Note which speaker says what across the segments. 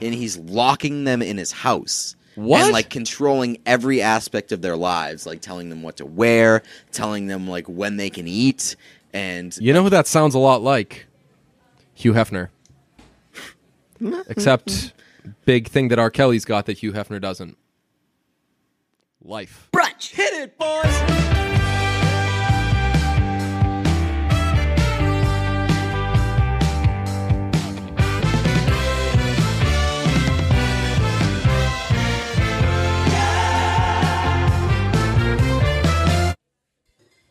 Speaker 1: and he's locking them in his house.
Speaker 2: What?
Speaker 1: And like controlling every aspect of their lives, like telling them what to wear, telling them like when they can eat, and
Speaker 2: You know who that sounds a lot like? Hugh Hefner. Except big thing that R. Kelly's got that Hugh Hefner doesn't. Life.
Speaker 3: Brunch.
Speaker 1: hit it, boys.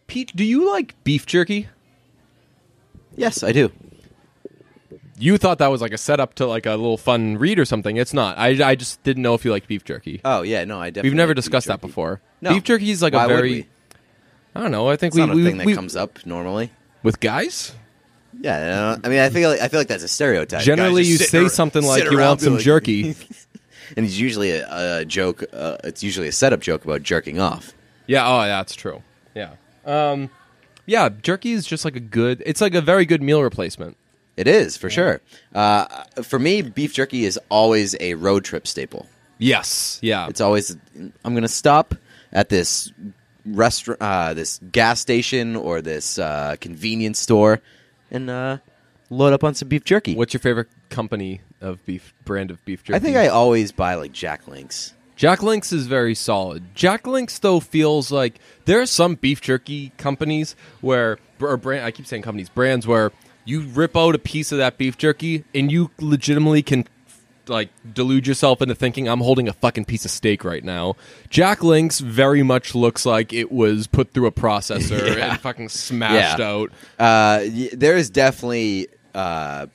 Speaker 2: Pete, do you like beef jerky?
Speaker 1: Yes, I do.
Speaker 2: You thought that was like a setup to like a little fun read or something. It's not. I, I just didn't know if you liked beef jerky.
Speaker 1: Oh yeah, no, I definitely.
Speaker 2: We've never
Speaker 1: like beef
Speaker 2: discussed that
Speaker 1: jerky.
Speaker 2: before.
Speaker 1: No.
Speaker 2: Beef jerky is like
Speaker 1: Why
Speaker 2: a
Speaker 1: would
Speaker 2: very.
Speaker 1: we?
Speaker 2: I don't know. I think
Speaker 1: It's
Speaker 2: we,
Speaker 1: not a
Speaker 2: we-
Speaker 1: thing that
Speaker 2: we-
Speaker 1: comes up normally.
Speaker 2: with guys.
Speaker 1: Yeah, I mean, I feel like, I feel like that's a stereotype.
Speaker 2: Generally,
Speaker 1: Guys
Speaker 2: you
Speaker 1: just sit
Speaker 2: say
Speaker 1: ar-
Speaker 2: something
Speaker 1: sit
Speaker 2: like you
Speaker 1: around
Speaker 2: want
Speaker 1: be
Speaker 2: some
Speaker 1: like-
Speaker 2: jerky.
Speaker 1: and it's usually a, a joke. Uh, it's usually a setup joke about jerking off.
Speaker 2: Yeah, oh, yeah, that's true. Yeah. Um, yeah, jerky is just like a good, it's like a very good meal replacement.
Speaker 1: It is for sure. Uh, for me, beef jerky is always a road trip staple.
Speaker 2: Yes. Yeah.
Speaker 1: It's always I'm going to stop at this restaurant, uh, this gas station, or this uh, convenience store, and uh, load up on some beef jerky.
Speaker 2: What's your favorite company of beef, brand of beef jerky?
Speaker 1: I think I always buy like Jack Links.
Speaker 2: Jack Links is very solid. Jack Links, though, feels like there are some beef jerky companies where, or brand, I keep saying companies, brands where you rip out a piece of that beef jerky and you legitimately can like delude yourself into thinking I'm holding a fucking piece of steak right now. Jack Links very much looks like it was put through a processor and fucking smashed
Speaker 1: Yeah.
Speaker 2: out.
Speaker 1: Uh, y- there is definitely uh,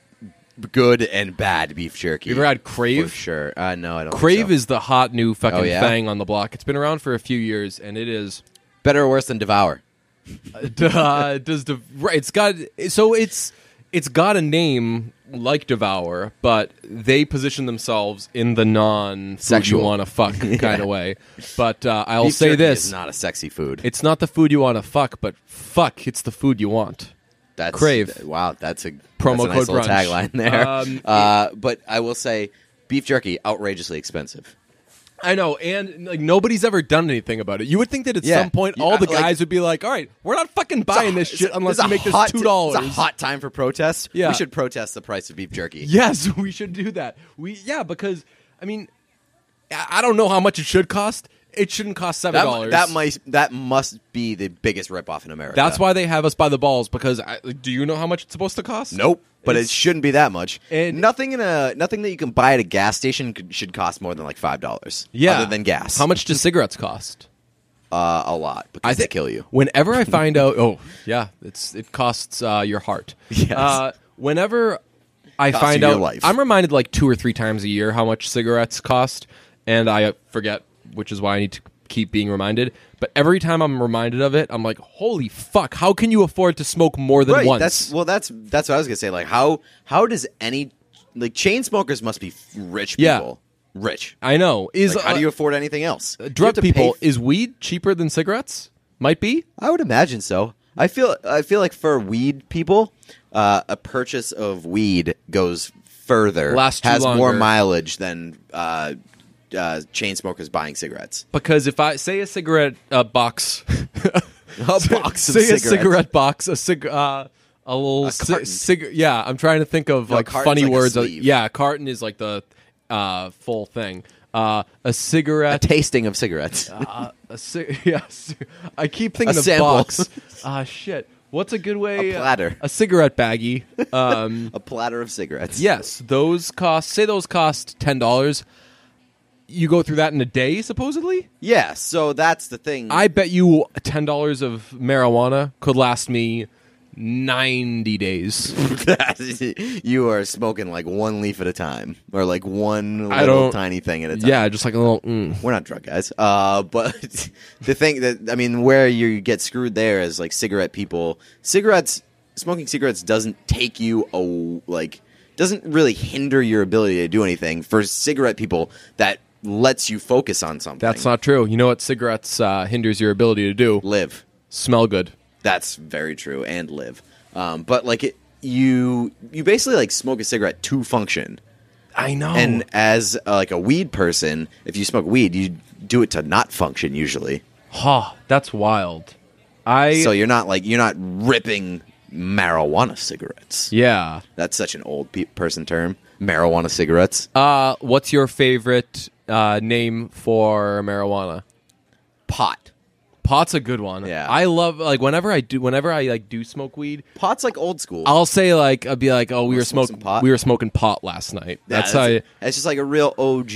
Speaker 1: good and bad beef jerky.
Speaker 2: You ever had
Speaker 1: for
Speaker 2: Crave?
Speaker 1: sure. Uh, no, I don't. think
Speaker 2: Crave
Speaker 1: so.
Speaker 2: is the hot new fucking
Speaker 1: Oh, yeah?
Speaker 2: thing on the block. It's been around for a few years and it is
Speaker 1: better or worse than Devour.
Speaker 2: uh, does the right? It's got so it's it's got a name like Devour, but they position themselves in the non
Speaker 1: Sexual.
Speaker 2: you want to fuck kind of way. But uh, I'll
Speaker 1: Beef
Speaker 2: say
Speaker 1: jerky
Speaker 2: this:
Speaker 1: is not a sexy food.
Speaker 2: it's not the food you want to fuck, but fuck, it's the food you want.
Speaker 1: That's
Speaker 2: Crave.
Speaker 1: th- wow, that's a
Speaker 2: Promo
Speaker 1: that's a nice
Speaker 2: code
Speaker 1: little
Speaker 2: brunch.
Speaker 1: tagline there.
Speaker 2: Um,
Speaker 1: uh, but I will say, beef jerky outrageously expensive.
Speaker 2: I know, and like nobody's ever done anything about it. You would think that at
Speaker 1: Yeah.
Speaker 2: some point
Speaker 1: Yeah,
Speaker 2: all the
Speaker 1: like-
Speaker 2: guys would be like, "All right, we're not fucking buying this shit unless you make this two dollars."
Speaker 1: It's a hot time for protest.
Speaker 2: Yeah.
Speaker 1: we should protest the price of beef jerky.
Speaker 2: Yes, we should do that. We yeah, because I mean, I I don't know how much it should cost. It shouldn't cost seven
Speaker 1: That,
Speaker 2: dollars.
Speaker 1: that might that must be the biggest ripoff in America.
Speaker 2: That's why they have us by the balls. Because I, like, do you know how much it's supposed to cost?
Speaker 1: Nope. But it
Speaker 2: It's-
Speaker 1: shouldn't be that much.
Speaker 2: And-
Speaker 1: nothing in a nothing that you can buy at a gas station could, should cost more than like five dollars.
Speaker 2: Yeah.
Speaker 1: Other than gas.
Speaker 2: How much do cigarettes cost?
Speaker 1: Uh, a lot because they
Speaker 2: thi-
Speaker 1: kill you.
Speaker 2: Whenever I find out, oh yeah, it's it costs uh, your heart.
Speaker 1: Yes.
Speaker 2: Uh, whenever I
Speaker 1: Costs
Speaker 2: find
Speaker 1: you
Speaker 2: out,
Speaker 1: your life.
Speaker 2: I'm reminded like two or three times a year how much cigarettes cost, and I forget, which is why I need to keep being reminded. But every time I'm reminded of it, I'm like, holy fuck! How can you afford to smoke more than once?
Speaker 1: That's well. That's that's what I was gonna say. Like how how does any like chain smokers must be rich
Speaker 2: Yeah.
Speaker 1: people. Rich.
Speaker 2: I know. Is
Speaker 1: Like, how do you
Speaker 2: uh,
Speaker 1: afford anything else? Do you have
Speaker 2: drug
Speaker 1: to pay
Speaker 2: people?
Speaker 1: f-
Speaker 2: is weed cheaper than cigarettes? Might be.
Speaker 1: I would imagine so. I feel I feel like for weed people, uh, a purchase of weed goes further,
Speaker 2: Lasts you
Speaker 1: has more
Speaker 2: longer.
Speaker 1: mileage than uh, uh, chain smokers buying cigarettes.
Speaker 2: Because if I say a cigarette uh, box,
Speaker 1: A box of
Speaker 2: say
Speaker 1: cigarettes.
Speaker 2: a cigarette box, a cig, uh, a little ci-
Speaker 1: carton.
Speaker 2: cig. Yeah, I'm trying to think of like
Speaker 1: carton's
Speaker 2: funny
Speaker 1: like a
Speaker 2: words.
Speaker 1: sleeve.
Speaker 2: yeah, carton is like the uh, full thing. Uh, a cigarette.
Speaker 1: Tasting of cigarettes.
Speaker 2: uh, a ci- yeah, ci- I keep thinking
Speaker 1: A
Speaker 2: of
Speaker 1: sample.
Speaker 2: box. Ah, shit. What's a good way? uh,
Speaker 1: A platter.
Speaker 2: A cigarette baggie. Um,
Speaker 1: a platter of cigarettes.
Speaker 2: Yes, those cost. Say those cost ten dollars. You go through that in a day, supposedly.
Speaker 1: Yeah. So that's the thing.
Speaker 2: I bet you ten dollars of marijuana could last me ninety days.
Speaker 1: you are smoking like one leaf at a time, or like one
Speaker 2: I
Speaker 1: little
Speaker 2: don't-
Speaker 1: tiny thing at a time.
Speaker 2: yeah, just like a little. Mm.
Speaker 1: we're not drug guys. Uh, but the thing that I mean, where you get screwed there is like cigarette people. Cigarettes, smoking cigarettes doesn't take you a like doesn't really hinder your ability to do anything. For cigarette people, that lets you focus on something.
Speaker 2: That's not true. You know what? Cigarettes uh, hinders your ability to do
Speaker 1: live.
Speaker 2: smell good.
Speaker 1: That's very true, and live. Um, but like it, you, you basically like smoke a cigarette to function.
Speaker 2: I know.
Speaker 1: And as uh, like a weed person, if you smoke weed, you do it to not function usually.
Speaker 2: Ha, that's wild. I
Speaker 1: So you're not like you're not ripping marijuana cigarettes.
Speaker 2: yeah.
Speaker 1: That's such an old pe- person term. Marijuana cigarettes.
Speaker 2: Uh, what's your favorite uh, name for marijuana?
Speaker 1: Pot.
Speaker 2: Pot's a good one.
Speaker 1: Yeah.
Speaker 2: I love like whenever I do whenever I like do smoke weed.
Speaker 1: Pot's like old school.
Speaker 2: I'll say like I'll be like, oh, we were
Speaker 1: smoke some
Speaker 2: smoking
Speaker 1: pot?
Speaker 2: We were smoking pot last night.
Speaker 1: Yeah,
Speaker 2: that's, how. I,
Speaker 1: it's just like a real OG.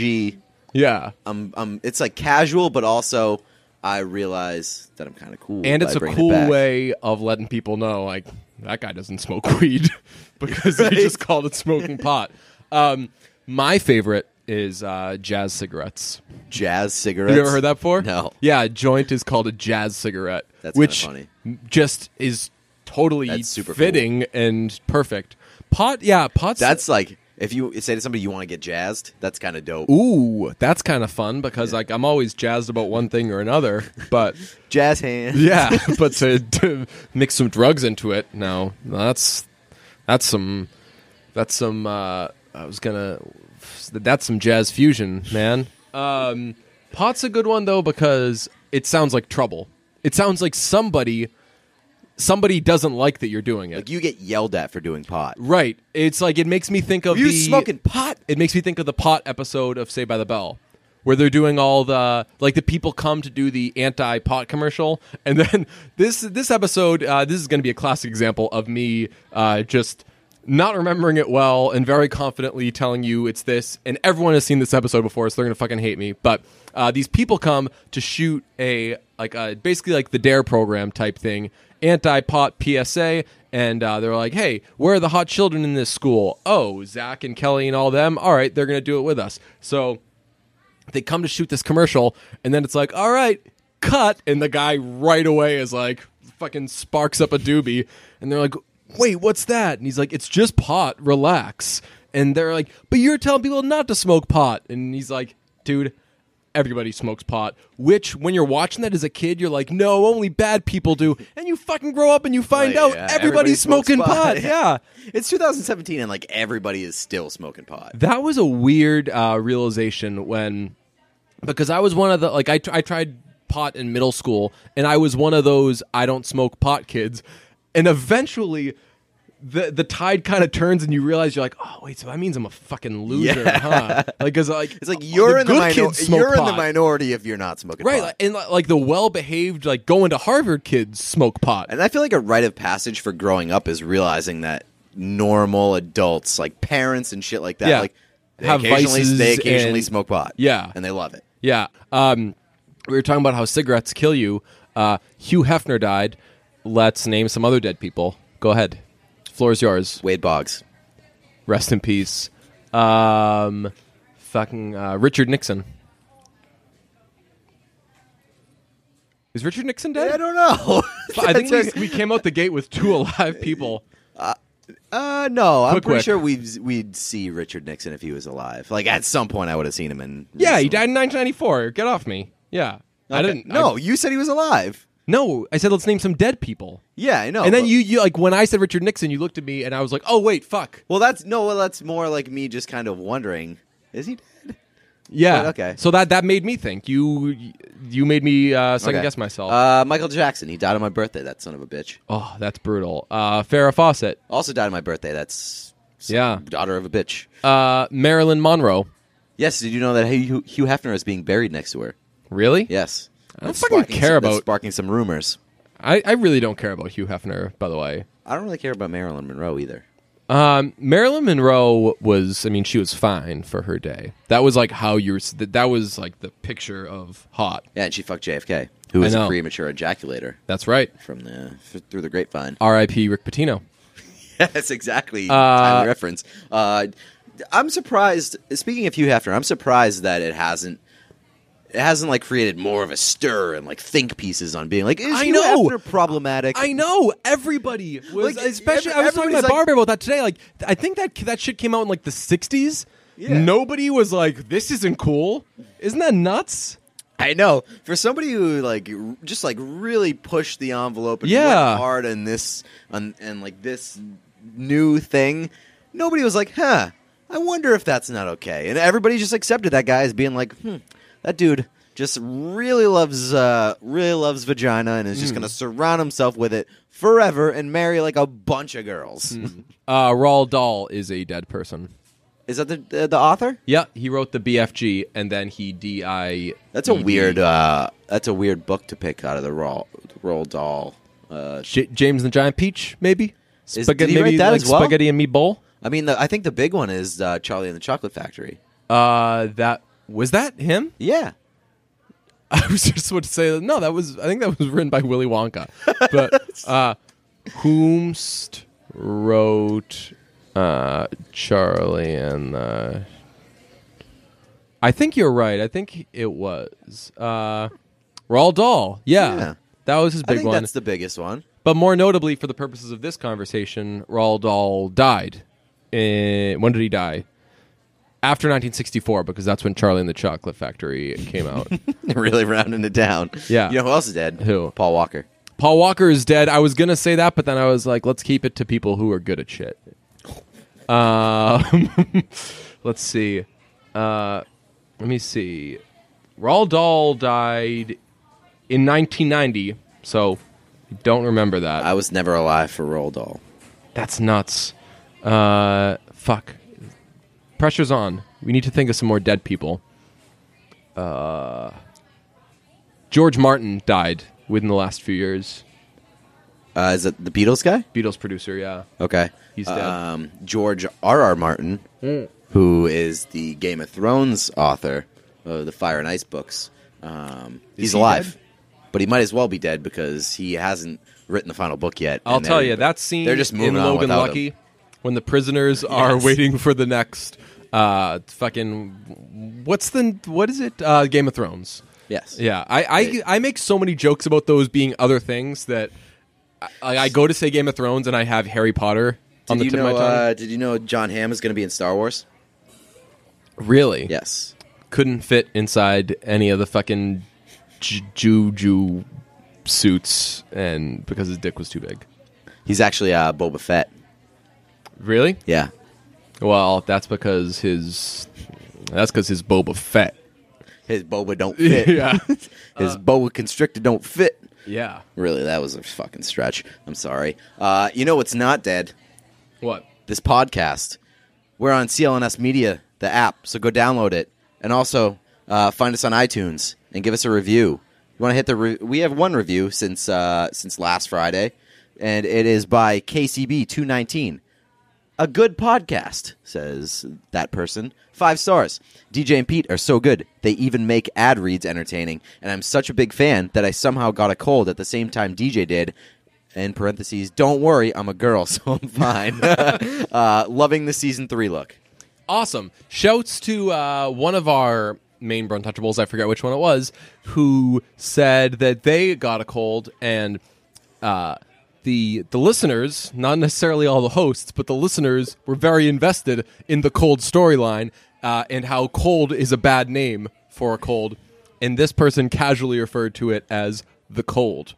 Speaker 2: yeah,
Speaker 1: Um, um, it's like casual, but also I realize that I'm kind of cool.
Speaker 2: and
Speaker 1: by
Speaker 2: it's a
Speaker 1: bringing it
Speaker 2: cool
Speaker 1: back.
Speaker 2: way of letting people know like that guy doesn't smoke weed because
Speaker 1: Right.
Speaker 2: he just called it smoking pot. Um, my favorite is uh, jazz cigarettes.
Speaker 1: Jazz cigarettes.
Speaker 2: Have you ever heard that before?
Speaker 1: No.
Speaker 2: Yeah, a joint is called a jazz cigarette,
Speaker 1: That's kinda
Speaker 2: which
Speaker 1: funny.
Speaker 2: just is totally
Speaker 1: That's super cool.
Speaker 2: fitting and perfect. Pot, yeah, pot's
Speaker 1: That's like if you say to somebody you want to get jazzed. That's kind of dope.
Speaker 2: ooh, that's kind of fun because like I'm always jazzed about one thing or another, but
Speaker 1: Jazz hand.
Speaker 2: yeah, but to, to mix some drugs into it, no, that's that's some that's some uh, I was gonna that's some jazz fusion, man. Um, pot's a good one though because it sounds like trouble. It sounds like somebody somebody doesn't like that you're doing it.
Speaker 1: Like you get yelled at for doing pot.
Speaker 2: right? It's like it makes me think of
Speaker 1: You
Speaker 2: the
Speaker 1: smoking pot?
Speaker 2: it makes me think of the pot episode of Say by the Bell, where they're doing all the like the people come to do the anti pot commercial, and then this this episode uh, this is going to be a classic example of me uh, just not remembering it well and very confidently telling you it's this, and everyone has seen this episode before, so they're going to fucking hate me. But uh, these people come to shoot a like a, basically like the Dare program type thing. Anti pot PSA, and uh, they're like, "Hey, where are the hot children in this school? Oh, Zach and Kelly and all them. All right, they're gonna do it with us." So they come to shoot this commercial, and then it's like, "All right, cut!" And the guy right away is like, "Fucking sparks up a doobie," and they're like, "Wait, what's that?" And he's like, "It's just pot. Relax." And they're like, "But you're telling people not to smoke pot," and he's like, "Dude." Everybody smokes pot, which when you're watching that as a kid, you're like, no, only bad people do. And you fucking grow up and you find
Speaker 1: Right,
Speaker 2: out
Speaker 1: yeah.
Speaker 2: everybody's
Speaker 1: Everybody smokes
Speaker 2: smoking
Speaker 1: pot.
Speaker 2: pot. Yeah.
Speaker 1: It's 2017 and like everybody is still smoking pot.
Speaker 2: That was a weird uh, realization when, because I was one of the, like, I, tr- I tried pot in middle school and I was one of those I don't smoke pot kids. And eventually the, the tide kind of turns and you realize you're like, oh, wait, so that means I'm a fucking loser,
Speaker 1: Yeah.
Speaker 2: huh? Like, because, like,
Speaker 1: It's like you're in the
Speaker 2: good
Speaker 1: minor-
Speaker 2: kids smoke
Speaker 1: you're in the
Speaker 2: pot.
Speaker 1: minority if you're not smoking
Speaker 2: Right,
Speaker 1: pot.
Speaker 2: like- and like like, the well-behaved, like going to Harvard kids smoke pot.
Speaker 1: And I feel like a rite of passage for growing up is realizing that normal adults, like parents and shit like that,
Speaker 2: Yeah.
Speaker 1: like they
Speaker 2: Have
Speaker 1: occasionally,
Speaker 2: vices
Speaker 1: they occasionally
Speaker 2: and-
Speaker 1: smoke pot.
Speaker 2: Yeah.
Speaker 1: And they love it.
Speaker 2: Yeah. Um, we were talking about how cigarettes kill you. Uh, Hugh Hefner died. Let's name some other dead people. Go ahead. Floor is yours.
Speaker 1: Wade Boggs.
Speaker 2: Rest in peace. Um, fucking uh, Richard Nixon. Is Richard Nixon
Speaker 1: I
Speaker 2: dead?
Speaker 1: don't know.
Speaker 2: I think we, we came out the gate with two alive people.
Speaker 1: uh, no, I'm
Speaker 2: Quick,
Speaker 1: pretty
Speaker 2: quick.
Speaker 1: sure we'd we'd see Richard Nixon if he was alive. Like at some point, I would have seen him. And
Speaker 2: Yeah, he died in 1994. Get off me. Yeah. I didn't. I-
Speaker 1: No, you said he was alive.
Speaker 2: no, I said let's name some dead people.
Speaker 1: Yeah, I know.
Speaker 2: and then
Speaker 1: but-
Speaker 2: you, you like when I said Richard Nixon, you looked at me and I was like, oh wait, fuck.
Speaker 1: Well, that's no. Well, that's more like me just kind of wondering: Is he dead?
Speaker 2: Yeah.
Speaker 1: Right, okay.
Speaker 2: So that that made me think. You you made me uh, second
Speaker 1: Okay.
Speaker 2: guess myself.
Speaker 1: Uh, Michael Jackson. He died on my birthday. That son of a bitch.
Speaker 2: oh, that's brutal. Uh, Farrah Fawcett.
Speaker 1: Also died on my birthday. That's s-
Speaker 2: Yeah.
Speaker 1: daughter of a bitch.
Speaker 2: Uh, Marilyn Monroe.
Speaker 1: Yes. Did you know that Hugh, Hugh Hefner is being buried next to her?
Speaker 2: Really?
Speaker 1: Yes. I
Speaker 2: don't fucking care about-
Speaker 1: sparking some rumors.
Speaker 2: I, I really don't care about Hugh Hefner, by the way.
Speaker 1: I don't really care about Marilyn Monroe either.
Speaker 2: Um, Marilyn Monroe was, I mean, she was fine for her day. That was like how you're, that, that was like the picture of hot.
Speaker 1: Yeah, and she fucked JFK, who was a
Speaker 2: know.
Speaker 1: premature ejaculator
Speaker 2: That's right.
Speaker 1: from the f- through the grapevine.
Speaker 2: R.I.P. Rick Pitino.
Speaker 1: Yes, exactly. Timely reference. Uh, I'm surprised. Speaking of Hugh Hefner, I'm surprised that it hasn't. It hasn't like created more of a stir and like think pieces on being like is
Speaker 2: I
Speaker 1: Hugh
Speaker 2: know!
Speaker 1: Hefner problematic?
Speaker 2: I know everybody was,
Speaker 1: Like,
Speaker 2: especially I was talking
Speaker 1: everybody's
Speaker 2: about
Speaker 1: like-
Speaker 2: Barbara about that today. Like, th- I think that that shit came out in like the '60s.
Speaker 1: Yeah.
Speaker 2: Nobody was like, "This isn't cool." Isn't that nuts?
Speaker 1: I know. For somebody who like r- just like really pushed the envelope and
Speaker 2: Yeah.
Speaker 1: went hard on this on, and like this new thing, nobody was like, "Huh, I wonder if that's not okay. And everybody just accepted that guy as being like, hmm, that dude just really loves uh, really loves vagina and is just going to surround himself with it forever and marry like a bunch of girls.
Speaker 2: Uh, Raul Dahl is a dead person.
Speaker 1: Is that the uh, the author?
Speaker 2: Yeah, he wrote the BFG and then he E DI.
Speaker 1: That's a weird uh, that's a weird book to pick out of the Roll Roll Doll. Uh,
Speaker 2: J- James and the Giant Peach, maybe?
Speaker 1: Is- did he write
Speaker 2: maybe
Speaker 1: that
Speaker 2: like
Speaker 1: as well?
Speaker 2: Spaghetti and Meatball?
Speaker 1: I mean, the, I think the big one is uh, Charlie and the Chocolate Factory.
Speaker 2: Uh, that was that him?
Speaker 1: Yeah.
Speaker 2: I was just about to say no. That was I think that was written by Willy Wonka, but uh, whomst wrote uh, Charlie and the. I think you're right. I think it was uh, Roald Dahl. Yeah,
Speaker 1: Yeah.
Speaker 2: that was his
Speaker 1: I
Speaker 2: big
Speaker 1: think
Speaker 2: one.
Speaker 1: that's the biggest one.
Speaker 2: But more notably, for the purposes of this conversation, Roald Dahl died. In, when did he die? After 1964, because that's when Charlie and the Chocolate Factory came out.
Speaker 1: really rounding it down.
Speaker 2: Yeah.
Speaker 1: You know who else is dead?
Speaker 2: Who?
Speaker 1: Paul Walker.
Speaker 2: Paul Walker is dead. I was gonna say that, but then I was like, let's keep it to people who are good at shit. Um, let's see. Uh, let me see. Roald Dahl died in 1990, so don't remember that.
Speaker 1: I was never alive for Roll Doll.
Speaker 2: That's nuts. Uh, fuck. Pressure's on. We need to think of some more dead people. Uh, George Martin died within the last few years.
Speaker 1: Uh, is it the Beatles guy?
Speaker 2: Beatles producer, yeah.
Speaker 1: Okay.
Speaker 2: He's dead. Mm.
Speaker 1: Um, George R. R. Martin, who is the Game of Thrones author of the Fire and Ice books. Um, he's
Speaker 2: he
Speaker 1: alive,
Speaker 2: dead?
Speaker 1: but he might as well be dead because he hasn't written the final book yet.
Speaker 2: I'll
Speaker 1: and
Speaker 2: tell
Speaker 1: they're-
Speaker 2: you that scene
Speaker 1: They're just moving
Speaker 2: in
Speaker 1: on
Speaker 2: Logan
Speaker 1: without
Speaker 2: Lucky
Speaker 1: him.
Speaker 2: when the prisoners are
Speaker 1: Yes.
Speaker 2: waiting for the next uh fucking what's the what is it uh Game of Thrones.
Speaker 1: Yes.
Speaker 2: Yeah, I I, I make so many jokes about those being other things that I, I go to say Game of Thrones and I have Harry Potter on
Speaker 1: Did
Speaker 2: the
Speaker 1: you
Speaker 2: tip
Speaker 1: know?
Speaker 2: of my tongue.
Speaker 1: Uh, did you know John Hamm is going to be in Star Wars?
Speaker 2: really?
Speaker 1: Yes.
Speaker 2: Couldn't fit inside any of the fucking j- juju suits and because his dick was too big.
Speaker 1: He's actually uh, Boba Fett.
Speaker 2: Really?
Speaker 1: Yeah.
Speaker 2: Well, that's because his that's because his Boba Fett.
Speaker 1: His boba don't fit. His boa constrictor don't fit.
Speaker 2: yeah.
Speaker 1: Really, that was a fucking stretch. I'm sorry. Uh, you know what's not dead?
Speaker 2: What?
Speaker 1: This podcast. We're on CLNS Media, the app, so go download it. And also, uh, find us on iTunes and give us a review. You want to hit the re- we have one review since uh, since last Friday, and it is by KCB219. A good podcast, says that person. Five stars. DJ and Pete are so good. They even make ad reads entertaining. And I'm such a big fan that I somehow got a cold at the same time DJ did. In parentheses, don't worry, I'm a girl, so I'm fine. uh, loving the season three look.
Speaker 2: Awesome. Shouts to uh, one of our main Brunt Touchables, I forget which one it was, who said that they got a cold and uh, the the listeners, not necessarily all the hosts, but the listeners were very invested in the cold storyline uh, and how cold is a bad name for a cold. And this person casually referred to it as the cold.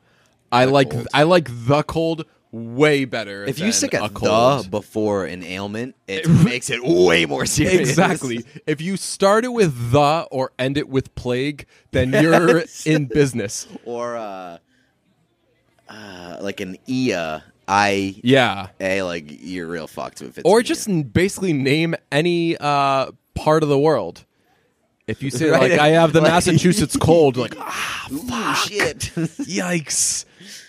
Speaker 2: I like
Speaker 1: cold.
Speaker 2: I like the cold way better.
Speaker 1: If you
Speaker 2: than
Speaker 1: stick
Speaker 2: a
Speaker 1: a,
Speaker 2: cold.
Speaker 1: the before an ailment, it makes it way more serious.
Speaker 2: Exactly. If you start it with the or end it with plague, then you're in business.
Speaker 1: Or uh, uh, like an EA, I, E
Speaker 2: Yeah.
Speaker 1: A, like you're real fucked if it's E
Speaker 2: Or
Speaker 1: an
Speaker 2: just n- basically name any uh, part of the world. If you say
Speaker 1: Right.
Speaker 2: like I have the
Speaker 1: Like-
Speaker 2: Massachusetts cold, like "Ah,
Speaker 1: EA. Ooh, shit.
Speaker 2: yikes.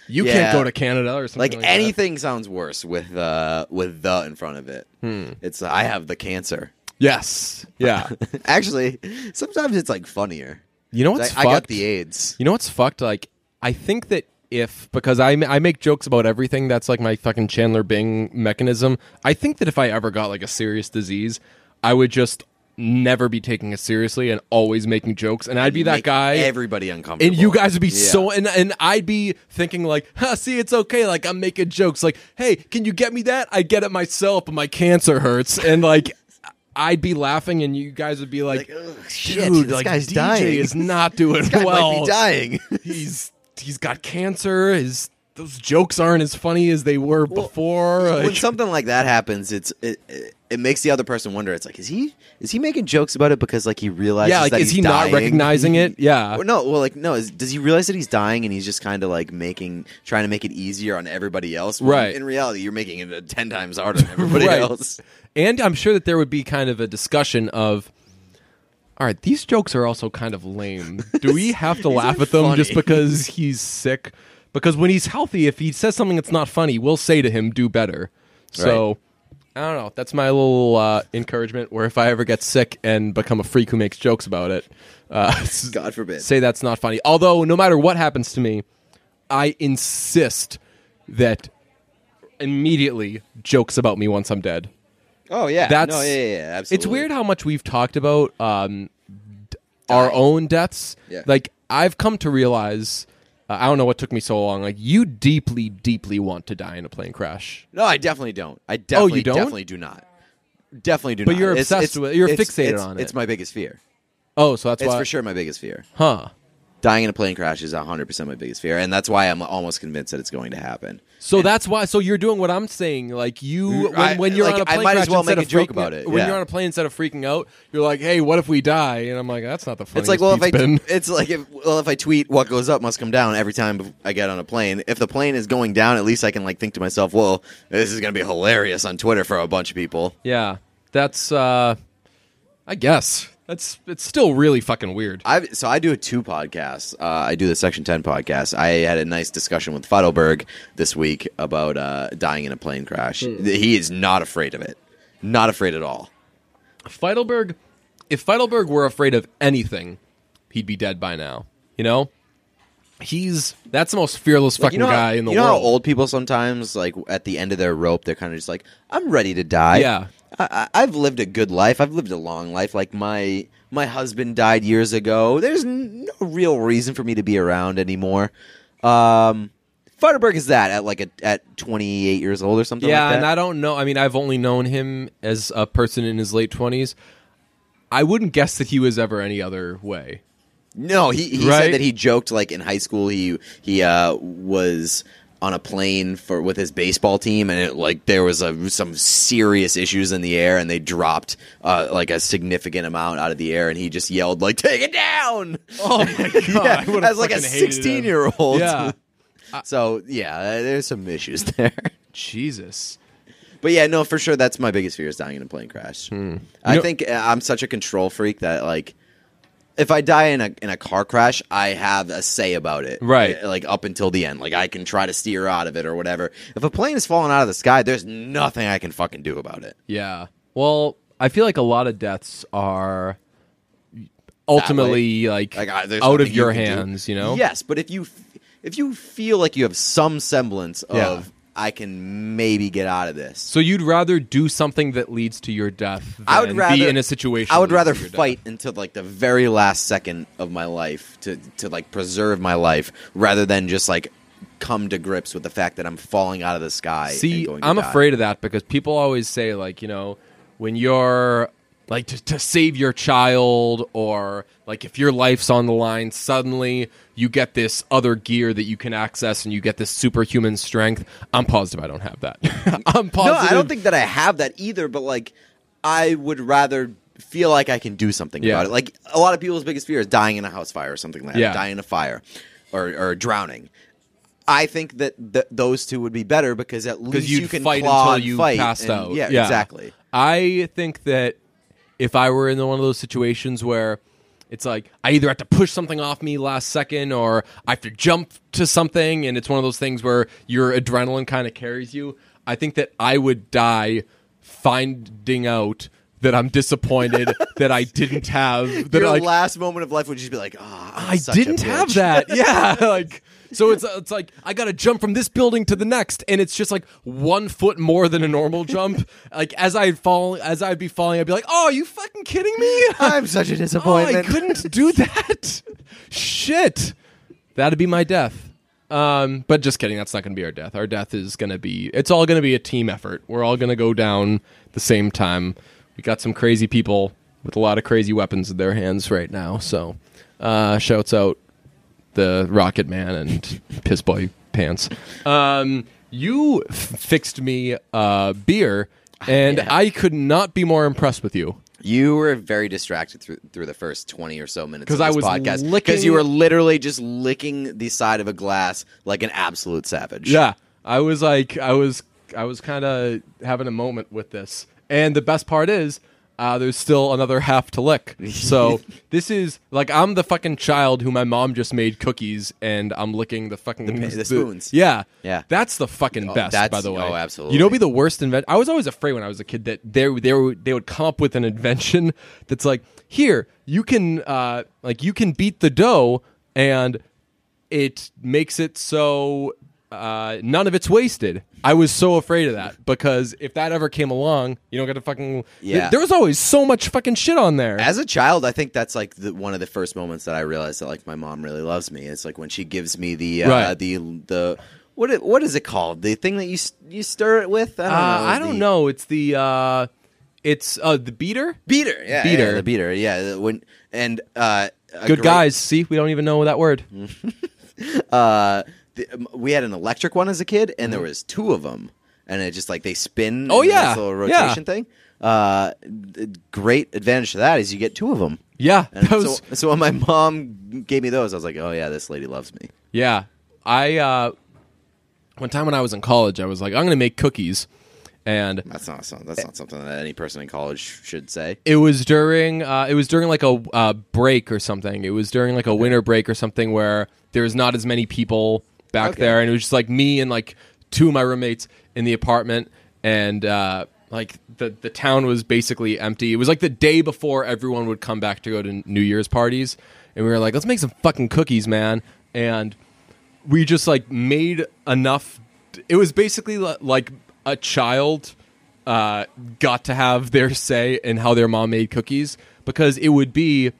Speaker 2: You
Speaker 1: Yeah.
Speaker 2: can't go to Canada or something
Speaker 1: like
Speaker 2: like, that.
Speaker 1: anything sounds worse with uh with the in front of it.
Speaker 2: Hmm.
Speaker 1: It's I have the cancer.
Speaker 2: Yes. Yeah.
Speaker 1: Actually, sometimes it's like funnier.
Speaker 2: You know
Speaker 1: It's
Speaker 2: what's
Speaker 1: like, I got
Speaker 2: fucked?
Speaker 1: the AIDS.
Speaker 2: You know what's fucked? Like, I think that if because I I make jokes about everything, that's like my fucking Chandler Bing mechanism. I think that if I ever got like a serious disease, I would just never be taking it seriously and always making jokes, and I'd be that
Speaker 1: Make
Speaker 2: guy.
Speaker 1: Everybody uncomfortable.
Speaker 2: and you guys would be
Speaker 1: Yeah.
Speaker 2: so and, and I'd be thinking like, huh, see, it's okay. Like I'm making jokes. Like, hey, can you get me that? I get it myself, but my cancer hurts. And like, I'd be laughing, and you guys would be like,
Speaker 1: like, ugh, shit,
Speaker 2: dude,
Speaker 1: this
Speaker 2: like
Speaker 1: guy's
Speaker 2: DJ
Speaker 1: dying.
Speaker 2: is not doing
Speaker 1: This guy
Speaker 2: well
Speaker 1: might be dying.
Speaker 2: he's he's got cancer. His those jokes aren't as funny as they were before.
Speaker 1: when
Speaker 2: Like,
Speaker 1: something like that happens, it's it, it, it makes the other person wonder. It's like, is he is he making jokes about it because like he realizes?
Speaker 2: yeah, like
Speaker 1: that
Speaker 2: is
Speaker 1: he's
Speaker 2: he
Speaker 1: dying?
Speaker 2: not recognizing it? Yeah.
Speaker 1: Or no, well, like no, is, does he realize that he's dying and he's just kind of like making trying to make it easier on everybody else? When
Speaker 2: Right.
Speaker 1: In reality, you're making it uh, ten times harder on everybody
Speaker 2: Right.
Speaker 1: else.
Speaker 2: And I'm sure that there would be kind of a discussion of, all right, these jokes are also kind of lame. Do we have to laugh at them just
Speaker 1: funny."
Speaker 2: because he's sick? Because when he's healthy, if he says something that's not funny, we'll say to him, do better. So. I don't know. That's my little uh, encouragement. Where if I ever get sick and become a freak who makes jokes about it, uh,
Speaker 1: God forbid.
Speaker 2: say that's not funny. Although, no matter what happens to me, I insist that immediately jokes about me once I'm dead.
Speaker 1: Oh yeah,
Speaker 2: That's-
Speaker 1: no, yeah, yeah, yeah, absolutely.
Speaker 2: It's weird how much we've talked about um, d- our own deaths.
Speaker 1: Yeah.
Speaker 2: Like I've come to realize, uh, I don't know what took me so long. Like you deeply, deeply want to die in a plane crash.
Speaker 1: No, I definitely don't. I definitely,
Speaker 2: Oh, you don't?
Speaker 1: definitely do not. Definitely do
Speaker 2: But
Speaker 1: not.
Speaker 2: you're obsessed with it. You're fixated
Speaker 1: it's-
Speaker 2: on it.
Speaker 1: It's my biggest fear.
Speaker 2: Oh, so that's
Speaker 1: It's
Speaker 2: why.
Speaker 1: for sure my biggest fear.
Speaker 2: Huh.
Speaker 1: Dying in a plane crash is 100% my biggest fear, and that's why I'm almost convinced that it's going to happen.
Speaker 2: So that's why. So you're doing what I'm saying. Like you, when,
Speaker 1: I-
Speaker 2: when you're
Speaker 1: like,
Speaker 2: on a
Speaker 1: I
Speaker 2: plane
Speaker 1: might as
Speaker 2: crash,
Speaker 1: well
Speaker 2: instead
Speaker 1: make
Speaker 2: of
Speaker 1: a joke
Speaker 2: freaking-
Speaker 1: about it,
Speaker 2: When
Speaker 1: yeah.
Speaker 2: you're on a plane, instead of freaking out, you're like, "Hey, what if we die?" And I'm like, "That's not the funniest."
Speaker 1: It's like, well, if I,
Speaker 2: Pete's been.
Speaker 1: it's like, if, well, if I tweet what goes up must come down every time bef- I get on a plane. If the plane is going down, at least I can like think to myself, well, this is going to be hilarious on Twitter for a bunch of people.
Speaker 2: Yeah, that's. uh I guess that's. It's still really fucking weird.
Speaker 1: I so I do a two podcasts. Uh, I do the Section Ten podcast. I had a nice discussion with Feidelberg this week about uh, dying in a plane crash. Th- He is not afraid of it. Not afraid at all.
Speaker 2: Feidelberg, if Feidelberg were afraid of anything, he'd be dead by now. You know, he's that's the most fearless fucking
Speaker 1: you know
Speaker 2: guy
Speaker 1: how,
Speaker 2: in the
Speaker 1: you know how
Speaker 2: world.
Speaker 1: old people sometimes like at the end of their rope, they're kind of just like, "I'm ready to die."
Speaker 2: Yeah.
Speaker 1: I, I, I've lived a good life. I've lived a long life. Like my my husband died years ago. There's n- no real reason for me to be around anymore. Um, Futterberg is that at like a, at 28 years old or something.
Speaker 2: yeah,
Speaker 1: like that.
Speaker 2: and I don't know. I mean, I've only known him as a person in his late twenties. I wouldn't guess that he was ever any other way.
Speaker 1: No, he, he
Speaker 2: Right?
Speaker 1: said that he joked like in high school he he uh, was on a plane for with his baseball team and it like there was a, some serious issues in the air and they dropped uh, like a significant amount out of the air and he just yelled like take it down
Speaker 2: Oh my god!
Speaker 1: yeah, as like a 16 year old
Speaker 2: Yeah.
Speaker 1: so yeah uh, there's some issues there
Speaker 2: Jesus.
Speaker 1: but yeah no for sure that's my biggest fear is dying in a plane crash I
Speaker 2: Hmm. You know-
Speaker 1: think uh, I'm such a control freak that like if I die in a in a car crash, I have a say about it.
Speaker 2: Right.
Speaker 1: Uh, Like up until the end. Like I can try to steer out of it or whatever. If a plane is falling out of the sky, there's nothing I can fucking do about it.
Speaker 2: Yeah. Well, I feel like a lot of deaths are ultimately like,
Speaker 1: Like I, there's
Speaker 2: out
Speaker 1: nothing
Speaker 2: of your
Speaker 1: can do.
Speaker 2: hands, you know?
Speaker 1: Yes, but if you f- if you feel like you have some semblance of
Speaker 2: Yeah.
Speaker 1: I can maybe get out of this.
Speaker 2: So you'd rather do something that leads to your death than
Speaker 1: I would rather
Speaker 2: be in a situation
Speaker 1: I would
Speaker 2: that leads
Speaker 1: rather
Speaker 2: to your death.
Speaker 1: fight until like the very last second of my life to to like preserve my life rather than just like come to grips with the fact that I'm falling out of the sky. and
Speaker 2: See,
Speaker 1: going to
Speaker 2: I'm
Speaker 1: die.
Speaker 2: afraid of that because people always say like, you know, when you're like to, to save your child or like if your life's on the line suddenly you get this other gear that you can access and you get this superhuman strength i'm positive i don't have that i'm positive
Speaker 1: No, I don't think that I have that either. But like, I would rather feel like I can do something
Speaker 2: Yeah.
Speaker 1: about it. Like a lot of people's biggest fear is dying in a house fire or something like that,
Speaker 2: Yeah.
Speaker 1: dying in a fire, or or drowning. I think that th- those two would be better because at least
Speaker 2: you'd
Speaker 1: you can
Speaker 2: fight
Speaker 1: claw
Speaker 2: until
Speaker 1: and
Speaker 2: you
Speaker 1: fight
Speaker 2: passed
Speaker 1: and-
Speaker 2: out.
Speaker 1: Yeah,
Speaker 2: Yeah.
Speaker 1: exactly.
Speaker 2: I think that if I were in one of those situations where it's like I either have to push something off me last second or I have to jump to something, and it's one of those things where your adrenaline kind of carries you, I think that I would die finding out that I'm disappointed that I didn't have that
Speaker 1: Your
Speaker 2: like
Speaker 1: last moment of life would just be like, ah, I'm
Speaker 2: I
Speaker 1: such a
Speaker 2: didn't have
Speaker 1: bitch."
Speaker 2: that. Yeah, like so it's it's like I got to jump from this building to the next, and it's just like one foot more than a normal jump. like as I fall, as I'd be falling, I'd be like, "Oh, are you fucking kidding me?
Speaker 1: I'm such a
Speaker 2: oh, I
Speaker 1: disappointment.
Speaker 2: couldn't do that. Shit, that'd be my death." Um, but just kidding. That's not going to be our death. Our death is going to be. It's all going to be a team effort. We're all going to go down the same time. We got some crazy people with a lot of crazy weapons in their hands right now. So, uh, shouts out the Rocket Man and Piss Boy pants. Um, you f- fixed me uh, beer, and
Speaker 1: Yeah.
Speaker 2: I could not be more impressed with you.
Speaker 1: You were very distracted through, through the first twenty or so minutes
Speaker 2: 'Cause
Speaker 1: because
Speaker 2: I was
Speaker 1: podcast
Speaker 2: licking-
Speaker 1: you were literally just licking the side of a glass like an absolute savage.
Speaker 2: Yeah, I was like, I was, I was kind of having a moment with this. And the best part is, uh, there's still another half to lick. So this is like I'm the fucking child who my mom just made cookies, and I'm licking the fucking
Speaker 1: pa- the spoons.
Speaker 2: yeah,
Speaker 1: Yeah.
Speaker 2: That's the fucking best,
Speaker 1: that's-
Speaker 2: by the way.
Speaker 1: oh, absolutely.
Speaker 2: You know, be the worst invention. I was always afraid when I was a kid that they they were, they would come up with an invention that's like, here you can uh, like you can beat the dough and it makes it so uh, none of it's wasted. I was so afraid of that because if that ever came along, you don't get to fucking.
Speaker 1: Yeah.
Speaker 2: There was always so much fucking shit on there.
Speaker 1: As a child, I think that's like the, one of the first moments that I realized that like my mom really loves me. It's like when she gives me the uh,
Speaker 2: Right.
Speaker 1: the the what it, what is it called? The thing that you s- you stir it with? I don't
Speaker 2: Uh,
Speaker 1: know.
Speaker 2: I
Speaker 1: The
Speaker 2: don't know. It's the uh, it's uh, the beater.
Speaker 1: Beater, yeah,
Speaker 2: Beater.
Speaker 1: yeah, the beater, yeah. When and uh, a
Speaker 2: Good
Speaker 1: great- Mm-hmm.
Speaker 2: guys. See, we don't even know that word.
Speaker 1: Uh, the, um, we had an electric one as a kid, and there was two of them, and it just like they spin.
Speaker 2: Mm-hmm. Oh,
Speaker 1: and
Speaker 2: yeah,
Speaker 1: this little
Speaker 2: yeah.
Speaker 1: rotation thing. Uh, the great advantage to that is you get two of them.
Speaker 2: Yeah,
Speaker 1: And
Speaker 2: that was
Speaker 1: so, so when my mom gave me those, I was like, "Oh yeah, this lady loves me."
Speaker 2: Yeah. I uh one time when I was in college, I was like, I'm going to make cookies. And
Speaker 1: That's not something. That's
Speaker 2: Eh.
Speaker 1: not something that any person in college should say.
Speaker 2: it was during uh, it was during like a uh, break or something. It was during like a winter break or something where there was not as many people back
Speaker 1: Okay.
Speaker 2: there, and it was just like me and like two of my roommates in the apartment, and uh, like the the town was basically empty. It was like the day before everyone would come back to go to New Year's parties, and we were like, let's make some fucking cookies, man, and we just like made enough. It was basically li- like a child uh, got to have their say in how their mom made cookies because it would be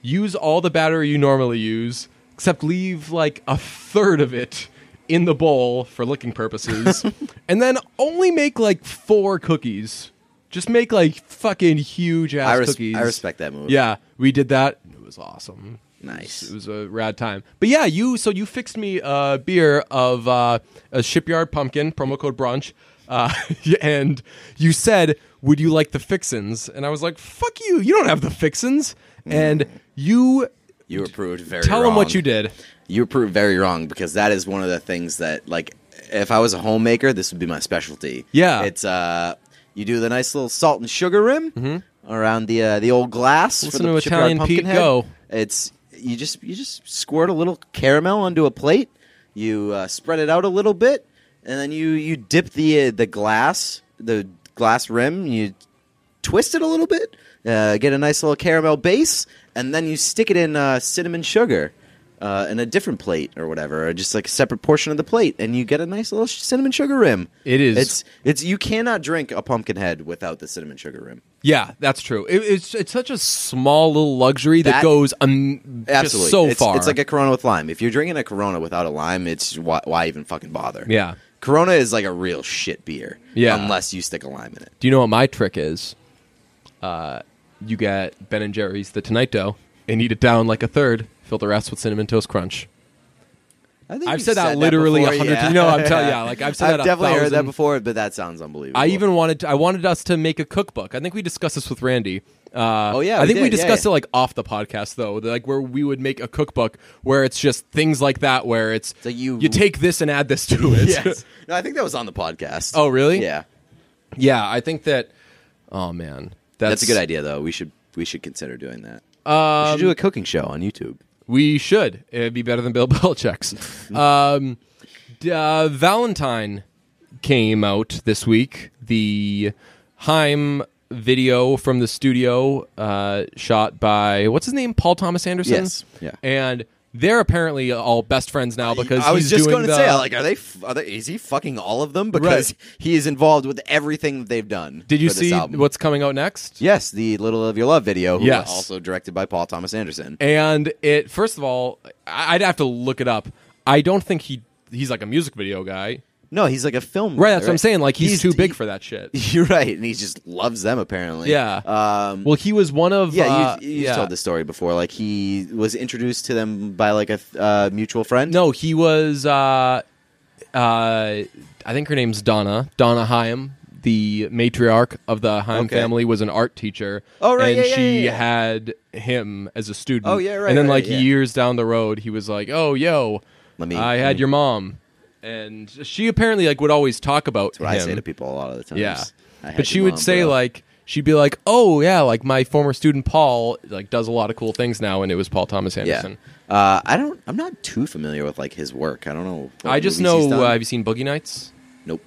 Speaker 2: use all the batter you normally use, except leave like a third of it in the bowl for licking purposes, and then only make like four cookies. Just make like fucking huge ass
Speaker 1: I, res-
Speaker 2: cookies.
Speaker 1: I respect that move.
Speaker 2: Yeah, we did that. It was awesome.
Speaker 1: Nice.
Speaker 2: It was a rad time. But yeah, you so you fixed me a beer of uh, a shipyard pumpkin promo code brunch, uh, and you said, "Would you like the fixins?" And I was like, "Fuck you! You don't have the fixins." And you
Speaker 1: you were proved very.
Speaker 2: tell them what
Speaker 1: wrong.
Speaker 2: you did.
Speaker 1: You were proved very wrong because that is one of the things that, like, if I was a homemaker, this would be my specialty.
Speaker 2: Yeah.
Speaker 1: it's uh, you do the nice little salt and sugar rim around the uh, the old glass.
Speaker 2: Mm-hmm. Listen
Speaker 1: for the
Speaker 2: to
Speaker 1: shipyard
Speaker 2: Italian
Speaker 1: pumpkin
Speaker 2: Pete
Speaker 1: head.
Speaker 2: go.
Speaker 1: It's you just you just squirt a little caramel onto a plate. You uh, spread it out a little bit, and then you you dip the uh, the glass the glass rim. You twist it a little bit, uh, get a nice little caramel base, and then you stick it in uh, cinnamon sugar uh, in a different plate or whatever, or just like a separate portion of the plate, and you get a nice little sh- cinnamon sugar rim.
Speaker 2: It is-
Speaker 1: It's it's you cannot drink a pumpkin head without the cinnamon sugar rim.
Speaker 2: Yeah, that's true. It, it's it's such a small little luxury that,
Speaker 1: That-
Speaker 2: goes um, just
Speaker 1: Absolutely,
Speaker 2: so
Speaker 1: it's,
Speaker 2: far.
Speaker 1: It's like a Corona with lime. If you're drinking a Corona without a lime, it's why, why even fucking bother?
Speaker 2: yeah.
Speaker 1: Corona is like a real shit beer.
Speaker 2: Yeah.
Speaker 1: unless you stick a lime in it.
Speaker 2: Do you know what my trick is? Uh, you get Ben and Jerry's the Tonight Dough and eat it down like a third. Fill the rest with cinnamon toast crunch.
Speaker 1: I think
Speaker 2: I've
Speaker 1: you've
Speaker 2: said that literally a
Speaker 1: before,
Speaker 2: hundred
Speaker 1: yeah.
Speaker 2: times. No, I'm telling you, yeah, like, I've said that a
Speaker 1: definitely heard that
Speaker 2: thousand-
Speaker 1: before, but that sounds unbelievable.
Speaker 2: I even wanted to, I wanted us to make a cookbook. I think we discussed this with Randy. Uh,
Speaker 1: Oh, yeah,
Speaker 2: I
Speaker 1: we
Speaker 2: think we
Speaker 1: did, yeah,
Speaker 2: discussed
Speaker 1: yeah.
Speaker 2: it like off the podcast though, that, like where we would make a cookbook where it's just things like that, where it's
Speaker 1: So you-
Speaker 2: you take this and add this to it.
Speaker 1: yes. No, I think that was on the podcast.
Speaker 2: Oh, really?
Speaker 1: Yeah,
Speaker 2: yeah. I think that. Oh man, that's,
Speaker 1: that's a good idea though. We should we should consider doing that.
Speaker 2: Um,
Speaker 1: we should do a cooking show on YouTube.
Speaker 2: We should. It'd be better than Bill Belichick's. um, d- uh, Valentine came out this week. The Heim video from the studio, uh, shot by what's his name, Paul Thomas Anderson.
Speaker 1: Yes. Yeah.
Speaker 2: and they're apparently all best friends now because
Speaker 1: I was
Speaker 2: he's
Speaker 1: just
Speaker 2: doing
Speaker 1: going to
Speaker 2: the-
Speaker 1: say, like, are they, f- are they? Is he fucking all of them? Because
Speaker 2: Right.
Speaker 1: he is involved with everything that they've done.
Speaker 2: Did you
Speaker 1: for this
Speaker 2: see
Speaker 1: album.
Speaker 2: what's coming out next?
Speaker 1: Yes, the "Little of Your Love" video, who
Speaker 2: Yes.
Speaker 1: also directed by Paul Thomas Anderson.
Speaker 2: And it first of all, I- I'd have to look it up. I don't think he he's like a music video guy.
Speaker 1: No, he's like a film.
Speaker 2: Right, that's what I'm saying. Like he's, too big
Speaker 1: he-
Speaker 2: for that shit.
Speaker 1: You're right, and he just loves them apparently.
Speaker 2: Yeah.
Speaker 1: Um,
Speaker 2: Well, he was one of
Speaker 1: yeah,
Speaker 2: uh,
Speaker 1: you, you
Speaker 2: yeah.
Speaker 1: told the story before. Like he was introduced to them by like a th- uh, mutual friend.
Speaker 2: No, he was uh, uh, I think her name's Donna. Donna Haim, the matriarch of the Haim
Speaker 1: Okay.
Speaker 2: family, was an art teacher.
Speaker 1: Oh, right,
Speaker 2: And
Speaker 1: yeah, yeah,
Speaker 2: she
Speaker 1: yeah, yeah.
Speaker 2: had him as a student.
Speaker 1: Oh, yeah, right,
Speaker 2: And then
Speaker 1: right,
Speaker 2: like
Speaker 1: yeah.
Speaker 2: years down the road, he was like, "Oh, yo,
Speaker 1: Let me-
Speaker 2: I had your mom," and she apparently like would always talk about
Speaker 1: That's what I
Speaker 2: him.
Speaker 1: say to people a lot of the time.
Speaker 2: Yeah. But she would say like she'd be like, "Oh yeah, like my former student Paul like does a lot of cool things now," and it was Paul Thomas
Speaker 1: yeah.
Speaker 2: Anderson.
Speaker 1: Uh, I don't. I'm not too familiar with like his work. I don't know. what
Speaker 2: I just
Speaker 1: movies he's
Speaker 2: know.
Speaker 1: done.
Speaker 2: Uh, have you seen Boogie Nights?
Speaker 1: nope.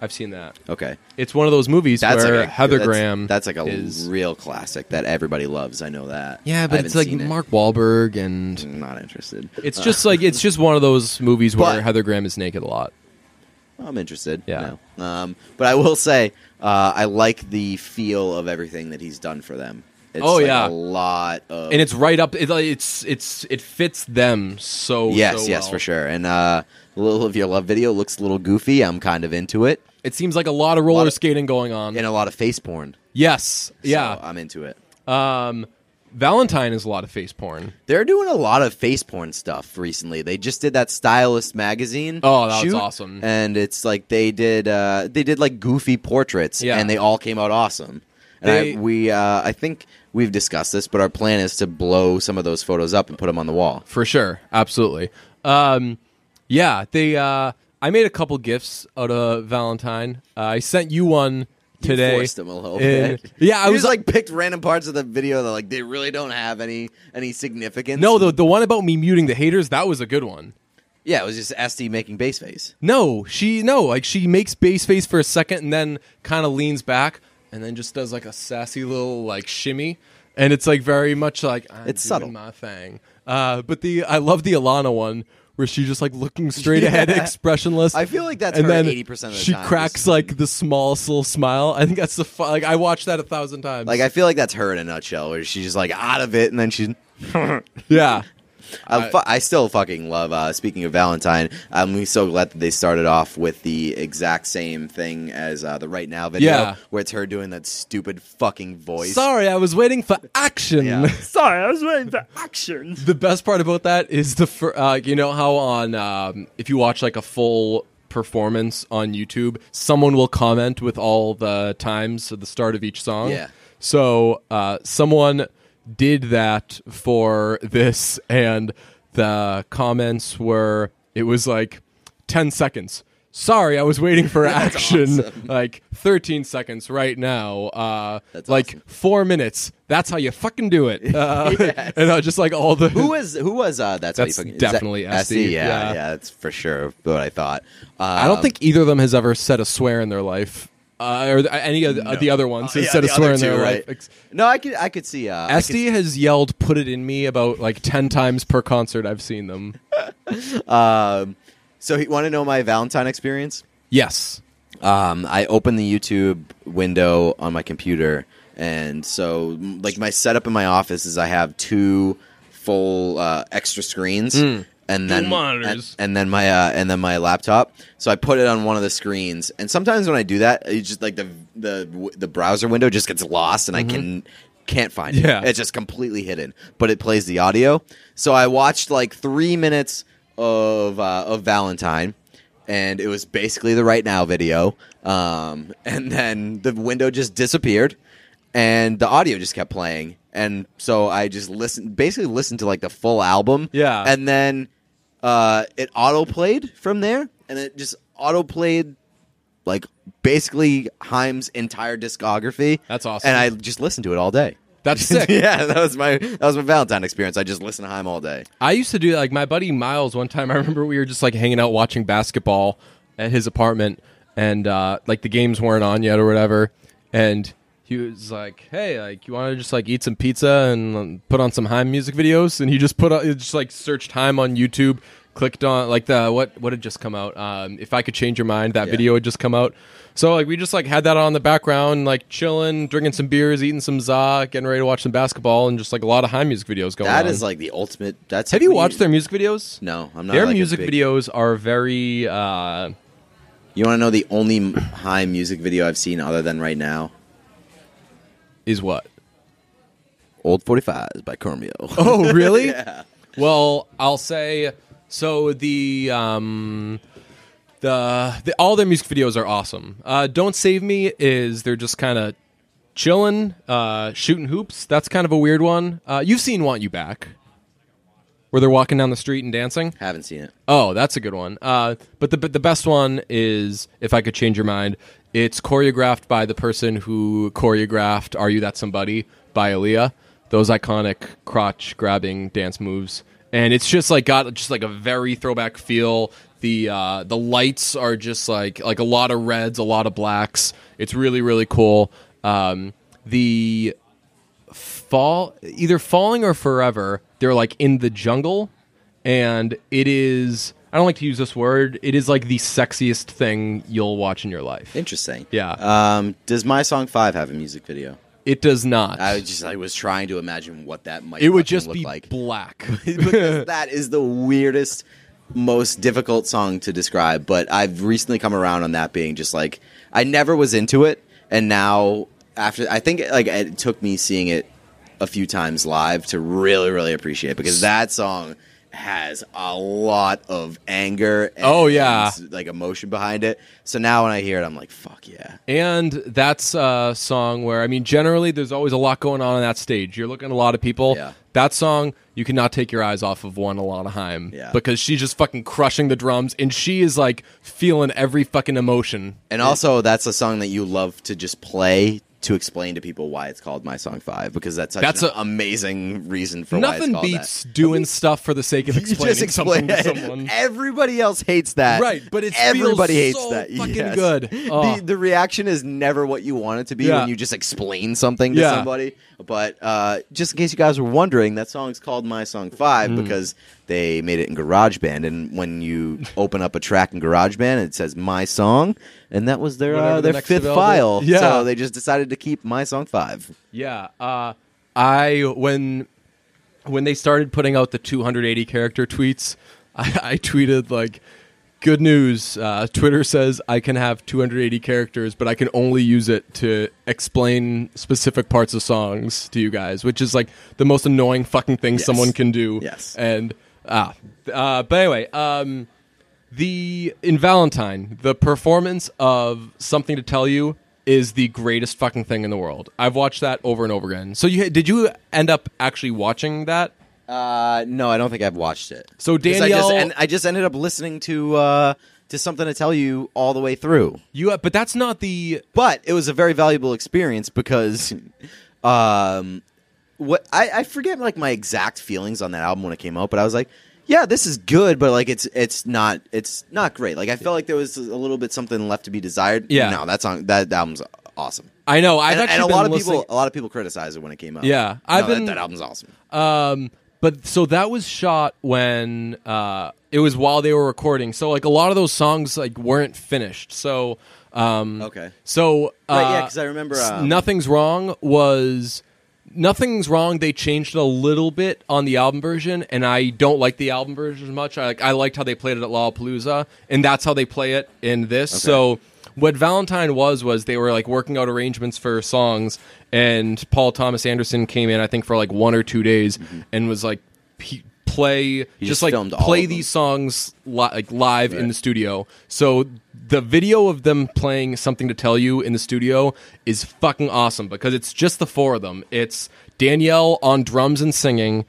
Speaker 2: I've seen that.
Speaker 1: Okay.
Speaker 2: It's one of those movies
Speaker 1: That's
Speaker 2: where
Speaker 1: like a,
Speaker 2: Heather
Speaker 1: that's,
Speaker 2: Graham.
Speaker 1: That's like a
Speaker 2: is-
Speaker 1: real classic that everybody loves. I know that.
Speaker 2: yeah,
Speaker 1: I
Speaker 2: but
Speaker 1: haven't
Speaker 2: it's like
Speaker 1: seen it.
Speaker 2: Mark Wahlberg and
Speaker 1: Not interested.
Speaker 2: it's
Speaker 1: Uh,
Speaker 2: just like it's just one of those movies where
Speaker 1: But-
Speaker 2: Heather Graham is naked a lot.
Speaker 1: I'm interested.
Speaker 2: Yeah.
Speaker 1: No. Um, but I will say, uh, I like the feel of everything that he's done for them. It's
Speaker 2: Oh,
Speaker 1: like a
Speaker 2: yeah.
Speaker 1: lot of
Speaker 2: And it's right up. It, like, it's it's it fits them so.
Speaker 1: yes,
Speaker 2: so
Speaker 1: yes,
Speaker 2: well.
Speaker 1: for sure. And uh, Little of Your Love video looks a little goofy. I'm kind of into it,
Speaker 2: It seems like a lot of roller
Speaker 1: of-
Speaker 2: skating going on.
Speaker 1: and a lot of face porn.
Speaker 2: yes,
Speaker 1: So uh,
Speaker 2: yeah.
Speaker 1: I'm into it.
Speaker 2: Um, Valentine is a lot of face porn.
Speaker 1: They're doing a lot of face porn stuff recently. They just did that Stylist magazine.
Speaker 2: Oh, that was
Speaker 1: shoot,
Speaker 2: awesome.
Speaker 1: And it's like they did uh, they did like goofy portraits,
Speaker 2: Yeah.
Speaker 1: and they all came out awesome. And
Speaker 2: They-
Speaker 1: I, we uh, I think we've discussed this, but our plan is to blow some of those photos up and put them on the wall.
Speaker 2: for sure absolutely um yeah they uh i made a couple gifts out of valentine uh, i sent you one today
Speaker 1: You forced them a little
Speaker 2: And-
Speaker 1: bit.
Speaker 2: yeah i
Speaker 1: You
Speaker 2: was
Speaker 1: just,
Speaker 2: like
Speaker 1: like picked random parts of the video that like they really don't have any any significance.
Speaker 2: no the, the one about me muting the haters that was a good one
Speaker 1: yeah, it was just SD making bass face.
Speaker 2: no she no like she makes base face for a second and then kind of leans back and then just does like a sassy little like shimmy and it's like very much like I'm
Speaker 1: It's
Speaker 2: doing
Speaker 1: subtle.
Speaker 2: my thing uh but the i love the alana one where she's just like looking straight ahead
Speaker 1: Yeah.
Speaker 2: expressionless
Speaker 1: I feel like that's
Speaker 2: and
Speaker 1: her
Speaker 2: then
Speaker 1: 80% of the
Speaker 2: she
Speaker 1: time,
Speaker 2: cracks
Speaker 1: just-
Speaker 2: like the smallest little smile. I think that's the fu- like I watched that a thousand times.
Speaker 1: Like I feel like that's her in a nutshell, where she's just like out of it, and then she's
Speaker 2: yeah,
Speaker 1: I, fu- I still fucking love. Uh, speaking of Valentine, I'm so glad that they started off with the exact same thing as uh, the right now video,
Speaker 2: Yeah.
Speaker 1: where it's her doing that stupid fucking voice.
Speaker 2: sorry, I was waiting for action.
Speaker 1: Yeah.
Speaker 3: Sorry, I was waiting for action.
Speaker 2: the best part about that is the fir- uh, you know how on um, if you watch like a full performance on YouTube, someone will comment with all the times at the start of each song.
Speaker 1: Yeah.
Speaker 2: So uh, someone did that for this, and the comments were it was like ten seconds. Sorry, I was waiting for action. Like thirteen seconds right now. Uh,
Speaker 1: That's
Speaker 2: like
Speaker 1: awesome.
Speaker 2: four minutes. That's how you fucking do it. Uh, And uh, just like all the
Speaker 1: Who was who was uh, that's, how you
Speaker 2: That's
Speaker 1: fucking, is
Speaker 2: definitely
Speaker 1: that, E?
Speaker 2: SD,
Speaker 1: Yeah,
Speaker 2: yeah.
Speaker 1: yeah, that's for sure what I thought. Um,
Speaker 2: I don't think either of them has ever said a swear in their life, uh, or th- any of the other ones has
Speaker 1: Oh, Um, yeah,
Speaker 2: said a
Speaker 1: the
Speaker 2: swear
Speaker 1: other
Speaker 2: in their
Speaker 1: two,
Speaker 2: life.
Speaker 1: right?
Speaker 2: Ex-
Speaker 1: No, I could I could see uh, I could
Speaker 2: SD has yelled "Put it in me" about like ten times per concert I've seen them.
Speaker 1: Um, so you want to know my Valentine experience?
Speaker 2: Yes,
Speaker 1: Um, I opened the YouTube window on my computer, and so m- like my setup in my office is I have two full uh, extra screens. And then
Speaker 2: monitors.
Speaker 1: and, and then my uh, and then my laptop. So I put it on one of the screens. And sometimes when I do that, it just like the the w- the browser window just gets lost, and I can can't find it.
Speaker 2: Yeah.
Speaker 1: It's just completely hidden, but it plays the audio. So I watched like three minutes of uh, of Valentine, and it was basically the right now video. Um, and then the window just disappeared, and the audio just kept playing. And so I just listened, basically listened to like the full album.
Speaker 2: Yeah.
Speaker 1: and then uh, it auto played from there, and it just auto played like basically Heim's entire discography.
Speaker 2: That's awesome.
Speaker 1: And I just listened to it all day.
Speaker 2: that's sick.
Speaker 1: yeah, that was my that was my Valentine experience. I just listened to Heim all day.
Speaker 2: I used to do that. Like my buddy Miles, one time, I remember we were just like hanging out watching basketball at his apartment, and uh, like the games weren't on yet or whatever. And he was like, "Hey, like you want to just like eat some pizza and um, put on some Heim music videos?" And he just put on, he just like searched Heim on YouTube, clicked on like the what what had just come out. Um, if I could change your mind, that
Speaker 1: Yeah.
Speaker 2: video had just come out. So like we just like had that on the background, like chilling, drinking some beers, eating some za, getting ready to watch some basketball, and just like a lot of Heim music videos going.
Speaker 1: That
Speaker 2: on.
Speaker 1: is like the ultimate. That's
Speaker 2: Have you watched their music videos?
Speaker 1: No, I'm not.
Speaker 2: Their
Speaker 1: like a
Speaker 2: music
Speaker 1: big-
Speaker 2: videos are very. Uh,
Speaker 1: You want to know the only high music video I've seen other than right now?
Speaker 2: is what?
Speaker 1: Old 45s by Cormio.
Speaker 2: Oh, really? Well, I'll say. So the um, The, the all their music videos are awesome. Uh, Don't Save Me is they're just kind of chilling, uh, shooting hoops. That's kind of a weird one. Uh, you've seen Want You Back, where they're walking down the street and dancing.
Speaker 1: Haven't seen it.
Speaker 2: Oh, that's a good one. Uh, but the but the best one is if I could change your mind. It's choreographed by the person who choreographed "Are You That Somebody" by Aaliyah. Those iconic crotch grabbing dance moves, and it's just like got just like a very throwback feel. The uh, the lights are just like like a lot of reds, a lot of blacks. It's really really cool. Um, the fall either falling or forever they're like in the jungle and it is i don't like to use this word it is like the sexiest thing you'll watch in your life
Speaker 1: Interesting.
Speaker 2: Yeah.
Speaker 1: Um, does my song five have a music video?
Speaker 2: it does not
Speaker 1: I was just I was trying to imagine what that might.
Speaker 2: it would
Speaker 1: fucking
Speaker 2: just
Speaker 1: look
Speaker 2: be
Speaker 1: like.
Speaker 2: black
Speaker 1: because that is the weirdest, most difficult song to describe. But I've recently come around on that being just like I never was into it, and now after I think like it took me seeing it a few times live to really really appreciate it because that song has a lot of anger. And,
Speaker 2: Oh, yeah.
Speaker 1: like emotion behind it. So now when I hear it, I'm like, fuck yeah.
Speaker 2: and that's a song where i mean generally there's always a lot going on on that stage you're looking at a lot of people
Speaker 1: Yeah.
Speaker 2: that song you cannot take your eyes off of one alana heim
Speaker 1: Yeah.
Speaker 2: because she's just fucking crushing the drums and she is like feeling every fucking emotion
Speaker 1: And also, that's a song that you love to just play to explain to people why it's called My Song Five because that's such
Speaker 2: That's
Speaker 1: an
Speaker 2: a-
Speaker 1: amazing reason for why it's
Speaker 2: Nothing
Speaker 1: called
Speaker 2: beats doing stuff for the sake of
Speaker 1: that. You
Speaker 2: explaining
Speaker 1: just explain
Speaker 2: something
Speaker 1: it.
Speaker 2: to someone.
Speaker 1: Everybody else hates that,
Speaker 2: Right, but it feels
Speaker 1: everybody hates
Speaker 2: so
Speaker 1: that.
Speaker 2: fucking
Speaker 1: Yes.
Speaker 2: good. Oh.
Speaker 1: The, the reaction is never what you want it to be
Speaker 2: Yeah.
Speaker 1: when you just explain something to
Speaker 2: Yeah.
Speaker 1: somebody. But uh, just in case you guys were wondering, that song's called My Song Five
Speaker 2: Mm.
Speaker 1: because they made it in GarageBand, and when you open up a track in GarageBand, it says My Song, and that was their
Speaker 2: Whatever
Speaker 1: uh,
Speaker 2: the
Speaker 1: their
Speaker 2: next
Speaker 1: fifth
Speaker 2: available-
Speaker 1: file.
Speaker 2: Yeah.
Speaker 1: So they just decided to keep My Song Five.
Speaker 2: Yeah, uh, I when when they started putting out the 280 character tweets, I, I tweeted like, "Good news! Uh, Twitter says I can have 280 characters, but I can only use it to explain specific parts of songs to you guys," which is like the most annoying fucking thing
Speaker 1: Yes.
Speaker 2: someone can do.
Speaker 1: Yes.
Speaker 2: and ah, uh, but anyway, um. The in Valentine, the performance of something to tell you is the greatest fucking thing in the world. I've watched that over and over again. So you did you end up actually watching that?
Speaker 1: Uh, no, I don't think I've watched it.
Speaker 2: So
Speaker 1: 'Cause I
Speaker 2: Danielle-
Speaker 1: just, and I just ended up listening to uh, to something to tell you all the way through.
Speaker 2: You but that's not the
Speaker 1: but it was a very valuable experience because um what I, I forget like my exact feelings on that album when it came out but i was like yeah this is good but like it's it's not it's not great like i felt like there was a little bit something left to be desired
Speaker 2: Yeah.
Speaker 1: no that song that album's awesome
Speaker 2: I know I've
Speaker 1: and,
Speaker 2: actually
Speaker 1: and a
Speaker 2: been
Speaker 1: lot of
Speaker 2: listening-
Speaker 1: people a lot of people criticize it when it came out
Speaker 2: Yeah, I've
Speaker 1: No, that-
Speaker 2: been-
Speaker 1: that, album's awesome
Speaker 2: Um, but so that was shot when uh, it was while they were recording. So like a lot of those songs like weren't finished. So um,
Speaker 1: Okay.
Speaker 2: So uh,
Speaker 1: Right, yeah, 'cause I remember,
Speaker 2: S-
Speaker 1: um,
Speaker 2: nothing's wrong was nothing's wrong. They changed it a little bit on the album version, and I don't like the album version as much. I like I liked how they played it at Lollapalooza, and that's how they play it in this. So. What Valentine was was they were like working out arrangements for songs, and Paul Thomas Anderson came in I think for like one or two days and was like p- play just,
Speaker 1: Mm-hmm. just
Speaker 2: like
Speaker 1: filmed all
Speaker 2: play
Speaker 1: of them.
Speaker 2: these songs li- like live in
Speaker 1: Right.
Speaker 2: the studio. So the video of them playing something to tell you in the studio is fucking awesome because it's just the four of them. It's Danielle on drums and singing,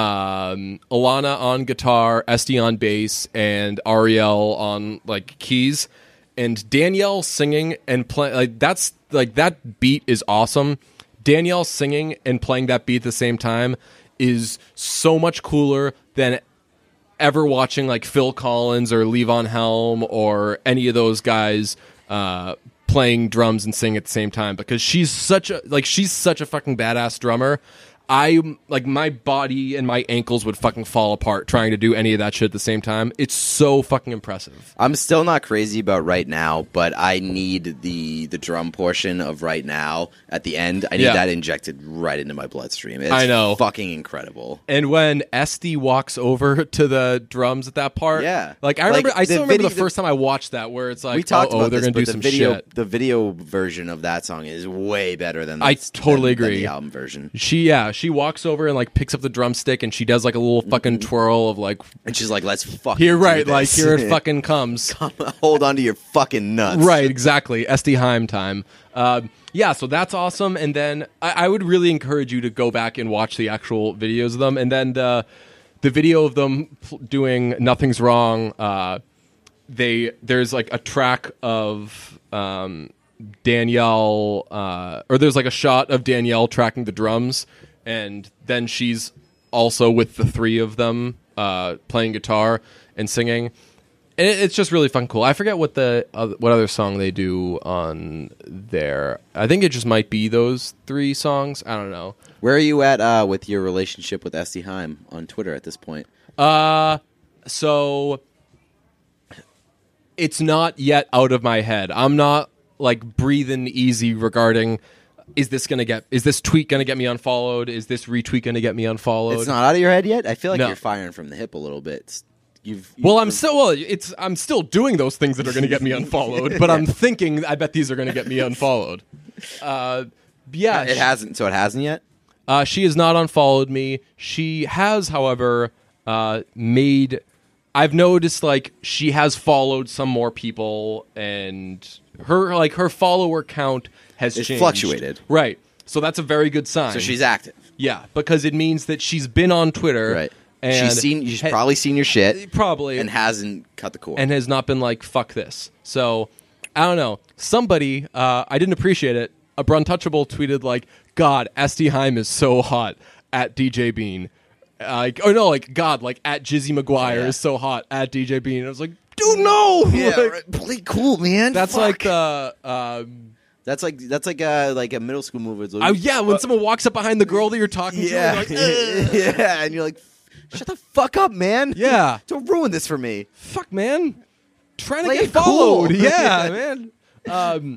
Speaker 2: um, Alana on guitar, Esty on bass, and Ariel on like keys. And Danielle singing and play like that's like that beat is awesome. Danielle singing and playing that beat at the same time is so much cooler than ever watching like Phil Collins or Levon Helm or any of those guys uh, playing drums and sing at the same time because she's such a like she's such a fucking badass drummer. I like my body and my ankles would fucking fall apart trying to do any of that shit at the same time. It's so fucking impressive.
Speaker 1: I'm still not crazy about right now, but I need the the drum portion of right now at the end. I need
Speaker 2: Yeah.
Speaker 1: that injected right into my bloodstream. It's
Speaker 2: I know.
Speaker 1: fucking incredible.
Speaker 2: And when Esty walks over to the drums at that part,
Speaker 1: Yeah.
Speaker 2: like I
Speaker 1: Like,
Speaker 2: remember, I
Speaker 1: the
Speaker 2: still remember
Speaker 1: video-
Speaker 2: the first time I watched that where it's like,
Speaker 1: we talked
Speaker 2: oh,
Speaker 1: about
Speaker 2: they're
Speaker 1: this,
Speaker 2: gonna
Speaker 1: but
Speaker 2: do
Speaker 1: the
Speaker 2: some
Speaker 1: video
Speaker 2: shit.
Speaker 1: the video version of that song is way better than
Speaker 2: I
Speaker 1: the-
Speaker 2: totally
Speaker 1: than- than
Speaker 2: agree.
Speaker 1: the album version.
Speaker 2: She yeah, she walks over and like picks up the drumstick and she does like a little fucking twirl of like
Speaker 1: And she's like, "Let's fuck."
Speaker 2: Mm-hmm. here right like here it fucking comes
Speaker 1: Hold on to your fucking nuts.
Speaker 2: Right, exactly. SD Heim time. Um, yeah, so that's awesome. And then I, I would really encourage you to go back and watch the actual videos of them. And then the the video of them pl- doing "Nothing's Wrong." Uh, they there's like a track of um, Danielle, uh, or there's like a shot of Danielle tracking the drums, and then she's also with the three of them uh, playing guitar and singing. And it, it's just really fun, cool. I forget what the uh, what other song they do on there. I think it just might be those three songs. I don't know.
Speaker 1: Where are you at uh, with your relationship with Esty Heim on Twitter at this point?
Speaker 2: Uh, so it's not yet out of my head. I'm not like breathing easy regarding is this gonna get is this tweet gonna get me unfollowed? Is this retweet gonna get me unfollowed?
Speaker 1: It's not out of your head yet. I feel like
Speaker 2: No.
Speaker 1: you're firing from the hip a little bit. It's- You've, you've
Speaker 2: well, I'm still well. It's I'm still doing those things that are going to get me unfollowed, but I'm thinking I bet these are going to get me unfollowed. Uh, yeah,
Speaker 1: It
Speaker 2: she-
Speaker 1: hasn't. So it hasn't yet.
Speaker 2: Uh, she has not unfollowed me. She has, however, uh, made. I've noticed like she has followed some more people, and her like her follower count has
Speaker 1: It
Speaker 2: changed.
Speaker 1: fluctuated.
Speaker 2: right? So that's a very good sign.
Speaker 1: So she's active.
Speaker 2: yeah, because it means that she's been on Twitter,
Speaker 1: Right.
Speaker 2: And
Speaker 1: she's seen. She's
Speaker 2: ha-
Speaker 1: probably seen your shit
Speaker 2: probably
Speaker 1: and hasn't cut the cord.
Speaker 2: and has not been like fuck this. So I don't know. Somebody uh, I didn't appreciate it. A Bruntouchable tweeted like, "God, SD Heim is so hot at DJ Bean." Like, oh no, like God, like at Jizzy McGuire
Speaker 1: Yeah.
Speaker 2: is so hot at DJ Bean. I was like, dude, no,
Speaker 1: yeah,
Speaker 2: Like,
Speaker 1: right. Play cool, man.
Speaker 2: that's
Speaker 1: Fuck.
Speaker 2: like uh, the. Um,
Speaker 1: that's like that's like a like a middle school movie. It's like,
Speaker 2: oh yeah, when someone walks up behind the girl that you're talking
Speaker 1: Uh, yeah,
Speaker 2: to, you're like, uh. "Ugh."
Speaker 1: yeah, and you're like, shut the fuck up, man.
Speaker 2: Yeah.
Speaker 1: don't ruin this for me.
Speaker 2: fuck man trying
Speaker 1: Play
Speaker 2: to
Speaker 1: it
Speaker 2: get followed
Speaker 1: cool.
Speaker 2: yeah man um,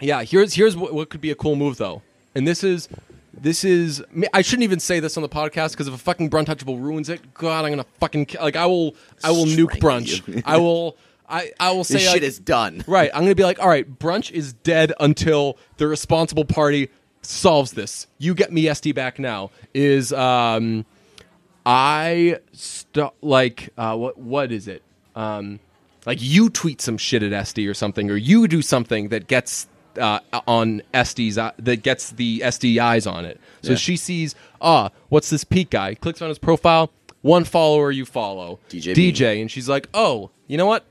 Speaker 2: yeah here's here's what, what could be a cool move though and this is this is i shouldn't even say this on the podcast because if a fucking brunt touchable ruins it god i'm gonna fucking ki- like i will i will nuke
Speaker 1: Strangle
Speaker 2: brunch
Speaker 1: you.
Speaker 2: i will i i will say
Speaker 1: This
Speaker 2: like-
Speaker 1: shit is done.
Speaker 2: Right. I'm going to be like, all right, brunch is dead until the responsible party solves this. You get me SD back now. Is um, I st- like uh, what what is it? Um, like you tweet some shit at SD or something, or you do something that gets uh, on SD's eye- that gets the SD eyes on it. So she sees, ah, what's this Pete guy? Clicks on his profile. One follower you follow,
Speaker 1: DJ.
Speaker 2: DJ, and she's like, oh, you know what?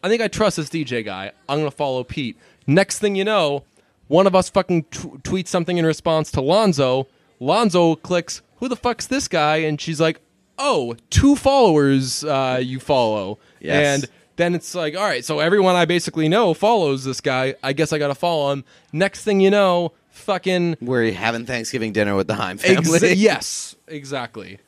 Speaker 2: I think I trust this DJ guy. I'm gonna follow Pete. Next thing you know, one of us fucking tw- tweets something in response to Lonzo. Lonzo clicks, "Who the fuck's this guy?" And she's like, "Oh, two followers uh, you follow."
Speaker 1: Yes.
Speaker 2: And then it's like, all right, so everyone I basically know follows this guy. I guess I gotta follow him. Next thing you know, fucking
Speaker 1: We're having Thanksgiving dinner with the Heim family.
Speaker 2: ex- yes, exactly.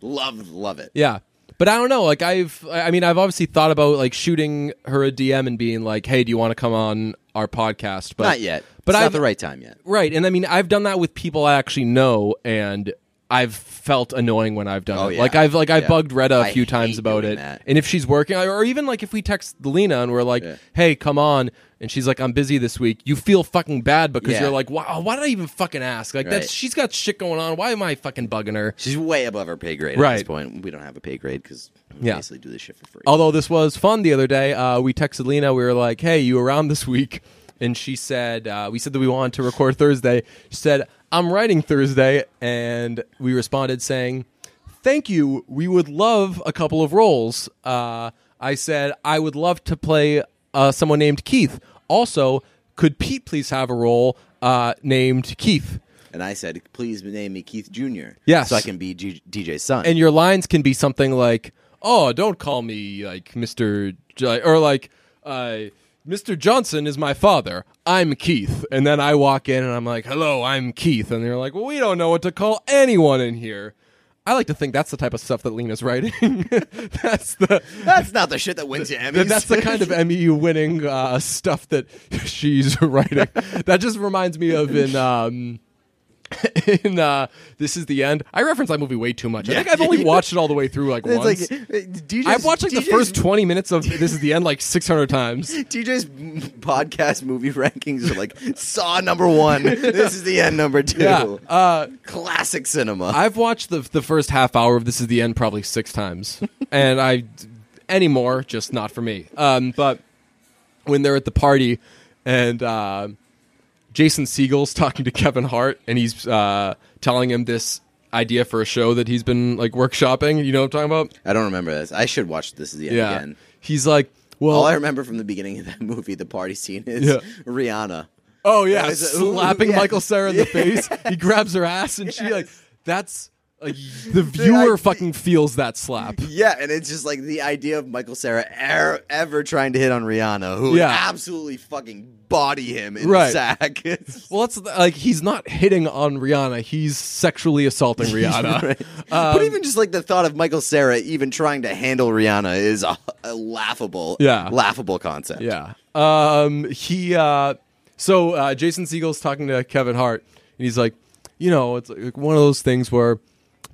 Speaker 1: love, love it.
Speaker 2: Yeah. But I don't know. Like I've, I I mean, I've obviously thought about like shooting her a DM and being like, "Hey, do you want to come on our podcast?" But
Speaker 1: Not yet.
Speaker 2: But
Speaker 1: it's
Speaker 2: I've
Speaker 1: not the right time yet.
Speaker 2: right, and I mean, I've done that with people I actually know, and I've felt annoying when I've done
Speaker 1: Oh,
Speaker 2: it.
Speaker 1: yeah.
Speaker 2: Like I've, like I've
Speaker 1: Yeah.
Speaker 2: bugged Retta a
Speaker 1: I
Speaker 2: few
Speaker 1: hate
Speaker 2: times about
Speaker 1: doing
Speaker 2: it.
Speaker 1: that.
Speaker 2: And if she's working, or even like if we text Lena and we're like,
Speaker 1: Yeah.
Speaker 2: "Hey, come on," and she's like, "I'm busy this week," you feel fucking bad because
Speaker 1: Yeah.
Speaker 2: you're like, "Wow, why did I even fucking ask?" Like that's
Speaker 1: Right.
Speaker 2: she's got shit going on. Why am I fucking bugging her?
Speaker 1: She's way above her pay grade at
Speaker 2: Right.
Speaker 1: this point. We don't have a pay grade because we
Speaker 2: Yeah.
Speaker 1: basically do this shit for free.
Speaker 2: Although this was fun the other day, uh, we texted Lena. We were like, "Hey, you around this week?" And she said, uh, "We said that we wanted to record Thursday." She said, "I'm writing Thursday," and we responded saying, "Thank you. We would love a couple of roles." Uh, I said, "I would love to play uh, someone named Keith." Also, could Pete please have a role uh, named Keith?
Speaker 1: And I said, please name me Keith Jr.
Speaker 2: Yes.
Speaker 1: So I can be G- DJ's son.
Speaker 2: and your lines can be something like, "Oh, don't call me like Mister," J-, or like, uh, "Mister Johnson is my father. I'm Keith." And then I walk in and I'm like, "Hello, I'm Keith," and they're like, "Well, we don't know what to call anyone in here." I like to think that's the type of stuff that Lena's writing. that's the
Speaker 1: that's not the shit that wins you Emmys.
Speaker 2: that- that's the kind of MEU winning uh, stuff that she's writing. That just reminds me of in um, in uh, This Is the End. I reference that movie way too much. I think
Speaker 1: Yeah.
Speaker 2: I've only watched it all the way through like once.
Speaker 1: It's like uh, DJ's,
Speaker 2: I've watched like the
Speaker 1: DJ's
Speaker 2: first 20 minutes of This Is the End like 600 times.
Speaker 1: DJ's podcast movie rankings are like Saw number one. This is the end number two.
Speaker 2: Yeah. Uh,
Speaker 1: Classic cinema.
Speaker 2: I've watched the the first half hour of This Is the End probably six times, and I any more just not for me. Um, but when they're at the party, and uh, Jason Siegel's talking to Kevin Hart, and he's uh, telling him this idea for a show that he's been like workshopping. You know what I'm talking about?
Speaker 1: I don't remember this. I should watch This is the End
Speaker 2: Yeah.
Speaker 1: again.
Speaker 2: He's like, well,
Speaker 1: All I remember from the beginning of that movie, the party scene, is
Speaker 2: Yeah.
Speaker 1: Rihanna.
Speaker 2: Oh yeah,
Speaker 1: Is it-
Speaker 2: slapping
Speaker 1: yeah.
Speaker 2: Michael Sarah in the face. He grabs her ass, and she like that's like, the viewer
Speaker 1: I-
Speaker 2: fucking feels that slap.
Speaker 1: Yeah, and it's just like the idea of Michael Sarah er- ever trying to hit on Rihanna, who would
Speaker 2: Yeah.
Speaker 1: absolutely fucking body him in
Speaker 2: Right.
Speaker 1: the sack. It's-
Speaker 2: Well, that's like he's not hitting on Rihanna; he's sexually assaulting Rihanna. Um,
Speaker 1: but even just like the thought of Michael Sarah even trying to handle Rihanna is a, a laughable,
Speaker 2: Yeah.
Speaker 1: laughable concept.
Speaker 2: Yeah. Um. He. Uh. So uh, Jason Siegel's talking to Kevin Hart, and he's like, you know, it's like one of those things where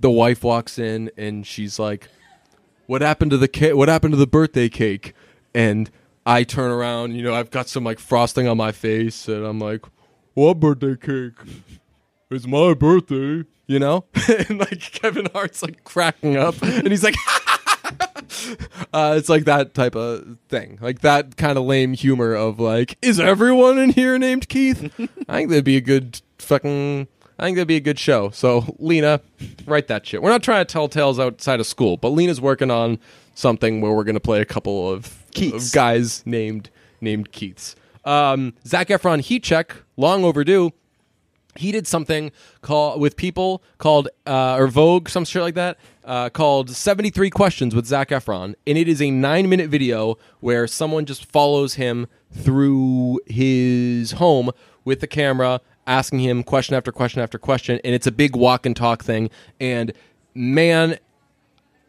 Speaker 2: the wife walks in and she's like, "What happened to the ca- What happened to the birthday cake?" And I turn around, you know, I've got some like frosting on my face, and I'm like, "What birthday cake?" It's my birthday, you know? and like Kevin Hart's like cracking up and he's like Uh, it's like that type of thing, like that kind of lame humor of like, is everyone in here named Keith? I think that'd be a good fucking. I think that'd be a good show. So Lena, write that shit. We're not trying to tell tales outside of school, but Lena's working on something where we're gonna play a couple of,
Speaker 1: Keiths.
Speaker 2: of guys named named Keiths. Um, Zach Efron heat check, long overdue. He did something call with people called uh, or Vogue, some shit like that, uh, called "73 Questions with Zach Efron," and it is a nine-minute video where someone just follows him through his home with the camera, asking him question after question after question, and it's a big walk and talk thing. And man,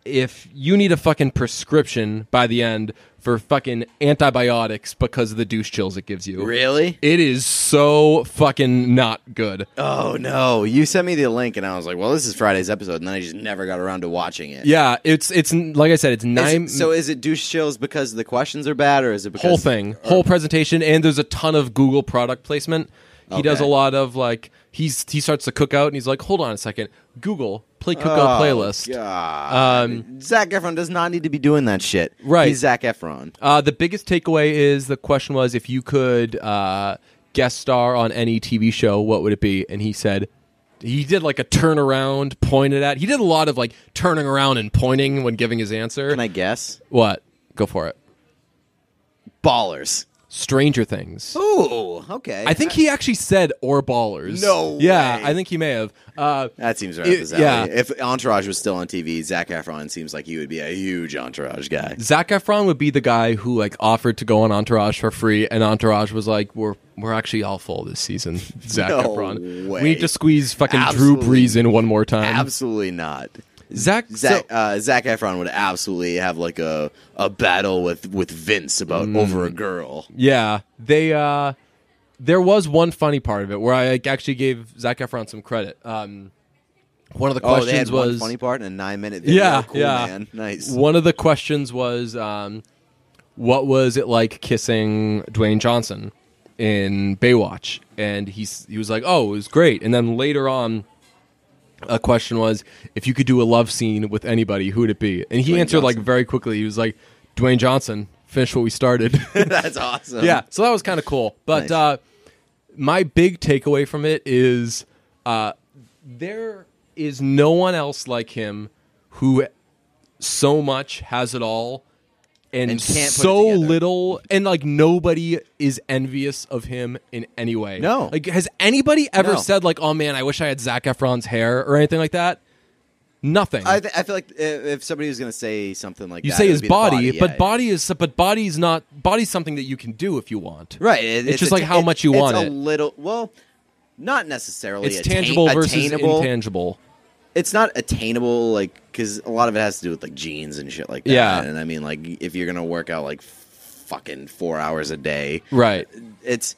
Speaker 2: if you need a fucking prescription by the end for fucking antibiotics because of the douche chills it gives you.
Speaker 1: Really?
Speaker 2: It is so fucking not good.
Speaker 1: Oh no! You sent me the link, and I was like, "Well, this is Friday's episode," and then I just never got around to watching it.
Speaker 2: Yeah, it's it's like I said, it's
Speaker 1: Is it-
Speaker 2: nine
Speaker 1: so is it douche chills because the questions are bad, or is it because
Speaker 2: whole thing, whole presentation, and there's a ton of Google product placement. He does a
Speaker 1: Okay.
Speaker 2: lot of like he's he starts to cook out and he's like, hold on a second, Google play cookout
Speaker 1: Oh,
Speaker 2: playlist.
Speaker 1: God. Zach Efron does not need to be doing that shit.
Speaker 2: Right.
Speaker 1: He's Zach Efron.
Speaker 2: Uh, the biggest takeaway is the question was if you could uh, guest star on any TV show, what would it be? And he said he did like a turnaround, pointed at. He did a lot of like turning around and pointing when giving his answer.
Speaker 1: Can I guess?
Speaker 2: what? Go for it.
Speaker 1: Ballers.
Speaker 2: Stranger Things.
Speaker 1: Ooh. Okay.
Speaker 2: I think he actually said or ballers.
Speaker 1: No
Speaker 2: Yeah,
Speaker 1: way.
Speaker 2: I think he may have. Uh,
Speaker 1: that seems right.
Speaker 2: It-
Speaker 1: up his alley.
Speaker 2: yeah.
Speaker 1: If Entourage was still on TV, Zach Efron seems like he would be a huge Entourage guy.
Speaker 2: Zach Efron would be the guy who like offered to go on Entourage for free, and Entourage was like, "We're we're actually all full this season." Zach
Speaker 1: No
Speaker 2: Efron.
Speaker 1: way.
Speaker 2: We need to squeeze fucking Drew
Speaker 1: Absolutely.
Speaker 2: Brees in one more time.
Speaker 1: Absolutely not.
Speaker 2: Zach.
Speaker 1: Zach,
Speaker 2: so-
Speaker 1: uh, Zach Efron would absolutely have like a, a battle with, with Vince about
Speaker 2: Mm.
Speaker 1: over a girl.
Speaker 2: yeah, they. uh There was one funny part of it where I like, actually gave Zach Efron some credit. Um, one of the
Speaker 1: Oh,
Speaker 2: questions
Speaker 1: they had
Speaker 2: was
Speaker 1: one funny part and a nine minute video.
Speaker 2: Yeah,
Speaker 1: cool,
Speaker 2: yeah.
Speaker 1: man. Nice.
Speaker 2: One of the questions was, um, what was it like kissing Dwayne Johnson in Baywatch? And he s- he was like, oh, it was great. And then later on, a question was, if you could do a love scene with anybody, who would it be? And he
Speaker 1: Dwayne
Speaker 2: answered like
Speaker 1: Johnson.
Speaker 2: very quickly. He was like, Dwayne Johnson. Finish what we started.
Speaker 1: That's awesome.
Speaker 2: yeah, so that was kind of cool. But
Speaker 1: Um, Nice.
Speaker 2: uh, my big takeaway from it is uh, there is no one else like him who so much has it all and,
Speaker 1: And can't put it
Speaker 2: so
Speaker 1: together.
Speaker 2: little and like nobody is envious of him in any way.
Speaker 1: No.
Speaker 2: Like has anybody ever
Speaker 1: No.
Speaker 2: said like, "Oh man, I wish I had Zac Efron's hair" or anything like that? Nothing.
Speaker 1: I, th- I feel like i- if somebody was going to say something like
Speaker 2: you
Speaker 1: that,
Speaker 2: say
Speaker 1: it would
Speaker 2: his
Speaker 1: be the
Speaker 2: body,
Speaker 1: yeah,
Speaker 2: but
Speaker 1: yeah.
Speaker 2: body is but body's not body's something that you can do if you want.
Speaker 1: right? it-
Speaker 2: it's just like
Speaker 1: a-
Speaker 2: how much you
Speaker 1: it's
Speaker 2: want
Speaker 1: a
Speaker 2: it.
Speaker 1: little. Well, not necessarily.
Speaker 2: It's
Speaker 1: attain-
Speaker 2: tangible versus
Speaker 1: attainable.
Speaker 2: intangible.
Speaker 1: It's not attainable, like because a lot of it has to do with like genes and shit like that.
Speaker 2: Yeah.
Speaker 1: and I mean, like if you're going to work out like fucking four hours a day,
Speaker 2: Right.
Speaker 1: it's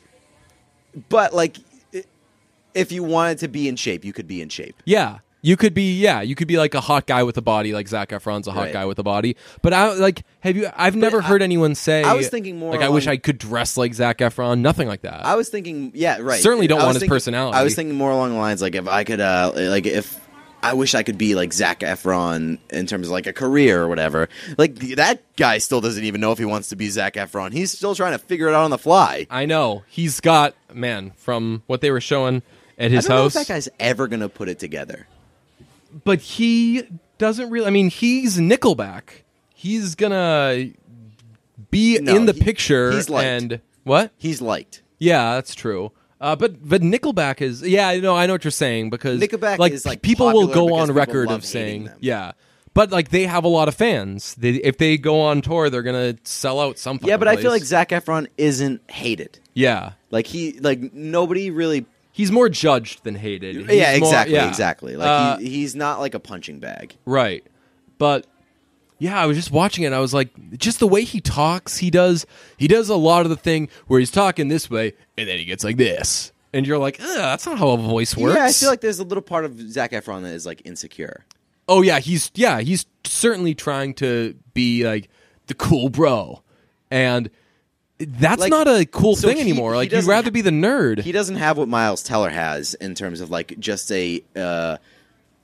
Speaker 1: but like it, if you wanted to be in shape, you could be in shape.
Speaker 2: Yeah. You could be yeah, you could be like a hot guy with a body, like Zach Efron's a hot
Speaker 1: Right.
Speaker 2: guy with a body. But I like have you I've never
Speaker 1: I-
Speaker 2: heard anyone say
Speaker 1: I was thinking more
Speaker 2: like I wish
Speaker 1: along-
Speaker 2: I could dress like Zach Efron, nothing like that.
Speaker 1: I was thinking, yeah, right.
Speaker 2: Certainly don't
Speaker 1: I was
Speaker 2: want his
Speaker 1: thinking-
Speaker 2: personality.
Speaker 1: I was thinking more along the lines like if I could, uh, like if I wish I could be like Zach Efron in terms of like a career or whatever. Like that guy still doesn't even know if he wants to be Zach Efron. He's still trying to figure it out on the fly.
Speaker 2: I know. He's got man, from what they were showing at his
Speaker 1: I don't
Speaker 2: house.
Speaker 1: know if that guy's ever gonna put it together.
Speaker 2: but he doesn't really. I mean, he's Nickelback. He's gonna be
Speaker 1: No,
Speaker 2: in the
Speaker 1: he-
Speaker 2: picture.
Speaker 1: he's liked.
Speaker 2: and what?
Speaker 1: He's liked.
Speaker 2: Yeah, that's true. Uh, but but Nickelback is yeah. I know I know what you're saying because
Speaker 1: Nickelback
Speaker 2: like,
Speaker 1: is, like,
Speaker 2: people will
Speaker 1: popular
Speaker 2: go
Speaker 1: because
Speaker 2: on
Speaker 1: people
Speaker 2: record
Speaker 1: love
Speaker 2: of
Speaker 1: hating
Speaker 2: saying
Speaker 1: them.
Speaker 2: yeah. But like they have a lot of fans. They, if they go on tour, they're gonna sell out some.
Speaker 1: Yeah,
Speaker 2: fucking
Speaker 1: but I feel like
Speaker 2: place.
Speaker 1: Zach Efron isn't hated.
Speaker 2: yeah,
Speaker 1: Like he, like nobody really.
Speaker 2: he's more judged than hated. He's
Speaker 1: yeah,
Speaker 2: more-
Speaker 1: exactly,
Speaker 2: yeah.
Speaker 1: exactly. Like
Speaker 2: Uh,
Speaker 1: he, he's not like a punching bag.
Speaker 2: Right. But yeah, I was just watching it. and I was like, just the way he talks, he does he does a lot of the thing where he's talking this way and then he gets like this. And you're like, Ugh, that's not how a voice works.
Speaker 1: Yeah, I feel like there's a little part of Zach Efron that is like insecure.
Speaker 2: Oh yeah, he's yeah, he's certainly trying to be like the cool bro. And that's
Speaker 1: Like,
Speaker 2: not a cool
Speaker 1: so
Speaker 2: thing
Speaker 1: he-
Speaker 2: anymore.
Speaker 1: he
Speaker 2: Like you'd
Speaker 1: doesn't
Speaker 2: rather
Speaker 1: ha-
Speaker 2: be the nerd.
Speaker 1: he doesn't have what Miles Teller has in terms of like just a uh,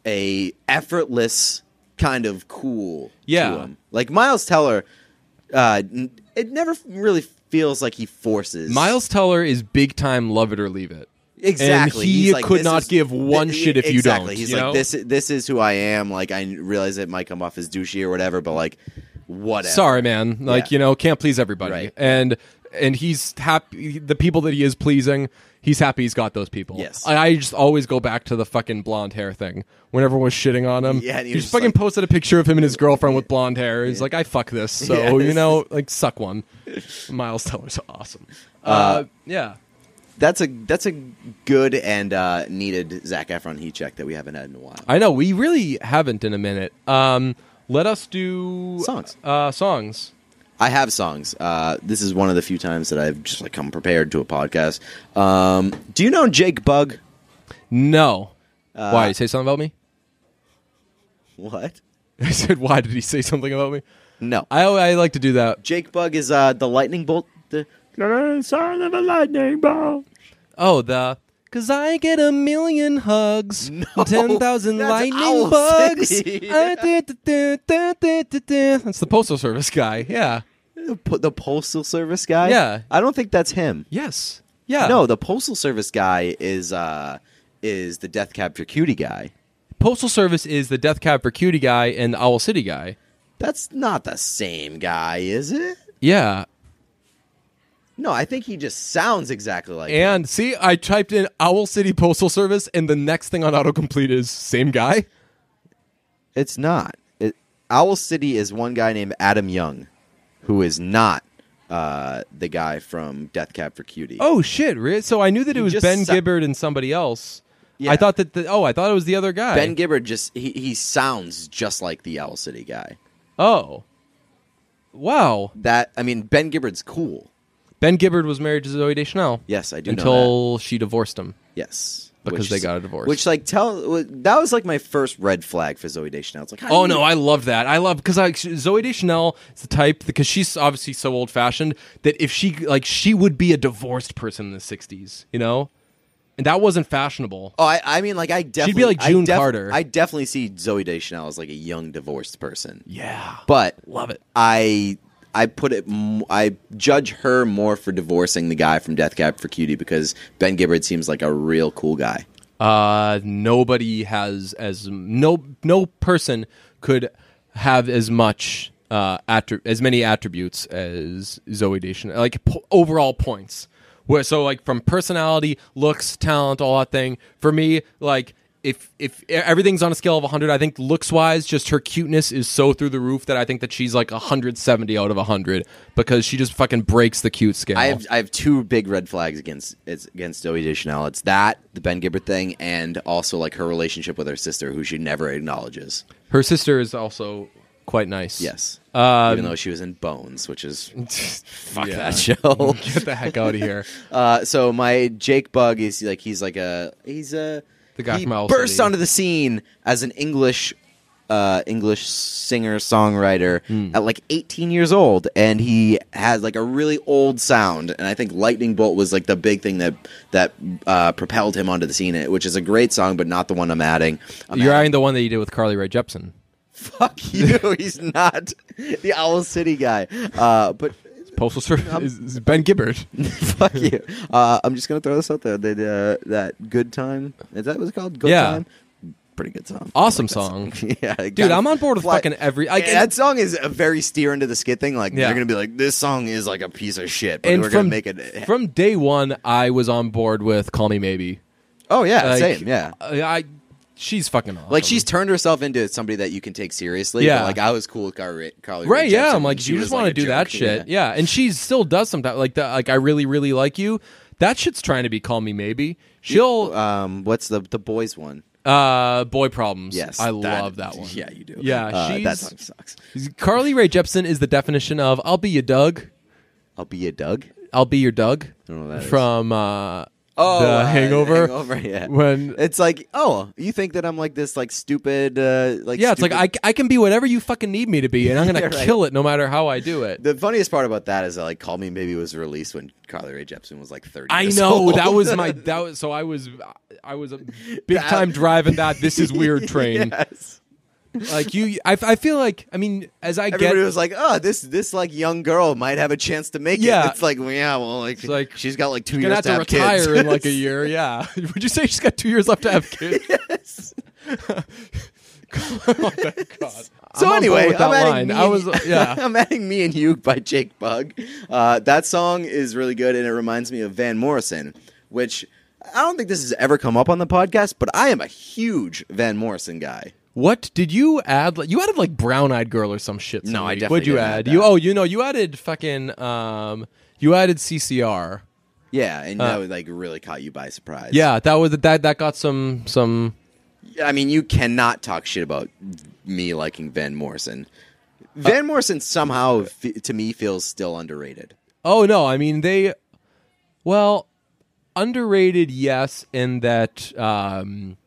Speaker 1: a effortless kind of cool.
Speaker 2: Yeah.
Speaker 1: to him. like Miles Teller, uh, n- it never really feels like he forces
Speaker 2: Miles Teller is big time love it or leave it.
Speaker 1: Exactly,
Speaker 2: And he
Speaker 1: He's like,
Speaker 2: could
Speaker 1: this
Speaker 2: not
Speaker 1: is-
Speaker 2: give one
Speaker 1: th-
Speaker 2: shit if you
Speaker 1: exactly.
Speaker 2: don't.
Speaker 1: He's
Speaker 2: you
Speaker 1: like
Speaker 2: know?
Speaker 1: this. This is who I am. Like I realize it might come off as douchey or whatever, but like whatever.
Speaker 2: sorry man like
Speaker 1: Yeah.
Speaker 2: you know can't please everybody
Speaker 1: Right.
Speaker 2: and and he's happy the people that he is pleasing he's happy he's got those people
Speaker 1: Yes.
Speaker 2: i, I just always go back to the fucking blonde hair thing when everyone was shitting on him
Speaker 1: Yeah, and he
Speaker 2: he
Speaker 1: was
Speaker 2: just
Speaker 1: just
Speaker 2: fucking
Speaker 1: like-
Speaker 2: posted a picture of him and his girlfriend with blonde hair he's like i fuck this so
Speaker 1: Yeah.
Speaker 2: you know like suck one miles teller's awesome uh, yeah
Speaker 1: That's a that's a good and uh, needed Zach Efron heat check that we haven't had in a while.
Speaker 2: i know we really haven't in a minute um let us do
Speaker 1: Songs.
Speaker 2: uh songs
Speaker 1: I have songs. Uh, this is one of the few times that I've just like come prepared to a podcast. Um, do you know Jake Bug?
Speaker 2: no
Speaker 1: Uh,
Speaker 2: why you say something about me
Speaker 1: What?
Speaker 2: I said, "Why did he say something about me?"
Speaker 1: No.
Speaker 2: I I like to do that.
Speaker 1: Jake Bug is uh, the lightning bolt. The,
Speaker 3: The sound of a lightning bolt.
Speaker 2: Oh, the cause I get a million hugs, ten thousand
Speaker 1: that's
Speaker 2: lightning
Speaker 1: Owl
Speaker 2: bugs.
Speaker 1: City.
Speaker 2: I da- da- da- da- da- da- da. That's the postal service guy. Yeah.
Speaker 1: po- the postal service guy.
Speaker 2: Yeah.
Speaker 1: I don't think that's him.
Speaker 2: Yes. Yeah.
Speaker 1: No, the postal service guy is uh, is the Death Cab for Cutie guy.
Speaker 2: Postal service is the Death Cab for Cutie guy and the Owl City guy.
Speaker 1: That's not the same guy, is it?
Speaker 2: Yeah.
Speaker 1: No, I think he just sounds exactly like. him.
Speaker 2: And see, I typed in Owl City Postal Service, and the next thing on autocomplete is same guy.
Speaker 1: It's not. It, Owl City is one guy named Adam Young, who is not uh, the guy from Death Cab for Cutie.
Speaker 2: Oh shit! Really? So I knew that it
Speaker 1: He
Speaker 2: was
Speaker 1: just
Speaker 2: Ben
Speaker 1: sa-
Speaker 2: Gibbard and somebody else.
Speaker 1: Yeah.
Speaker 2: I thought that. The, oh, I thought it was the other guy.
Speaker 1: Ben Gibbard just he, he sounds just like the Owl City guy.
Speaker 2: Oh. Wow.
Speaker 1: That I mean, Ben Gibbard's cool.
Speaker 2: Ben Gibbard was married to Zoe Deschanel.
Speaker 1: Yes, I do know
Speaker 2: Until she divorced him.
Speaker 1: Yes,
Speaker 2: Because
Speaker 1: Which
Speaker 2: they
Speaker 1: is-
Speaker 2: got a divorce.
Speaker 1: Which like tell that was like my first red flag for Zoe Deschanel. It's like how
Speaker 2: Oh
Speaker 1: do you-
Speaker 2: no, I love that. I love because I Zoe Deschanel is the type because she's obviously so old fashioned that if she like she would be a divorced person in the '60s, you know, and that wasn't fashionable.
Speaker 1: Oh, I, I mean, like I definitely
Speaker 2: be like
Speaker 1: I
Speaker 2: June Carter.
Speaker 1: I definitely see Zoe Deschanel as like a young divorced person,
Speaker 2: Yeah,
Speaker 1: but
Speaker 2: love it.
Speaker 1: I I put it m- I judge her more for divorcing the guy from Death Cab for Cutie because Ben Gibbard seems like a real cool guy.
Speaker 2: Uh, nobody has as no no person could have as much uh attri- as many attributes as Zoe Deschanel, like po- overall points. Where so like from personality, looks, talent, all that thing. For me, like if if everything's on a scale of 100 i think looks wise just her cuteness is so through the roof that i think that she's like 170 out of 100 because she just fucking breaks the cute scale
Speaker 1: I have I have two big red flags against it's against Zoe Deschanel. It's that the Ben Gibbard thing, and also like her relationship with her sister, who she never acknowledges.
Speaker 2: her sister is also quite nice.
Speaker 1: Yes.
Speaker 2: Um,
Speaker 1: Even though she was in Bones, which is
Speaker 2: fuck
Speaker 1: that show.
Speaker 2: Get the heck out of here.
Speaker 1: Uh, so my Jake Bug is like he's like a he's a
Speaker 2: The guy
Speaker 1: he
Speaker 2: from Owl
Speaker 1: bursts
Speaker 2: City.
Speaker 1: onto the scene as an English uh, English singer songwriter
Speaker 2: Hmm.
Speaker 1: at like 18 years old, and he has like a really old sound. And I think Lightning Bolt was like the big thing that that uh, propelled him onto the scene, which is a great song, but not the one I'm adding. I'm
Speaker 2: You're
Speaker 1: adding-
Speaker 2: eyeing the one that you did with Carly Rae Jepsen.
Speaker 1: fuck you. He's not the Owl City guy, uh, but.
Speaker 2: Postal Service. is- is ben Gibbard.
Speaker 1: Fuck you. Uh, I'm just gonna throw this out there. They, uh, that good time. Is that what it's called? Good
Speaker 2: Yeah.
Speaker 1: time. Pretty good song.
Speaker 2: Awesome
Speaker 1: I like
Speaker 2: song.
Speaker 1: that yeah, it
Speaker 2: Dude,
Speaker 1: got-
Speaker 2: I'm on board with
Speaker 1: Fly-
Speaker 2: fucking every. I,
Speaker 1: Yeah, that song is a very steer into the skid thing. Like
Speaker 2: Yeah.
Speaker 1: they're gonna be like, this song is like a piece of shit, but
Speaker 2: and
Speaker 1: we're gonna
Speaker 2: from
Speaker 1: make it.
Speaker 2: from day one, I was on board with Call Me Maybe.
Speaker 1: oh yeah,
Speaker 2: Like,
Speaker 1: same. Yeah.
Speaker 2: I, I- she's fucking awesome.
Speaker 1: Like she's turned herself into somebody that you can take seriously. but,
Speaker 2: Yeah.
Speaker 1: like I was cool with Car- Ra- Carly. Rae
Speaker 2: right. Yeah,
Speaker 1: Jepsen,
Speaker 2: I'm like,
Speaker 1: and
Speaker 2: you
Speaker 1: was,
Speaker 2: just want
Speaker 1: like,
Speaker 2: to
Speaker 1: a
Speaker 2: do that
Speaker 1: jerk.
Speaker 2: shit.
Speaker 1: Yeah.
Speaker 2: Yeah. and she still does sometimes. Like that. Like I really, really like you. That shit's trying to be Call Me Maybe. She'll
Speaker 1: Um, what's the the boys one?
Speaker 2: uh boy problems.
Speaker 1: Yes,
Speaker 2: I love that one.
Speaker 1: Yeah, you do.
Speaker 2: Yeah,
Speaker 1: Uh, that
Speaker 2: she's-
Speaker 1: song sucks.
Speaker 2: Carly Rae Jepsen is the definition of "I'll be your Doug."
Speaker 1: I'll be a Doug.
Speaker 2: I'll be your Doug
Speaker 1: don't know what that is.
Speaker 2: from uh,
Speaker 1: Oh,
Speaker 2: the
Speaker 1: uh,
Speaker 2: Hangover.
Speaker 1: Hangover, yeah.
Speaker 2: When
Speaker 1: It's like, oh, you think that I'm like this, like stupid, uh, like
Speaker 2: yeah, it's like
Speaker 1: stupid-
Speaker 2: I, I can be whatever you fucking need me to be, and I'm gonna
Speaker 1: Yeah, right.
Speaker 2: kill it no matter how I do it.
Speaker 1: The funniest part about that is that like, "Call Me Maybe" was released when Carly Rae Jepsen was like 30.
Speaker 2: I
Speaker 1: years
Speaker 2: know
Speaker 1: old.
Speaker 2: that was my that was so I was I was a big
Speaker 1: That-
Speaker 2: time driving that this is weird train.
Speaker 1: yes.
Speaker 2: Like you, I, I feel like I mean as I
Speaker 1: Everybody
Speaker 2: get
Speaker 1: was like, "Oh, this this like young girl might have a chance to make it."
Speaker 2: Yeah.
Speaker 1: It's like, well, yeah, well, like,
Speaker 2: like,
Speaker 1: she's got like two
Speaker 2: gonna
Speaker 1: years
Speaker 2: have to
Speaker 1: to have
Speaker 2: retire
Speaker 1: kids.
Speaker 2: in like a year. Yeah, would you say she's got two years left to have kids?
Speaker 1: Yes.
Speaker 2: oh my god.
Speaker 1: So
Speaker 2: I'm on board
Speaker 1: anyway,
Speaker 2: with that
Speaker 1: I'm adding
Speaker 2: line.
Speaker 1: me.
Speaker 2: I was uh,
Speaker 1: and-
Speaker 2: yeah.
Speaker 1: I'm adding me and you by Jake Bug. Uh, that song is really good, and it reminds me of Van Morrison, which I don't think this has ever come up on the podcast, but I am a huge Van Morrison guy.
Speaker 2: What did you add? Like, you added like brown eyed girl or some shit. some
Speaker 1: No, I
Speaker 2: week.
Speaker 1: definitely
Speaker 2: What'd you
Speaker 1: didn't
Speaker 2: add?
Speaker 1: add
Speaker 2: You
Speaker 1: that.
Speaker 2: oh, you know, you added fucking um, you added CCR.
Speaker 1: Yeah, and that would, like really caught you by surprise.
Speaker 2: Uh. Yeah, that was that that got some some.
Speaker 1: I mean, you cannot talk shit about me liking Van Morrison. Van
Speaker 2: Uh.
Speaker 1: Morrison somehow fe- to me feels still underrated.
Speaker 2: Oh no, I mean they, well, underrated yes in that um,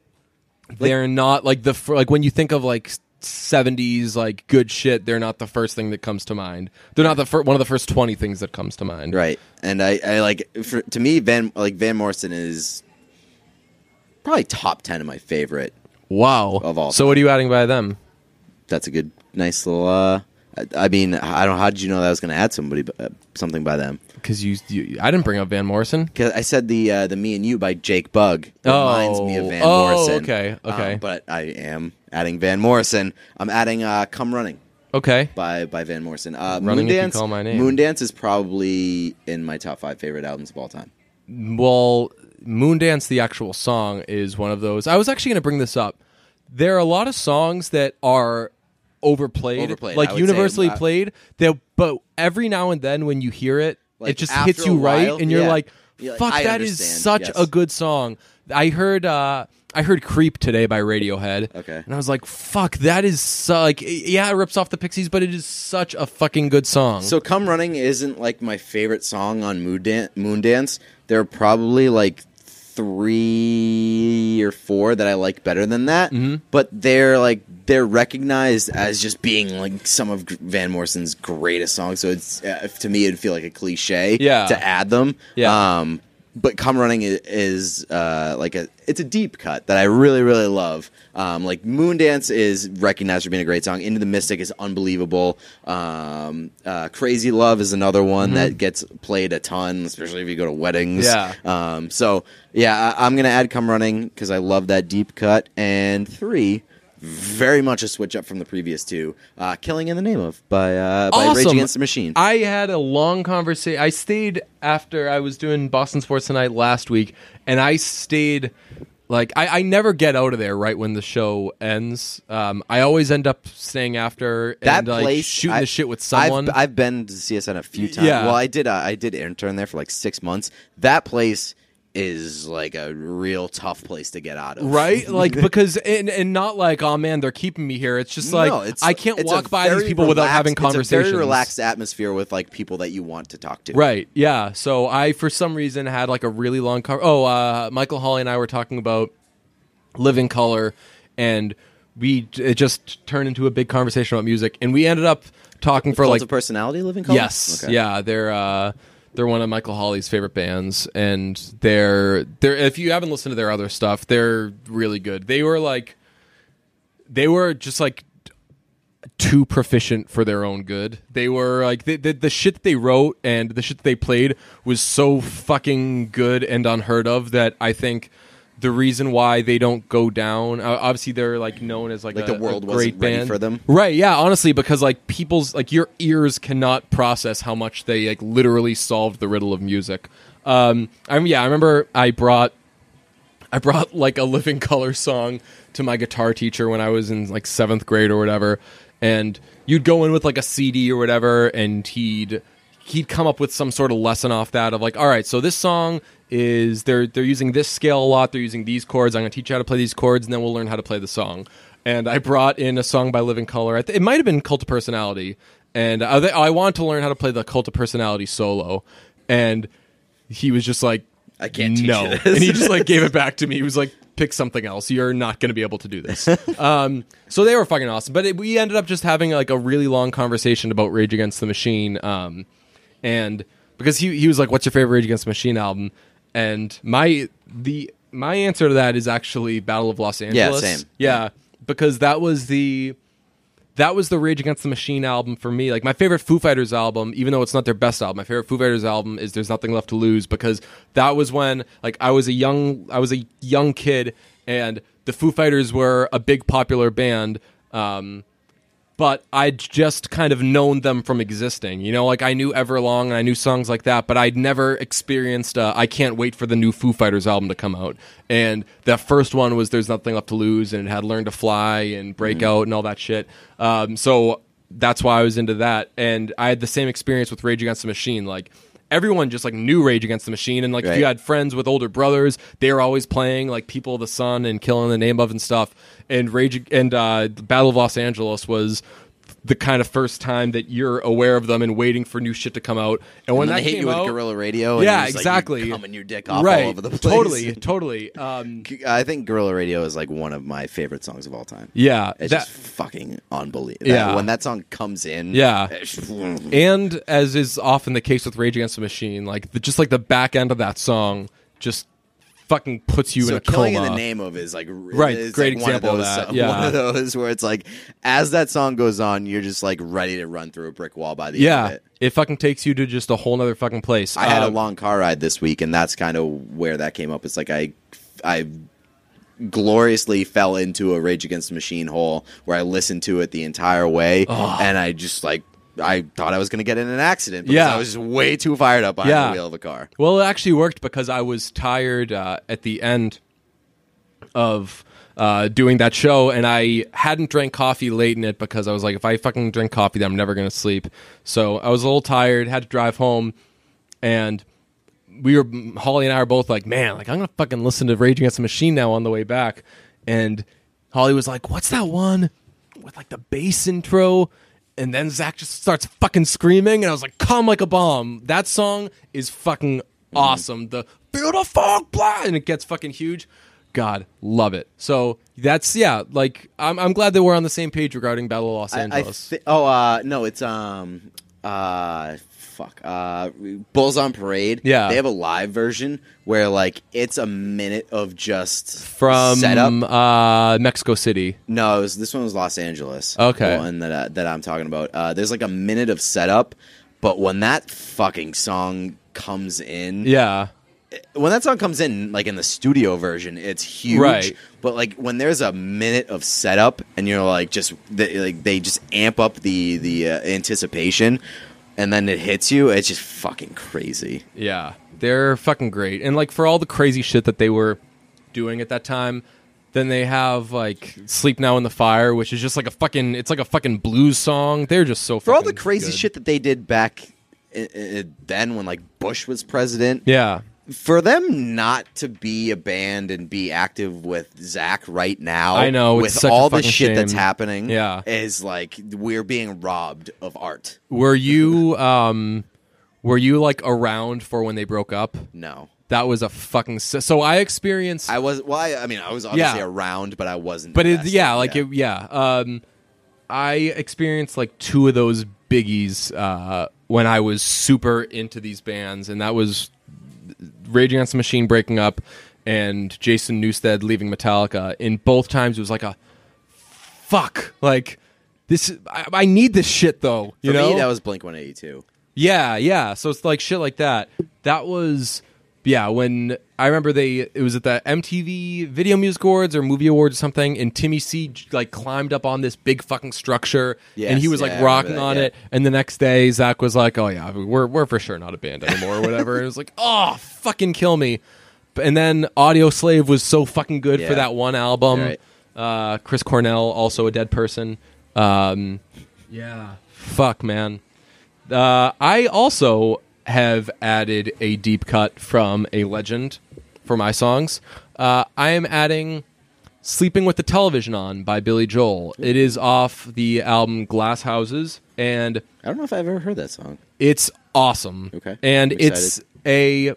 Speaker 2: they're not like the fir- like when you think of like. 70s like good shit they're not the first thing that comes to mind they're not the fir- one of the first 20 things that comes to mind
Speaker 1: Right. And I, I like for, to me Van like Van Morrison is probably top 10 of my favorite.
Speaker 2: wow
Speaker 1: Of all
Speaker 2: so what are you adding by them
Speaker 1: That's a good nice little uh I, I mean, I don't how did you know that I was going to add somebody uh, something by them?
Speaker 2: Because you, you, I didn't bring up Van Morrison.
Speaker 1: Cuz I said the uh, the Me and You by Jake Bug reminds me of Van
Speaker 2: Oh, oh,
Speaker 1: Morrison.
Speaker 2: okay,
Speaker 1: Um,
Speaker 2: okay.
Speaker 1: but I am adding Van Morrison. I'm adding uh Come Running.
Speaker 2: Okay,
Speaker 1: by by Van Morrison. Uh,
Speaker 2: Running If You
Speaker 1: Moondance,
Speaker 2: Call My Name.
Speaker 1: Moondance is probably in my top five favorite albums of all time.
Speaker 2: well, Moondance, the actual song, is one of those. I was actually going to bring this up. There are a lot of songs that are overplayed,
Speaker 1: Overplayed, I
Speaker 2: like
Speaker 1: would
Speaker 2: universally
Speaker 1: say, uh,
Speaker 2: played. That, but every now and then when you hear it,
Speaker 1: Like,
Speaker 2: it just
Speaker 1: after
Speaker 2: hits you
Speaker 1: a
Speaker 2: right,
Speaker 1: while,
Speaker 2: and you're
Speaker 1: yeah.
Speaker 2: like,
Speaker 1: You're like,
Speaker 2: "Fuck,
Speaker 1: I
Speaker 2: that is
Speaker 1: understand,
Speaker 2: such
Speaker 1: yes.
Speaker 2: a good song." I heard, uh I heard "Creep" today by Radiohead.
Speaker 1: Okay.
Speaker 2: and I was like, "Fuck, that is su- like, yeah, it rips off the Pixies, but it is such a fucking good song."
Speaker 1: So "Come Running" isn't like my favorite song on Moondan- Moondance. There are probably like three or four that I like better than that,
Speaker 2: Mm-hmm.
Speaker 1: but they're like they're recognized as just being like some of Gr- Van Morrison's greatest songs. So it's uh, to me it'd feel like a cliche
Speaker 2: Yeah.
Speaker 1: to add them.
Speaker 2: Yeah.
Speaker 1: Um, but "Come Running" is, is uh, like a it's a deep cut that I really really love. Um, like "Moondance" is recognized for being a great song. "Into the Mystic" is unbelievable. Um, uh, "Crazy Love" is another one that gets played a ton, especially if you go to weddings.
Speaker 2: Mm-hmm. Yeah.
Speaker 1: Um, so yeah, I, I'm gonna add "Come Running" because I love that deep cut. And three, very much a switch up from the previous two. Uh, "Killing in the Name of" by uh, by Rage
Speaker 2: Awesome.
Speaker 1: Against the Machine.
Speaker 2: I had a long conversation. I stayed after I was doing Boston Sports Tonight last week, and I stayed. Like I, I never get out of there right when the show ends. Um, I always end up staying after
Speaker 1: that
Speaker 2: and like
Speaker 1: place
Speaker 2: shooting
Speaker 1: I-
Speaker 2: the shit with
Speaker 1: I've-
Speaker 2: someone.
Speaker 1: I've, been to CSN a few times.
Speaker 2: Yeah.
Speaker 1: Well, I did. Uh, I did intern there for like six months. That place is like a real tough place to get out of.
Speaker 2: right? Like because and and not like oh man, they're keeping me here. It's just like
Speaker 1: No, it's-
Speaker 2: I can't
Speaker 1: it's a
Speaker 2: walk by these
Speaker 1: very
Speaker 2: people without
Speaker 1: relaxed-
Speaker 2: having conversations.
Speaker 1: It's a very relaxed atmosphere with like people that you want to talk to.
Speaker 2: Right. Yeah. So I, for some reason, had like a really long car. Oh, uh, Michael Hawley and I were talking about living color, and we it just turned into a big conversation about music, and we ended up talking for
Speaker 1: Cult
Speaker 2: like
Speaker 1: of personality living color?
Speaker 2: yes,
Speaker 1: Okay.
Speaker 2: yeah. They're uh, they're one of Michael Hawley's favorite bands, and they're they're if you haven't listened to their other stuff, they're really good. They were like they were just like too proficient for their own good. They were like the the, the shit that they wrote and the shit that they played was so fucking good and unheard of that I think the reason why they don't go down uh, obviously they're like known as like,
Speaker 1: Like
Speaker 2: a,
Speaker 1: the world
Speaker 2: a
Speaker 1: wasn't
Speaker 2: great
Speaker 1: ready
Speaker 2: band
Speaker 1: for them.
Speaker 2: right yeah honestly because like people's like your ears cannot process how much they like literally solved the riddle of music um i'm yeah i remember i brought I brought like a Living Color song to my guitar teacher when I was in like seventh grade or whatever. And you'd go in with like a CD or whatever, and he'd he'd come up with some sort of lesson off that of like, all right, so this song is they're they're using this scale a lot, they're using these chords. I'm gonna teach you how to play these chords, and then we'll learn how to play the song. And I brought in a song by Living Color. I th- it might have been Cult of Personality, and I, I wanted to learn how to play the Cult of Personality solo. And he was just like,
Speaker 1: I can't teach
Speaker 2: no.
Speaker 1: you this.
Speaker 2: And he just like gave it back to me. He was like, pick something else. You're not going to be able to do this. um, so they were fucking awesome. But it, we ended up just having like a really long conversation about Rage Against the Machine. Um, and because he, he was like, what's your favorite Rage Against the Machine album? And my, the, my answer to that is actually Battle of Los Angeles.
Speaker 1: same.
Speaker 2: Yeah. Because that was the, that was the Rage Against the Machine album for me. Like my favorite Foo Fighters album, even though it's not their best album, my favorite Foo Fighters album is There's Nothing Left to Lose because that was when like I was a young I was a young kid and the Foo Fighters were a big popular band. Um, but I'd just kind of known them from existing. You know, like I knew Everlong and I knew songs like that, but I'd never experienced uh, I Can't Wait for the new Foo Fighters album to come out. And that first one was There's Nothing Left to Lose and it had Learn to Fly and Breakout and all that shit. Um, so that's why I was into that. And I had the same experience with Rage Against the Machine. Like, everyone just like knew Rage Against the Machine, and like if
Speaker 1: Right.
Speaker 2: you had friends with older brothers, they were always playing like People of the Sun and Killing the Name of and stuff. And Rage and uh, the Battle of Los Angeles was the kind of first time that you're aware of them and waiting for new shit to come out. And when
Speaker 1: When they
Speaker 2: that
Speaker 1: hit
Speaker 2: came
Speaker 1: you with
Speaker 2: out,
Speaker 1: guerrilla radio, and
Speaker 2: Yeah,
Speaker 1: it's like,
Speaker 2: exactly.
Speaker 1: you Coming your dick off
Speaker 2: right?
Speaker 1: all over the place.
Speaker 2: Totally, totally. Um,
Speaker 1: I think Gorilla Radio is like one of my favorite songs of all time.
Speaker 2: yeah,
Speaker 1: It's
Speaker 2: that-
Speaker 1: just fucking unbelievable.
Speaker 2: Yeah.
Speaker 1: when that song comes in,
Speaker 2: Yeah.
Speaker 1: it's-
Speaker 2: and as is often the case with Rage Against the Machine, like the, just like the back end of that song just fucking puts you in
Speaker 1: so
Speaker 2: a
Speaker 1: killing
Speaker 2: coma.
Speaker 1: in the name of is like r-
Speaker 2: Right,
Speaker 1: it's,
Speaker 2: great
Speaker 1: like, one of
Speaker 2: example of
Speaker 1: those-
Speaker 2: that, yeah.
Speaker 1: one of those where it's like as that song goes on, you're just like ready to run through a brick wall by the end of
Speaker 2: Yeah,
Speaker 1: it.
Speaker 2: it fucking takes you to just a whole nother fucking place.
Speaker 1: I had a
Speaker 2: Um,
Speaker 1: long car ride this week, and that's kind of where that came up. It's like I, I gloriously fell into a Rage Against the Machine hole where I listened to it the entire way, and I just like I thought I was going to get in an accident. Because
Speaker 2: Yeah.
Speaker 1: I was just way too fired up behind
Speaker 2: Yeah.
Speaker 1: the wheel of a car.
Speaker 2: Well, it actually worked because I was tired uh, at the end of uh, doing that show, and I hadn't drank coffee late in it because I was like, if I fucking drink coffee, then I'm never gonna sleep. So I was a little tired, had to drive home, and we were Holly and I were both like, man, like I'm gonna fucking listen to Rage Against the Machine now on the way back. And Holly was like, what's that one with like the bass intro? And then Zach just starts fucking screaming, and I was like, calm like a bomb. That song is fucking awesome. The beautiful blah, and it gets fucking huge. God, love it. So that's yeah. Like I'm, I'm glad that we're on the same page regarding Battle of Los
Speaker 1: I
Speaker 2: Angeles.
Speaker 1: thi- oh uh, no, it's um uh fuck uh Bulls on Parade.
Speaker 2: Yeah.
Speaker 1: they have a live version where like it's a minute of just
Speaker 2: from
Speaker 1: setup.
Speaker 2: uh, Mexico City.
Speaker 1: No, it was, this one was Los Angeles.
Speaker 2: Okay.
Speaker 1: the one that uh, that I'm talking about. Uh, there's like a minute of setup, but when that fucking song comes in,
Speaker 2: Yeah,
Speaker 1: when that song comes in, like in the studio version, it's huge.
Speaker 2: Right.
Speaker 1: But like when there's a minute of setup, and you're like just they, like they just amp up the the uh, anticipation, and then it hits you. It's just fucking crazy.
Speaker 2: Yeah, they're fucking great. And like for all the crazy shit that they were doing at that time, then they have like "Sleep Now in the Fire," which is just like a fucking. It's like a fucking blues song. They're just so
Speaker 1: For all the
Speaker 2: fucking
Speaker 1: crazy
Speaker 2: good.
Speaker 1: uh, shit that they did back i i then, when like Bush was president,
Speaker 2: Yeah,
Speaker 1: for them not to be a band and be active with Zach right now,
Speaker 2: I know, it's
Speaker 1: with
Speaker 2: such a
Speaker 1: all the
Speaker 2: fucking
Speaker 1: shit that's
Speaker 2: shame.
Speaker 1: happening,
Speaker 2: Yeah.
Speaker 1: is like we're being robbed of art.
Speaker 2: Were you um were you like around for when they broke up?
Speaker 1: No,
Speaker 2: That was a fucking s- so I experienced
Speaker 1: I was. Well, I, I mean, I was obviously
Speaker 2: Yeah.
Speaker 1: around, but I wasn't.
Speaker 2: but it,
Speaker 1: invested,
Speaker 2: yeah, like yeah. it yeah. Um I experienced like two of those biggies uh when I was super into these bands and that was Rage Against the Machine breaking up and Jason Newsted leaving Metallica. In both times it was like a fuck like this is- I, I need this shit though, you
Speaker 1: for
Speaker 2: know?
Speaker 1: me, that was Blink One Eighty Two.
Speaker 2: Yeah, yeah. So it's like shit like that. That was yeah, when I remember they it was at the MTV Video Music Awards or Movie Awards or something and Timmy C j- like climbed up on this big fucking structure and he
Speaker 1: Yes,
Speaker 2: was
Speaker 1: yeah, I
Speaker 2: like
Speaker 1: remember
Speaker 2: rocking
Speaker 1: that,
Speaker 2: on
Speaker 1: yeah.
Speaker 2: it and the next day Zach was like, "Oh yeah, we're we're for sure not a band anymore or whatever." and it was like, "Oh, fucking kill me." But- And then Audio Slave was so fucking good for
Speaker 1: Yeah.
Speaker 2: that one album.
Speaker 1: Right.
Speaker 2: Uh, Chris Cornell also a dead person. Um, yeah. Fuck, man. Uh, I also have added a deep cut from a legend for my songs. Uh, I am adding Sleeping with the Television On by Billy Joel. It is off the album Glass Houses, and
Speaker 1: I don't know if I've ever heard that song.
Speaker 2: it's awesome.
Speaker 1: Okay.
Speaker 2: And
Speaker 1: I'm
Speaker 2: it's a.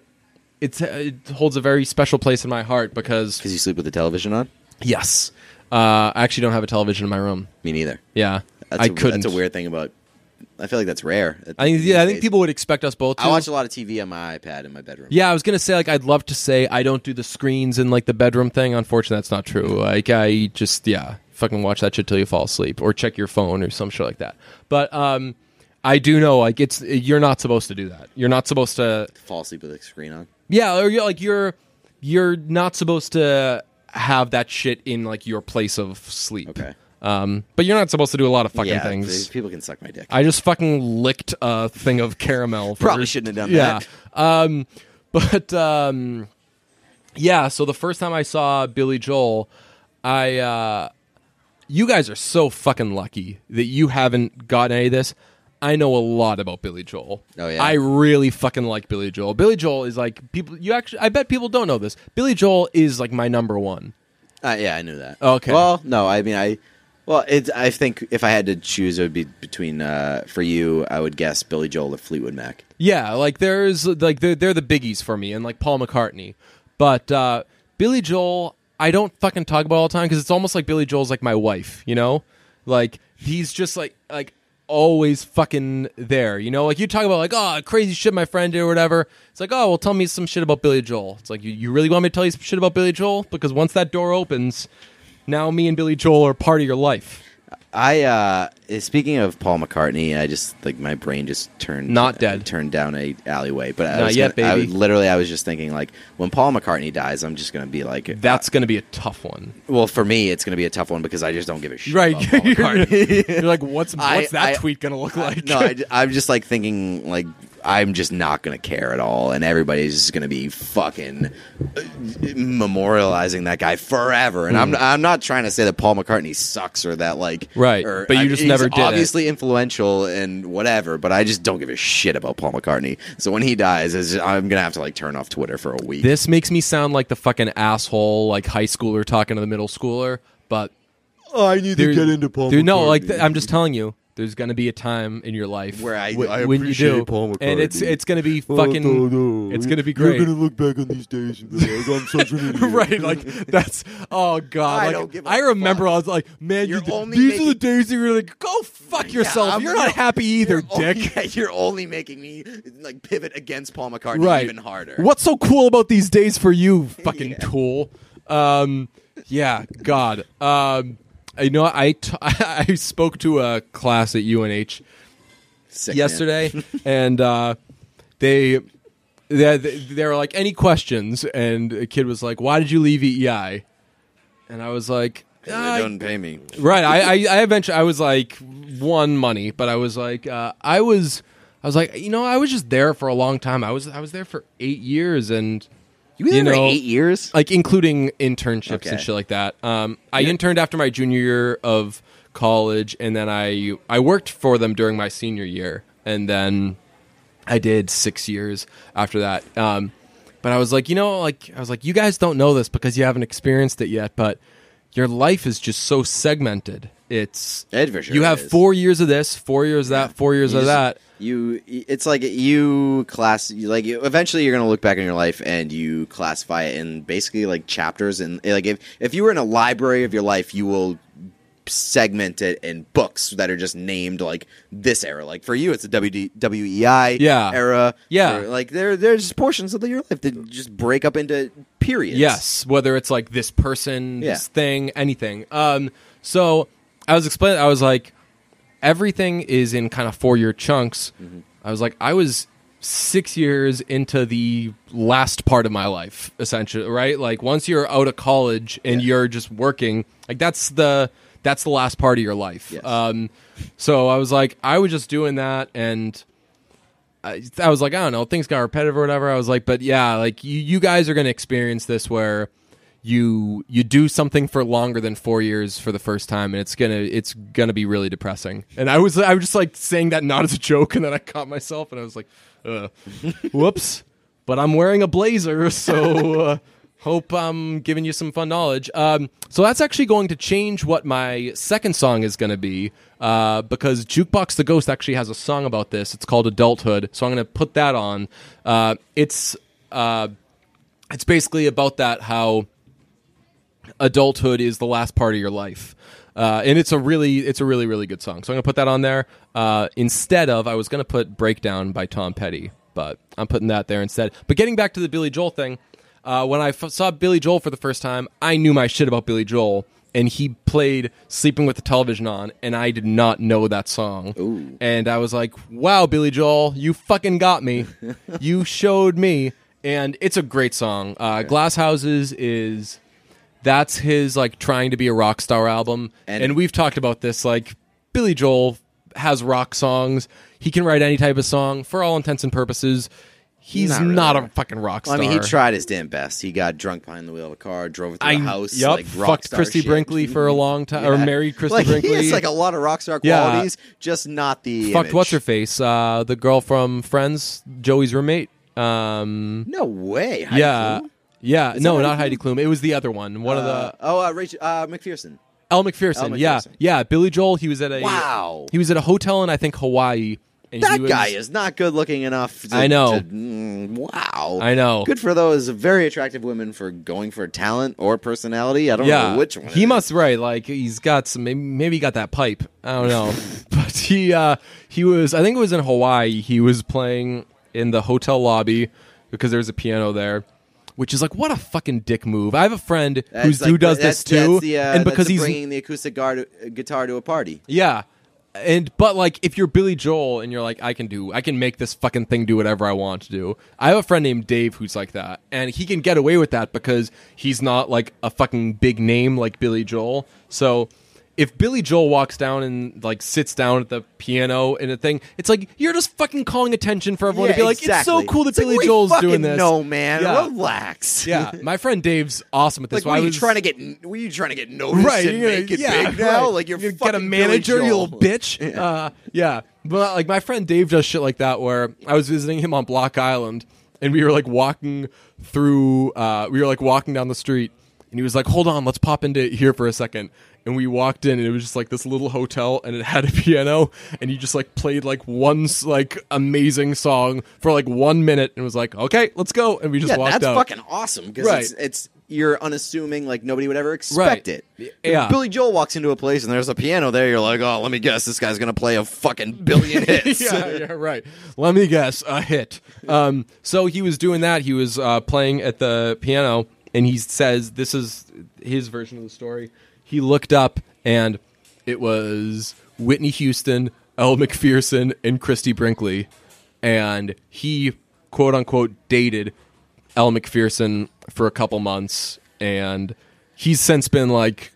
Speaker 2: It's, it holds a very special place in my heart because
Speaker 1: Because you sleep with the television on.
Speaker 2: yes, uh, I actually don't have a television in my room.
Speaker 1: Me neither.
Speaker 2: Yeah,
Speaker 1: That's
Speaker 2: I
Speaker 1: a-
Speaker 2: couldn't.
Speaker 1: That's a weird thing about. I feel like that's rare.
Speaker 2: I think, yeah, I think
Speaker 1: These days.
Speaker 2: people would expect us both. To.
Speaker 1: I watch a lot of TV on my iPad in my bedroom.
Speaker 2: Yeah, I was gonna say like I'd love to say I don't do the screens in like the bedroom thing. Unfortunately, that's not true. Like I just yeah, fucking watch that shit till you fall asleep or check your phone or some shit like that. But um, I do know like it's you're not supposed to do that. You're not supposed to
Speaker 1: fall asleep with the screen on.
Speaker 2: yeah, or you're like you're you're not supposed to have that shit in like your place of sleep.
Speaker 1: Okay.
Speaker 2: Um, but you're not supposed to do a lot of fucking
Speaker 1: yeah,
Speaker 2: things.
Speaker 1: people can suck my dick.
Speaker 2: I just fucking licked a thing of caramel. For
Speaker 1: Probably shouldn't have done
Speaker 2: yeah.
Speaker 1: that.
Speaker 2: Um, but um, yeah. So the first time I saw Billy Joel, I uh, you guys are so fucking lucky that you haven't gotten any of this. I know a lot about Billy Joel.
Speaker 1: Oh, yeah?
Speaker 2: I really fucking like Billy Joel. Billy Joel is like people. You actually, I bet people don't know this. Billy Joel is like my number one.
Speaker 1: Uh, yeah, I knew that.
Speaker 2: Oh, Okay.
Speaker 1: Well, no, I mean, I. Well, it, I think if I had to choose, it would be between uh, for you. I would guess Billy Joel or Fleetwood Mac.
Speaker 2: Yeah, like there's like they're they're the biggies for me, and like Paul McCartney, but uh, Billy Joel, I don't fucking talk about all the time because it's almost like Billy Joel's like my wife, you know, like he's just like like always fucking there, you know, like you talk about like oh crazy shit my friend did or whatever. It's like oh well tell me some shit about Billy Joel. It's like you you really want me to tell you some shit about Billy Joel because once that door opens, now me and Billy Joel are part of your life.
Speaker 1: I uh, speaking of Paul McCartney, I just like my brain just turned
Speaker 2: Not dead.
Speaker 1: turned down a alleyway. But I
Speaker 2: Not
Speaker 1: was
Speaker 2: yet,
Speaker 1: gonna- I
Speaker 2: baby.
Speaker 1: was- literally, I was just thinking like when Paul McCartney dies, I'm just gonna be like uh,
Speaker 2: That's gonna be a tough one,
Speaker 1: Well, for me, it's gonna be a tough one because I just don't give a shit.
Speaker 2: right?
Speaker 1: about Paul
Speaker 2: You're,
Speaker 1: McCartney.
Speaker 2: you're like, what's what's
Speaker 1: I-
Speaker 2: that
Speaker 1: I-
Speaker 2: tweet gonna look like?
Speaker 1: no, I, I'm just like thinking like I'm just not gonna care at all, and everybody's just gonna be fucking uh, memorializing that guy forever. And I'm
Speaker 2: Hmm.
Speaker 1: I'm not trying to say that Paul McCartney sucks or that like
Speaker 2: Right,
Speaker 1: or-
Speaker 2: but you
Speaker 1: I-
Speaker 2: just
Speaker 1: he's
Speaker 2: never did it.
Speaker 1: obviously influential and whatever. But I just don't give a shit about Paul McCartney. So when he dies, it's just- I'm gonna have to like turn off Twitter for a week.
Speaker 2: This makes me sound like the fucking asshole, like high schooler talking to the middle schooler. But
Speaker 4: Oh,
Speaker 1: I need
Speaker 2: there- dude, no, like
Speaker 1: McCartney.
Speaker 2: th- I'm just telling you, there's gonna be a time in your life
Speaker 1: Where I-
Speaker 2: wh-
Speaker 1: I
Speaker 2: when you do,
Speaker 4: appreciate Paul
Speaker 2: and it's
Speaker 4: McCartney.
Speaker 2: it's gonna be
Speaker 4: Oh,
Speaker 2: fucking,
Speaker 4: no, no.
Speaker 2: it's gonna be
Speaker 4: You're
Speaker 2: great,
Speaker 4: gonna look back on these days and be like, I'm such an idiot.
Speaker 2: right? Like that's oh god,
Speaker 1: I
Speaker 2: like,
Speaker 1: don't give a
Speaker 2: I remember
Speaker 1: fuck.
Speaker 2: I was like, man, you
Speaker 1: You're
Speaker 2: d-
Speaker 1: only
Speaker 2: these
Speaker 1: making-
Speaker 2: are the days that you're like, go fuck yourself.
Speaker 1: I'm-
Speaker 2: you're not happy either,
Speaker 1: you're only-
Speaker 2: dick.
Speaker 1: you're only making me like pivot against Paul McCartney
Speaker 2: right.
Speaker 1: even harder.
Speaker 2: What's so cool about these days for you, fucking tool? Um, yeah, God. Um, you know, I t- I spoke to a class at UNH
Speaker 1: Sick, man.
Speaker 2: yesterday, and uh, they. They, they were like, any questions? And a kid was like, why did you leave EEI? And I was like, "Uh,
Speaker 1: they don't pay me.
Speaker 2: right I, I i eventually i was like one money but i was like uh, i was i was like you know i was just there for a long time i was i was there for eight years and
Speaker 1: You were
Speaker 2: You
Speaker 1: there for
Speaker 2: know-
Speaker 1: eight years.
Speaker 2: like including internships
Speaker 1: Okay.
Speaker 2: and shit like that um i interned after my junior year of college and then i i worked for them during my senior year and then i did six years after that um But I was like, you know, like I was like, you guys don't know this because you haven't experienced it yet, but your life is just so segmented. It's
Speaker 1: Ed for sure
Speaker 2: you have
Speaker 1: is.
Speaker 2: four years of this, four years of that, four years
Speaker 1: You
Speaker 2: of
Speaker 1: just-
Speaker 2: that.
Speaker 1: You, it's like you class, you- like you, eventually you're gonna look back on your life and you classify it in basically like chapters and like if if you were in a library of your life, you will segment it in books that are just named like this era. Like for you, it's the WD, WEI
Speaker 2: Yeah.
Speaker 1: E era.
Speaker 2: Yeah.
Speaker 1: For- like there there's portions of your life that just break up into periods.
Speaker 2: Yes, whether it's like this person,
Speaker 1: Yeah.
Speaker 2: this thing, anything. Um, so I was explaining. I was like, everything is in kind of four year chunks.
Speaker 1: Mm-hmm.
Speaker 2: I was like, I was six years into the last part of my life, essentially, right? Like once you're out of college and you're just working, like that's the that's the last part of your life.
Speaker 1: Yes.
Speaker 2: Um, so I was like, I was just doing that and. I, I was like, I don't know, things got repetitive or whatever. I was like, but yeah, like you, you guys are going to experience this where you you do something for longer than four years for the first time, and it's gonna it's gonna be really depressing. And I was I was just like saying that not as a joke, and then I caught myself, and I was like, uh, whoops. But I'm wearing a blazer, so uh, hope I'm giving you some fun knowledge. Um, so that's actually going to change what my second song is going to be uh, because Jukebox the Ghost actually has a song about this. It's called Adulthood, so I'm going to put that on. Uh, it's uh, it's basically about that how adulthood is the last part of your life. Uh, and it's a really, it's a really, really good song. So I'm gonna put that on there uh, instead of I was gonna put "Breakdown" by Tom Petty, but I'm putting that there instead. But getting back to the Billy Joel thing, uh, when I f- saw Billy Joel for the first time, I knew my shit about Billy Joel, and he played "Sleeping with the Television On," and I did not know that song. And I was like, "Wow, Billy Joel, you fucking got me. you showed me." And it's a great song. Uh, Glass Houses is that's his like trying to be a rock star album and,
Speaker 1: And-
Speaker 2: we've talked about this like billy joel has rock songs he can write any type of song for all intents and purposes he's not,
Speaker 1: Not really.
Speaker 2: a fucking rock star
Speaker 1: Well, I mean, he tried his damn best. He got drunk behind the wheel of a car, drove through
Speaker 2: I-
Speaker 1: the house,
Speaker 2: yup,
Speaker 1: like rock
Speaker 2: fucked
Speaker 1: star
Speaker 2: Christy
Speaker 1: shit.
Speaker 2: Brinkley for a long time, or
Speaker 1: Yeah.
Speaker 2: married Christy
Speaker 1: like,
Speaker 2: Brinkley.
Speaker 1: He has like a lot of rock star
Speaker 2: Yeah.
Speaker 1: qualities, just not the
Speaker 2: fucked
Speaker 1: image.
Speaker 2: what's her face, uh, the girl from Friends, Joey's roommate. Um,
Speaker 1: No way. Heidi
Speaker 2: yeah,
Speaker 1: Klum?
Speaker 2: yeah, no,
Speaker 1: Heidi
Speaker 2: not Heidi Klum. It was the other one, one of
Speaker 1: Uh,
Speaker 2: the
Speaker 1: oh, uh, Rachel uh, McPherson.
Speaker 2: Al McPherson,
Speaker 1: Al
Speaker 2: Yeah,
Speaker 1: McPherson.
Speaker 2: yeah. Billy Joel. He was at a
Speaker 1: Wow.
Speaker 2: He was at a hotel in I think Hawaii. And he
Speaker 1: That
Speaker 2: was-
Speaker 1: guy is not good looking enough. To,
Speaker 2: I know.
Speaker 1: to- mm, wow.
Speaker 2: I know.
Speaker 1: Good for those very attractive women for going for talent or personality. I don't
Speaker 2: yeah,
Speaker 1: know which one.
Speaker 2: He
Speaker 1: it
Speaker 2: must right. Like he's got some. Maybe, maybe he got that pipe. I don't know. but he uh he was. I think it was in Hawaii. He was playing in the hotel lobby because there was a piano there. Which is like what a fucking dick move. I have a friend
Speaker 1: is.
Speaker 2: who's,
Speaker 1: That's
Speaker 2: who
Speaker 1: like-
Speaker 2: does
Speaker 1: that's-
Speaker 2: this too,
Speaker 1: that's the, uh,
Speaker 2: and because
Speaker 1: that's the
Speaker 2: he's
Speaker 1: bringing the acoustic guard, uh, guitar to a party.
Speaker 2: Yeah. And but like if you're Billy Joel and you're like I can do I can make this fucking thing do whatever I want to do. I have a friend named Dave who's like that and he can get away with that because he's not like a fucking big name like Billy Joel. So if Billy Joel walks down and like sits down at the piano and a thing, it's like you're just fucking calling attention for everyone to be like it's so
Speaker 1: exactly.
Speaker 2: cool that
Speaker 1: It's like,
Speaker 2: Billy
Speaker 1: we
Speaker 2: Joel's
Speaker 1: fucking
Speaker 2: doing this.
Speaker 1: No, man,
Speaker 2: Yeah.
Speaker 1: relax.
Speaker 2: Yeah, my friend Dave's awesome at this.
Speaker 1: Like, were
Speaker 2: I
Speaker 1: you
Speaker 2: was-
Speaker 1: trying to get? Were you trying to get noticed
Speaker 2: right,
Speaker 1: and
Speaker 2: you're gonna-
Speaker 1: make it
Speaker 2: yeah,
Speaker 1: big now?
Speaker 2: right.
Speaker 1: Like you're
Speaker 2: you get a
Speaker 1: fucking Billy
Speaker 2: manager, you
Speaker 1: Joel.
Speaker 2: little bitch. Uh, yeah, but like my friend Dave does shit like that. Where I was visiting him on Block Island, and we were like walking through. Uh, we were like walking down the street, and he was like, "Hold on, let's pop into here for a second. And we walked in, and it was just like this little hotel, and it had a piano, and he just like played like one s- like amazing song for like one minute, and was like, "Okay, let's go," and we just
Speaker 1: Yeah,
Speaker 2: walked
Speaker 1: that's
Speaker 2: out.
Speaker 1: fucking awesome because
Speaker 2: Right.
Speaker 1: it's, it's you're unassuming. Like nobody would ever expect
Speaker 2: Right.
Speaker 1: it.
Speaker 2: Y-
Speaker 1: If
Speaker 2: yeah.
Speaker 1: Billy Joel walks into a place and there's a piano there. You're like, oh, let me guess, this guy's gonna play a fucking billion hits.
Speaker 2: yeah, yeah, right. Let me guess, a hit. Um, so he was doing that. He was uh, playing at the piano, and he says, "This is his version of the story." He looked up, and it was Whitney Houston, Elle McPherson, and Christy Brinkley, and he quote unquote dated Elle McPherson for a couple months, and he's since been like,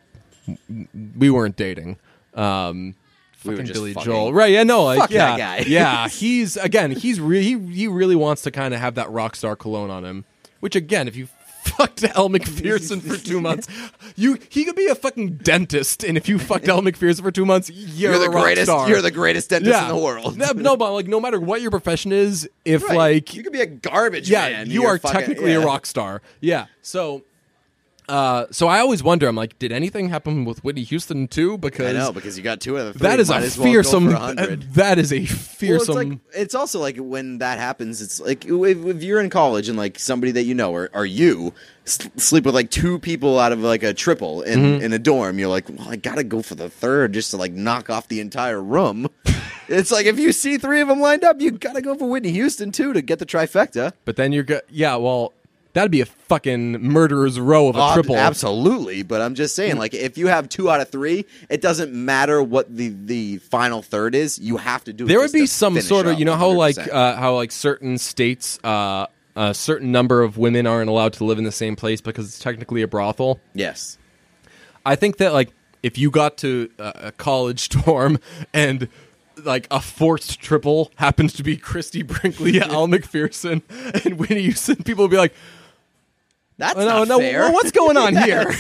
Speaker 2: "We weren't dating." Um,
Speaker 1: We were
Speaker 2: fucking
Speaker 1: just
Speaker 2: Billy
Speaker 1: fucking-
Speaker 2: Joel, right? Yeah, no, like
Speaker 1: Fuck
Speaker 2: yeah,
Speaker 1: that guy.
Speaker 2: yeah, he's again, he's really he, he really wants to kind of have that rock star cologne on him, which again, if you fucked Al McPherson for two months, you he could be a fucking dentist. And if you fucked Al McPherson for two months, you're,
Speaker 1: You're,
Speaker 2: a
Speaker 1: the
Speaker 2: rock
Speaker 1: greatest.
Speaker 2: star.
Speaker 1: You're the greatest dentist in the world.
Speaker 2: No, no, but like, no matter what your profession is, if
Speaker 1: Right.
Speaker 2: like,
Speaker 1: you could be a garbage
Speaker 2: yeah,
Speaker 1: man.
Speaker 2: you
Speaker 1: You're
Speaker 2: are
Speaker 1: fucking-
Speaker 2: technically a
Speaker 1: yeah.
Speaker 2: rock star. Yeah. So, uh, so I always wonder. I'm like, did anything happen with Whitney Houston too? Because
Speaker 1: I know because you got two of the three.
Speaker 2: that is
Speaker 1: Might
Speaker 2: a
Speaker 1: as well go for
Speaker 2: fearsome.
Speaker 1: 100.
Speaker 2: that is a
Speaker 1: Well, it's
Speaker 2: fearsome.
Speaker 1: like it's also like when that happens. It's like if, if you're in college and like somebody that you know or, or you s- sleep with like two people out of like a triple in
Speaker 2: Mm-hmm.
Speaker 1: in a dorm. You're like, well, I gotta go for the third just to like knock off the entire room. it's like if you see three of them lined up, you gotta go for Whitney Houston too to get the trifecta.
Speaker 2: but then you're go- yeah. Well, that'd be a fucking murderer's row of a
Speaker 1: Ob-
Speaker 2: triple. Mm.
Speaker 1: Absolutely, but I'm just saying, like, if you have two out of three, it doesn't matter what the the final third is. You have to do. it
Speaker 2: there would
Speaker 1: just
Speaker 2: be
Speaker 1: to
Speaker 2: some
Speaker 1: finish
Speaker 2: sort of
Speaker 1: up
Speaker 2: you know how like
Speaker 1: 100%.
Speaker 2: uh, how like certain states uh, a certain number of women aren't allowed to live in the same place because it's technically a brothel.
Speaker 1: yes,
Speaker 2: I think that like if you got to uh, a college dorm and like a forced triple happens to be Christy Brinkley, Al McPherson, and Winnie Houston, people would be like,
Speaker 1: that's
Speaker 2: oh, "No,
Speaker 1: not
Speaker 2: no,
Speaker 1: fair.
Speaker 2: well, what's going on here?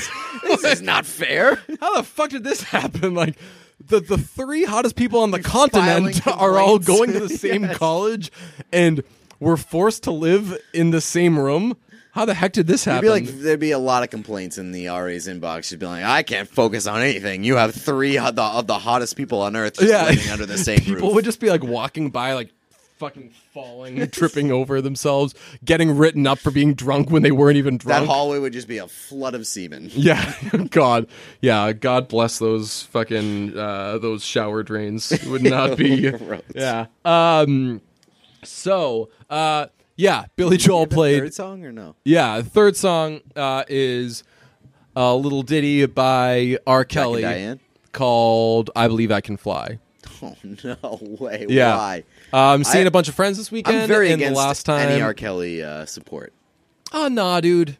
Speaker 1: this is not fair.
Speaker 2: How the fuck did this happen?" Like. The, the three hottest people on the continent
Speaker 1: filing
Speaker 2: are all going
Speaker 1: complaints.
Speaker 2: to the same college and were forced to live in the same room. How the heck did this
Speaker 1: It'd
Speaker 2: happen?
Speaker 1: be like there'd be a lot of complaints in the RA's inbox. She'd be like, "I can't focus on anything. You have three of the, of the hottest people on earth just living under the same
Speaker 2: people
Speaker 1: roof."
Speaker 2: would just be like walking by, like fucking falling, tripping over themselves, getting written up for being drunk when they weren't even
Speaker 1: that
Speaker 2: drunk.
Speaker 1: hallway would just be a flood of semen.
Speaker 2: yeah, God, yeah, God bless those fucking uh, those shower drains. It would not be.
Speaker 1: Gross.
Speaker 2: yeah. Um. So, uh, yeah, Billy Joel played
Speaker 1: Third song or no?
Speaker 2: yeah, third song uh, is a little ditty by R. Kelly
Speaker 1: Diane?
Speaker 2: called "I Believe I Can Fly."
Speaker 1: Oh no way!
Speaker 2: Yeah,
Speaker 1: Why?
Speaker 2: Uh, I'm seeing
Speaker 1: I-
Speaker 2: a bunch of friends this weekend.
Speaker 1: I'm very
Speaker 2: and
Speaker 1: against
Speaker 2: the last time.
Speaker 1: any R. Kelly uh, support.
Speaker 2: oh nah, dude.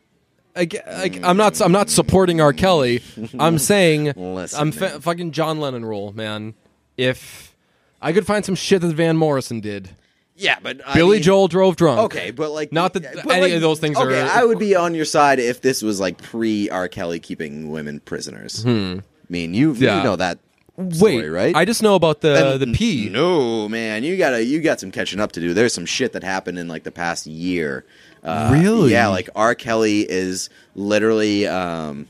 Speaker 2: I, ge- I, I'm not. I'm not supporting R. Kelly. I'm saying
Speaker 1: Listen,
Speaker 2: I'm fa-
Speaker 1: man.
Speaker 2: fucking John Lennon rule, man. If I could find some shit that Van Morrison did,
Speaker 1: Yeah, but I
Speaker 2: Billy
Speaker 1: mean-
Speaker 2: Joel drove drunk.
Speaker 1: Okay, but like
Speaker 2: Not that
Speaker 1: but,
Speaker 2: any
Speaker 1: like,
Speaker 2: of those things
Speaker 1: okay,
Speaker 2: are-
Speaker 1: I would be on your side if this was like pre R. Kelly keeping women prisoners. I mean, you
Speaker 2: Hmm. Yeah.
Speaker 1: you know that
Speaker 2: wait,
Speaker 1: story, right?
Speaker 2: I just know about the
Speaker 1: And
Speaker 2: the P.
Speaker 1: No, man, you gotta you got some catching up to do. There's some shit that happened in like the past year. Uh,
Speaker 2: Really?
Speaker 1: Yeah, like R. Kelly is literally um,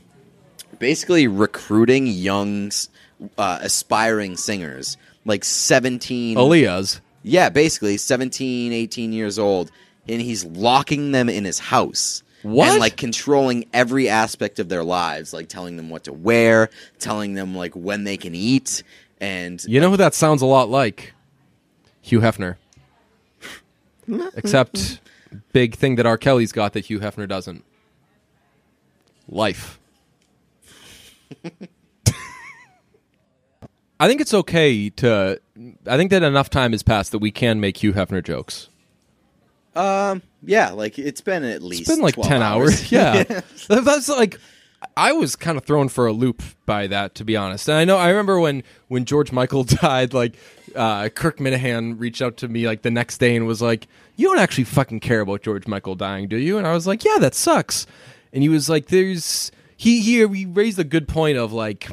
Speaker 1: basically recruiting young, s- uh, aspiring singers, like 17.
Speaker 2: Aaliyah's.
Speaker 1: Yeah, basically 17, 18 years old, and he's locking them in his house.
Speaker 2: What?
Speaker 1: And like controlling every aspect of their lives, like telling them what to wear, telling them like when they can eat, and
Speaker 2: You know who that sounds a lot like? Hugh Hefner. Except big thing that R. Kelly's got that Hugh Hefner doesn't. Life. I think it's okay to I think that enough time has passed that we can make Hugh Hefner jokes.
Speaker 1: Um. Yeah. Like it's been at least
Speaker 2: It's been like
Speaker 1: 12
Speaker 2: ten hours. Yeah. That- That's like I was kind of thrown for a loop by that, to be honest. And I know I remember when when George Michael died, like uh, Kirk Minahan reached out to me like the next day and was like, "You don't actually fucking care about George Michael dying, do you?" And I was like, "Yeah, that sucks." And he was like, "There's he here." We raised a good point of like.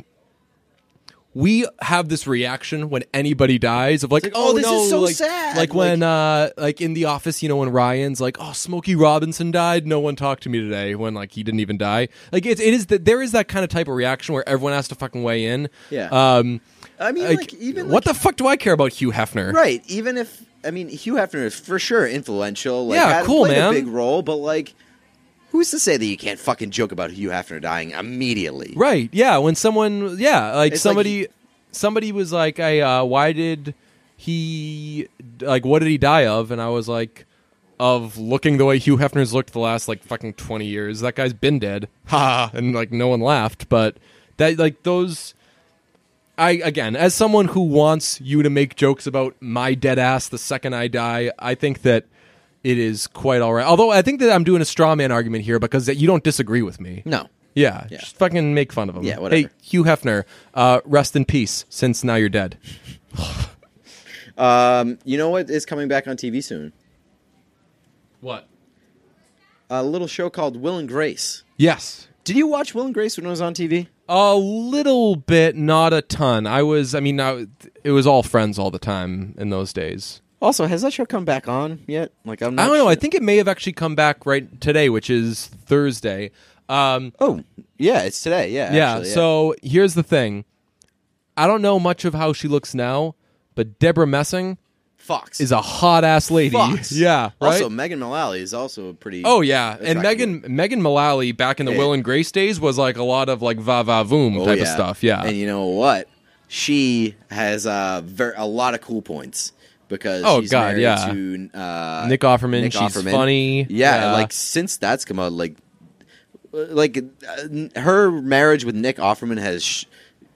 Speaker 2: We have this reaction when anybody dies of like,
Speaker 1: It's like,
Speaker 2: oh,
Speaker 1: "Oh, this
Speaker 2: no,
Speaker 1: is so
Speaker 2: like,
Speaker 1: sad."
Speaker 2: Like when uh, like in the office, you know, when Ryan's like, "Oh, Smokey Robinson died. No one talked to me today." When like he didn't even die. Like it's it is that there is that kind of type of reaction where everyone has to fucking weigh in.
Speaker 1: Yeah.
Speaker 2: Um.
Speaker 1: I mean,
Speaker 2: Like,
Speaker 1: like, even
Speaker 2: what
Speaker 1: like,
Speaker 2: the fuck do I care about Hugh Hefner?
Speaker 1: right? Even if I mean Hugh Hefner is for sure influential. Like,
Speaker 2: Yeah,
Speaker 1: had-
Speaker 2: cool,
Speaker 1: played
Speaker 2: man.
Speaker 1: A big role, but like, who's to say that you can't fucking joke about Hugh Hefner dying immediately?
Speaker 2: Right. Yeah. When someone, yeah, like
Speaker 1: It's like
Speaker 2: somebody, somebody was like, "I, uh, why did he, like, what did he die of?" And I was like, "Of looking the way Hugh Hefner's looked the last like fucking twenty years. That guy's been dead." Ha! And like no one laughed, but that like those. I again, as someone who wants you to make jokes about my dead ass the second I die, I think that it is quite all right. Although I think that I'm doing a straw man argument here because that you don't disagree with me.
Speaker 1: No.
Speaker 2: Yeah, just fucking make fun of him.
Speaker 1: Yeah, whatever.
Speaker 2: Hey, Hugh Hefner, uh, rest in peace. Since now you're dead.
Speaker 1: Um. You know what is coming back on TV soon?
Speaker 2: What?
Speaker 1: a little show called Will and Grace.
Speaker 2: Yes.
Speaker 1: Did you watch Will and Grace when it was on TV?
Speaker 2: A little bit, not a ton. I was, I mean, I, it was all friends all the time in those days.
Speaker 1: Also, has that show come back on yet? Like I'm
Speaker 2: I
Speaker 1: not
Speaker 2: don't know.
Speaker 1: sure.
Speaker 2: I think it may have actually come back right today, which is Thursday. Um,
Speaker 1: Oh, yeah, it's today. Yeah,
Speaker 2: yeah,
Speaker 1: actually,
Speaker 2: So here's the thing. I don't know much of how she looks now, but Deborah Messing
Speaker 1: Fox
Speaker 2: is a hot ass lady.
Speaker 1: Fox.
Speaker 2: Yeah. Right.
Speaker 1: Also, Megan Mullally is also a pretty.
Speaker 2: Oh yeah, and
Speaker 1: attractive-
Speaker 2: Megan Megan Mullally back in the
Speaker 1: Yeah.
Speaker 2: Will and Grace days was like a lot of like va va voom
Speaker 1: Oh,
Speaker 2: type of stuff. Yeah,
Speaker 1: And you know what? She has uh, ver- a lot of cool points because
Speaker 2: Oh,
Speaker 1: she's
Speaker 2: God,
Speaker 1: married
Speaker 2: yeah.
Speaker 1: to uh,
Speaker 2: Nick Offerman,
Speaker 1: Nick
Speaker 2: she's
Speaker 1: Offerman.
Speaker 2: funny.
Speaker 1: Yeah, like since that's come out, like like uh, n- her marriage with Nick Offerman has sh-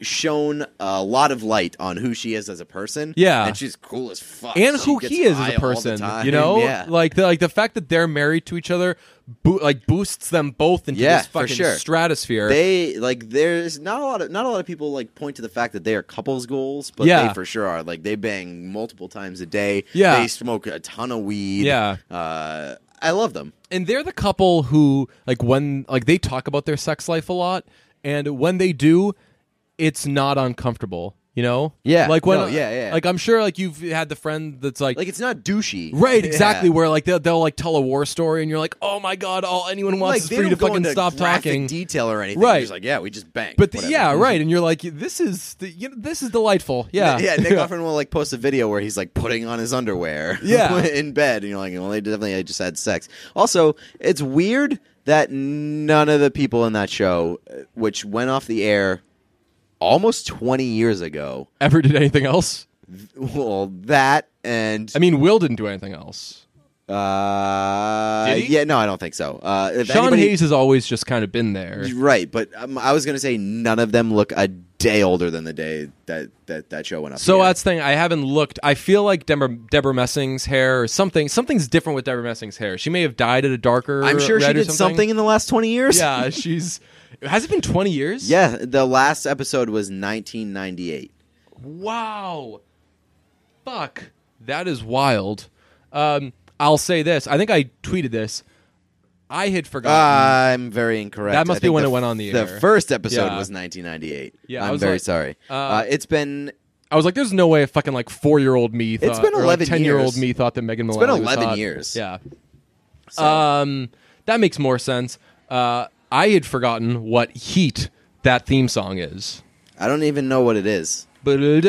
Speaker 1: shown a lot of light on who she is as a person.
Speaker 2: Yeah.
Speaker 1: and she's cool as fuck,
Speaker 2: and
Speaker 1: She
Speaker 2: who
Speaker 1: gets
Speaker 2: he is as
Speaker 1: high all
Speaker 2: a
Speaker 1: the
Speaker 2: person.
Speaker 1: time.
Speaker 2: You know,
Speaker 1: yeah.
Speaker 2: like the like the fact that they're married to each other, bo- like boosts them both into
Speaker 1: Yeah,
Speaker 2: this
Speaker 1: for
Speaker 2: fucking
Speaker 1: sure.
Speaker 2: stratosphere.
Speaker 1: they like there's not a lot of not a lot of people like point to the fact that they are couples goals, but
Speaker 2: Yeah.
Speaker 1: they for sure are. Like they bang multiple times a day.
Speaker 2: Yeah.
Speaker 1: they smoke a ton of weed.
Speaker 2: Yeah.
Speaker 1: uh, I love them.
Speaker 2: and they're the couple who like when like they talk about their sex life a lot, and when they do, it's not uncomfortable. You know,
Speaker 1: Yeah.
Speaker 2: like when
Speaker 1: No, yeah, yeah.
Speaker 2: like I'm sure like you've had the friend that's like
Speaker 1: Like it's not douchey,
Speaker 2: Right, exactly.
Speaker 1: Yeah.
Speaker 2: Where like they'll, they'll like tell a war story, and you're like, oh my god, all anyone
Speaker 1: Like
Speaker 2: wants
Speaker 1: they
Speaker 2: is for
Speaker 1: don't
Speaker 2: you to
Speaker 1: go
Speaker 2: fucking
Speaker 1: into
Speaker 2: stop
Speaker 1: graphic
Speaker 2: talking.
Speaker 1: detail or anything.
Speaker 2: Right.
Speaker 1: They're just like yeah, we just bang.
Speaker 2: but the,
Speaker 1: whatever. Mm-hmm.
Speaker 2: yeah, right, and you're like, this is the, you know, this is delightful. Yeah,
Speaker 1: yeah. Nick Offerman will like post a video where he's like putting on his underwear,
Speaker 2: Yeah.
Speaker 1: in bed, and you're like, well, they definitely just had sex. Also, it's weird that none of the people in that show, uh, which went off the air almost 20 years ago,
Speaker 2: Ever did anything else?
Speaker 1: well, that and
Speaker 2: I mean, Will didn't do anything else.
Speaker 1: uh,
Speaker 2: Did he?
Speaker 1: yeah, no, I don't think so. Uh, if
Speaker 2: Sean
Speaker 1: anybody-
Speaker 2: Hayes has always just kind of been there.
Speaker 1: right? But um, I was gonna say none of them look a day older than the day that that that show went off.
Speaker 2: So
Speaker 1: the air.
Speaker 2: that's the thing. I haven't looked. I feel like Deborah, Deborah Messing's hair or something. Something's different with Deborah Messing's hair. She may have dyed it a darker.
Speaker 1: I'm sure she
Speaker 2: red or
Speaker 1: did something. in the last 20 years.
Speaker 2: yeah, she's. Has it been 20 years?
Speaker 1: Yeah, the last episode was 1998.
Speaker 2: Wow. Fuck. That is wild. Um, I'll say this. I think I tweeted this. I had forgotten.
Speaker 1: I'm very incorrect.
Speaker 2: That must
Speaker 1: I
Speaker 2: be
Speaker 1: think
Speaker 2: when
Speaker 1: the
Speaker 2: it
Speaker 1: f-
Speaker 2: went on the air.
Speaker 1: The first episode
Speaker 2: Yeah.
Speaker 1: was 1998.
Speaker 2: Yeah, I
Speaker 1: I'm
Speaker 2: was
Speaker 1: very
Speaker 2: like-
Speaker 1: sorry.
Speaker 2: uh,
Speaker 1: Uh, it's been
Speaker 2: I was like, there's no way a fucking like four year old me thought.
Speaker 1: been 11
Speaker 2: 10 year old
Speaker 1: years.
Speaker 2: me thought that Megan Mullally
Speaker 1: been
Speaker 2: was
Speaker 1: 11
Speaker 2: hot.
Speaker 1: years.
Speaker 2: Yeah.
Speaker 1: so-
Speaker 2: Um, that makes more sense. Uh, I had forgotten what heat that theme song is.
Speaker 1: I don't even know what it is.
Speaker 2: Oh
Speaker 1: Oh yeah,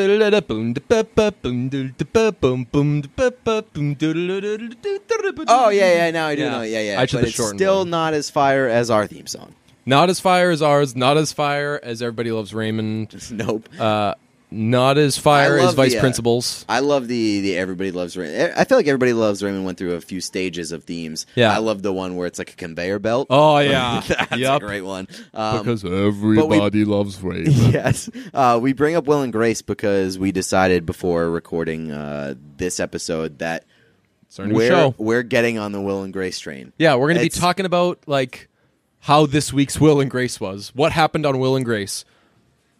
Speaker 1: yeah. Now I do
Speaker 2: Yeah.
Speaker 1: know. Yeah, yeah.
Speaker 2: I should
Speaker 1: but
Speaker 2: have
Speaker 1: it's
Speaker 2: shortened
Speaker 1: still
Speaker 2: one.
Speaker 1: not as fire as our theme song.
Speaker 2: Not as fire as ours. Not as fire as everybody loves Raymond.
Speaker 1: Nope.
Speaker 2: Uh, not as
Speaker 1: I
Speaker 2: fire
Speaker 1: love
Speaker 2: as vice
Speaker 1: the, uh,
Speaker 2: principals.
Speaker 1: I love the the everybody loves Raymond. Eh, I feel like everybody loves Raymond went through a few stages of themes.
Speaker 2: Yeah.
Speaker 1: I love the one where it's like a conveyor belt.
Speaker 2: Oh yeah,
Speaker 1: that's
Speaker 2: Yup.
Speaker 1: a great one. Um,
Speaker 2: Because
Speaker 1: but
Speaker 5: Everybody loves Raven.
Speaker 1: yes. Uh, we bring up Will and Grace because we decided before recording uh, this episode that
Speaker 2: it's our new
Speaker 1: we're
Speaker 2: show.
Speaker 1: we're getting on the Will and Grace train.
Speaker 2: Yeah, we're gonna be
Speaker 1: It's-
Speaker 2: talking about like how this week's Will and Grace was. What happened on Will and Grace?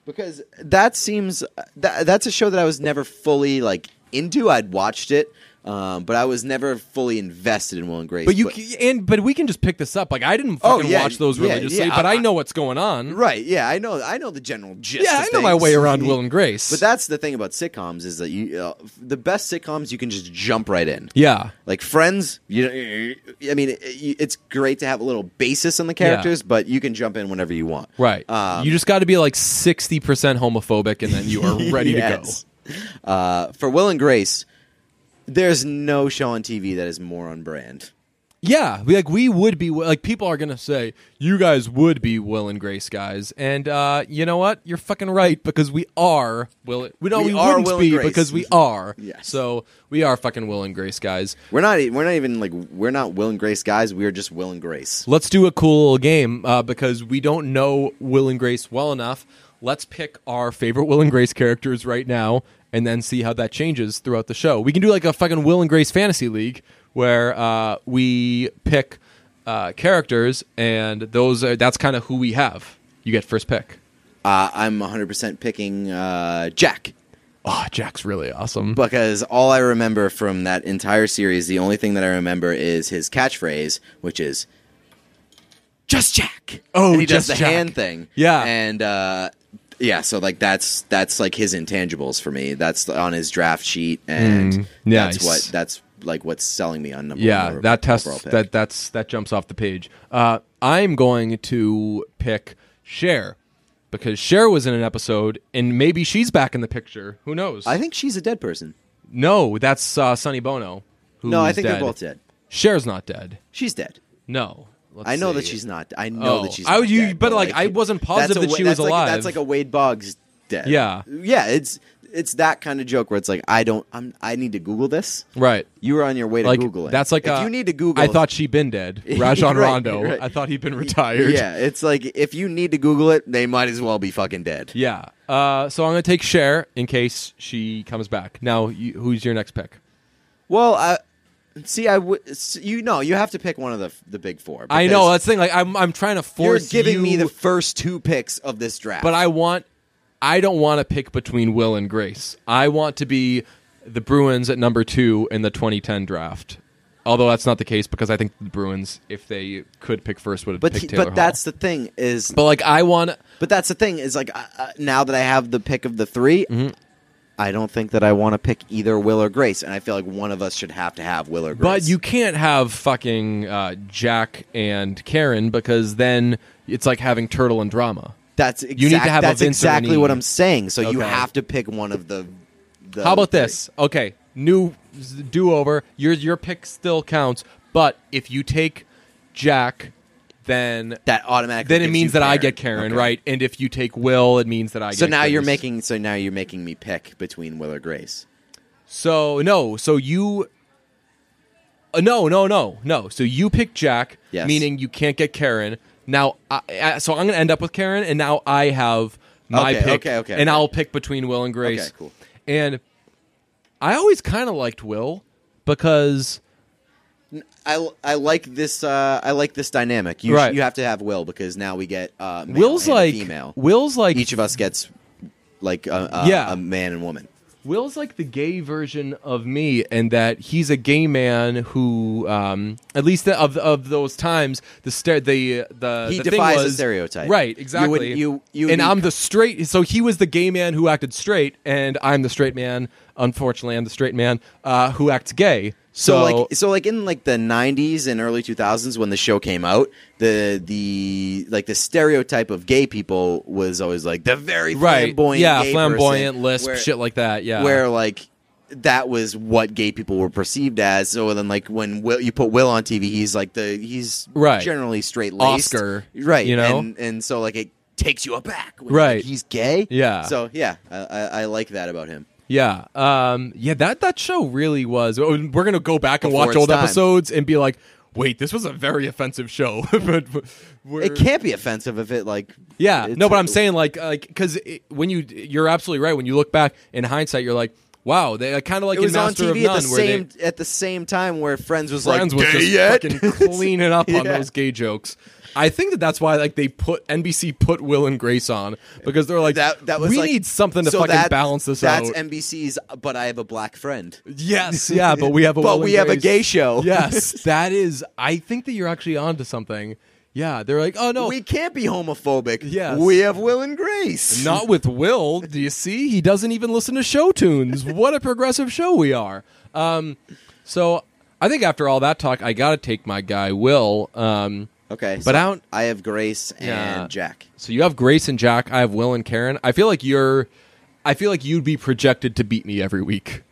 Speaker 1: because that seems that, that's a show that I was never fully like into. I'd watched it, um, but I was never fully invested in Will and Grace.
Speaker 2: But you c and but we can just pick this up. Like I didn't
Speaker 1: Oh,
Speaker 2: fucking
Speaker 1: yeah,
Speaker 2: watch those
Speaker 1: yeah,
Speaker 2: religiously,
Speaker 1: yeah,
Speaker 2: but I,
Speaker 1: I-
Speaker 2: know what's going on.
Speaker 1: right? Yeah, I know. I know the general gist.
Speaker 2: Yeah,
Speaker 1: of
Speaker 2: I know my
Speaker 1: things.
Speaker 2: way around Will and Grace.
Speaker 1: But that's the thing about sitcoms is that you uh, the best sitcoms you can just jump right in.
Speaker 2: yeah,
Speaker 1: Like Friends, you I mean, it- it's great to have a little basis on the characters, but you can jump in whenever you want.
Speaker 2: right.
Speaker 1: Um,
Speaker 2: you just got to be like sixty percent homophobic, and then you are ready to
Speaker 1: to go. Uh, for Will and Grace, there's no show on TV that is more on brand.
Speaker 2: go. Yeah, we, like we would be like people are gonna say you guys would be Will and Grace guys, and uh, you know what? You're fucking right because we are Will. We no, we,
Speaker 1: We are
Speaker 2: wouldn't
Speaker 1: Will and
Speaker 2: be
Speaker 1: Grace.
Speaker 2: because we are.
Speaker 1: Yes.
Speaker 2: So we are fucking Will and Grace guys.
Speaker 1: We're not. e- We're not even like. We're not Will and Grace guys. We're just Will and Grace.
Speaker 2: Let's do a cool little game uh, because we don't know Will and Grace well enough. Let's pick our favorite Will and Grace characters right now and then see how that changes throughout the show. We can do like a fucking Will and Grace fantasy league where uh, we pick uh, characters and those are, that's kind of who we have. You get first pick.
Speaker 1: Uh, I'm 100 percent picking uh, Jack
Speaker 2: Oh, Jack's really awesome.
Speaker 1: because all I remember from that entire series, the only thing that I remember is his catchphrase, which is just Jack.
Speaker 2: Oh,
Speaker 1: and he
Speaker 2: Just
Speaker 1: does the
Speaker 2: Jack.
Speaker 1: hand thing.
Speaker 2: Yeah.
Speaker 1: and uh, yeah, so like that's that's like his intangibles for me. That's on his draft sheet, and
Speaker 2: Mm, nice.
Speaker 1: that's what that's like what's selling me on number.
Speaker 2: Yeah,
Speaker 1: one over-
Speaker 2: that
Speaker 1: overall
Speaker 2: tests
Speaker 1: pick.
Speaker 2: that that's that jumps off the page. Uh, I'm going to pick Cher because Cher was in an episode, and maybe she's back in the picture. Who knows?
Speaker 1: I think she's a dead person.
Speaker 2: no, that's uh, Sonny Bono. Who's
Speaker 1: no, I think
Speaker 2: dead.
Speaker 1: they're both dead.
Speaker 2: Cher's not dead.
Speaker 1: She's dead.
Speaker 2: No, Let's
Speaker 1: I know
Speaker 2: see.
Speaker 1: that she's not. I know
Speaker 2: Oh.
Speaker 1: that she's.
Speaker 2: I
Speaker 1: Not
Speaker 2: would- you-
Speaker 1: dead,
Speaker 2: but, like, I wasn't
Speaker 1: that's
Speaker 2: positive
Speaker 1: a
Speaker 2: that
Speaker 1: wa-
Speaker 2: she was
Speaker 1: that's like-
Speaker 2: alive.
Speaker 1: that's like a Wade Boggs dead.
Speaker 2: Yeah.
Speaker 1: yeah. It's it's that kind of joke where it's like I don't. I'm. I need to Google this.
Speaker 2: right.
Speaker 1: You were on your way to
Speaker 2: Like
Speaker 1: Google it.
Speaker 2: that's like
Speaker 1: if
Speaker 2: a-
Speaker 1: you need to Google.
Speaker 2: I thought she'd been dead. Rajon
Speaker 1: Right,
Speaker 2: Rondo.
Speaker 1: right.
Speaker 2: I thought he'd been retired.
Speaker 1: Yeah, it's like if you need to Google it, they might as well be fucking dead.
Speaker 2: Yeah. Uh, so I'm gonna take Cher in case she comes back. Now, you, who's your next pick?
Speaker 1: Well, I see. I would. You know, you have to pick one of the the big four.
Speaker 2: I know
Speaker 1: because
Speaker 2: that's the thing. Like I'm, I'm trying to
Speaker 1: You're
Speaker 2: force
Speaker 1: giving me
Speaker 2: you-
Speaker 1: the first two picks of this draft,
Speaker 2: but I want I don't want to pick between Will and Grace. I want to be the Bruins at number 2 in the 2010 draft. Although that's not the case because I think the Bruins if they could pick first would have
Speaker 1: but
Speaker 2: picked
Speaker 1: he-
Speaker 2: Taylor
Speaker 1: but
Speaker 2: Hall.
Speaker 1: that's the thing is
Speaker 2: But like I want
Speaker 1: But that's the thing is like uh, uh, now that I have the pick of the 3
Speaker 2: Mm-hmm.
Speaker 1: I don't think that I want to pick either Will or Grace, and I feel like one of us should have to have Will or Grace.
Speaker 2: but you can't have fucking uh, Jack and Karen because then it's like having Turtle and Drama.
Speaker 1: that's exact,
Speaker 2: need to have a
Speaker 1: that's
Speaker 2: Vince or an
Speaker 1: exactly what
Speaker 2: Ian.
Speaker 1: I'm saying. So you
Speaker 2: Okay.
Speaker 1: have to pick one of the. the
Speaker 2: How about
Speaker 1: three.
Speaker 2: this? Okay, new do over. Your your pick still counts, but if you take Jack, then
Speaker 1: That automatically
Speaker 2: then it
Speaker 1: gives
Speaker 2: means
Speaker 1: you
Speaker 2: that I get Karen,
Speaker 1: Okay.
Speaker 2: right? And if you take Will, it means that I.
Speaker 1: So
Speaker 2: get
Speaker 1: now you're
Speaker 2: Grace.
Speaker 1: making. So now you're making me pick between Will or Grace.
Speaker 2: So no, so you. Uh, no, no, no, no. So you pick Jack,
Speaker 1: Yes.
Speaker 2: meaning you can't get Karen. Now, I, I, so I'm going to end up with Karen, and now I have my
Speaker 1: Okay,
Speaker 2: pick,
Speaker 1: okay, okay,
Speaker 2: and
Speaker 1: okay.
Speaker 2: I'll pick between Will and Grace.
Speaker 1: Okay, cool.
Speaker 2: And I always kind of liked Will because
Speaker 1: I, I like this uh, I like this dynamic. You sh-
Speaker 2: Right.
Speaker 1: you have to have Will because now we get uh, male
Speaker 2: Will's
Speaker 1: and a
Speaker 2: like
Speaker 1: female.
Speaker 2: Will's like
Speaker 1: Each of us gets like a, a,
Speaker 2: Yeah.
Speaker 1: a man and woman.
Speaker 2: Will's like the gay version of me, and that he's a gay man who, um, at least the, of of those times, the ster- the the
Speaker 1: He
Speaker 2: the thing
Speaker 1: defies the
Speaker 2: was-
Speaker 1: stereotype.
Speaker 2: right?
Speaker 1: You
Speaker 2: Exactly.
Speaker 1: would- you- you would
Speaker 2: and
Speaker 1: be-
Speaker 2: I'm the straight. So he was the gay man who acted straight, and I'm the straight man. Unfortunately, I'm the straight man uh, who acts gay.
Speaker 1: So,
Speaker 2: So,
Speaker 1: like so like in like the 90s and early 2000s when the show came out, the the like the stereotype of gay people was always like the very
Speaker 2: right?
Speaker 1: flamboyant
Speaker 2: yeah,
Speaker 1: gay
Speaker 2: flamboyant
Speaker 1: person,
Speaker 2: lisp,
Speaker 1: where-
Speaker 2: shit like that. Yeah,
Speaker 1: where like that was what gay people were perceived as. So then, like when Will, you put Will on TV, he's like the he's
Speaker 2: Right.
Speaker 1: generally straight laced,
Speaker 2: Oscar,
Speaker 1: right?
Speaker 2: you know?
Speaker 1: and, and so like it takes you aback, when, like,
Speaker 2: Right.
Speaker 1: he's gay,
Speaker 2: Yeah.
Speaker 1: So yeah, I, I, I like that about him.
Speaker 2: Yeah, um, yeah. That that show really was. oh, We're gonna go back and
Speaker 1: Before its
Speaker 2: watch old
Speaker 1: time.
Speaker 2: episodes and be like, wait, this was a very offensive show. but we're,
Speaker 1: It can't be offensive if it like
Speaker 2: Yeah,
Speaker 1: it's-
Speaker 2: no, but I'm saying like like because when you you're absolutely right. When you look back in hindsight, you're like, wow, they kind of like
Speaker 1: it was
Speaker 2: in
Speaker 1: on
Speaker 2: Master
Speaker 1: TV
Speaker 2: of None
Speaker 1: at the
Speaker 2: where they-
Speaker 1: same at the same time where Friends was
Speaker 2: Friends
Speaker 1: like
Speaker 2: was
Speaker 1: "Gay
Speaker 2: just
Speaker 1: yet?"
Speaker 2: fucking cleaning up on
Speaker 1: Yeah.
Speaker 2: those gay jokes. I think that that's why like they put NBC put Will and Grace on because they're like
Speaker 1: that that was
Speaker 2: we
Speaker 1: like-
Speaker 2: need something to
Speaker 1: so
Speaker 2: fucking
Speaker 1: that-
Speaker 2: balance this
Speaker 1: that's
Speaker 2: out.
Speaker 1: NBC's, but I have a black friend.
Speaker 2: yes, yeah, but we have a Will
Speaker 1: but
Speaker 2: and
Speaker 1: we have a
Speaker 2: Grace.
Speaker 1: gay show.
Speaker 2: yes, that is. I think that you're actually onto something. Yeah, they're like, oh no,
Speaker 1: We can't be homophobic.
Speaker 2: Yes.
Speaker 1: We have Will and Grace.
Speaker 2: not with Will. Do you see? He doesn't even listen to show tunes. What a progressive show we are. Um, so I think after all that talk, I gotta take my guy Will. Um,
Speaker 1: Okay.
Speaker 2: But I don't-
Speaker 1: I have Grace and
Speaker 2: Yeah.
Speaker 1: Jack.
Speaker 2: so you have Grace and Jack. I have Will and Karen. I feel like you're. I feel like you'd be projected to beat me every week.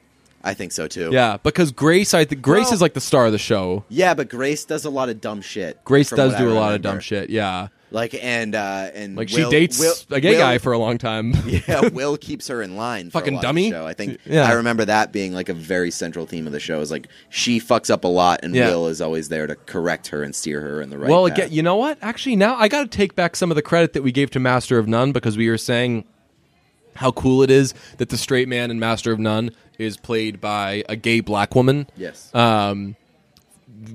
Speaker 1: I think so too.
Speaker 2: Yeah, because Grace, I think Grace
Speaker 1: Well-
Speaker 2: is like the star of the show.
Speaker 1: Yeah, but Grace does a lot of dumb shit.
Speaker 2: Grace
Speaker 1: from
Speaker 2: does
Speaker 1: what
Speaker 2: do
Speaker 1: I
Speaker 2: a lot
Speaker 1: remember.
Speaker 2: of dumb shit. Yeah,
Speaker 1: Like and uh and
Speaker 2: like
Speaker 1: Will-
Speaker 2: she dates
Speaker 1: Will-
Speaker 2: a gay
Speaker 1: Will-
Speaker 2: guy for a long time.
Speaker 1: yeah, Will keeps her in line. For
Speaker 2: Fucking
Speaker 1: a lot of
Speaker 2: dummy.
Speaker 1: the show. I think
Speaker 2: Yeah.
Speaker 1: I remember that being like a very central theme of the show. Is like she fucks up a lot, and
Speaker 2: Yeah.
Speaker 1: Will is always there to correct her and steer her in the right.
Speaker 2: well,
Speaker 1: path.
Speaker 2: again, you know what? Actually, now I got to take back some of the credit that we gave to Master of None because we were saying how cool it is that the straight man in Master of None is played by a gay black woman.
Speaker 1: yes,
Speaker 2: Um,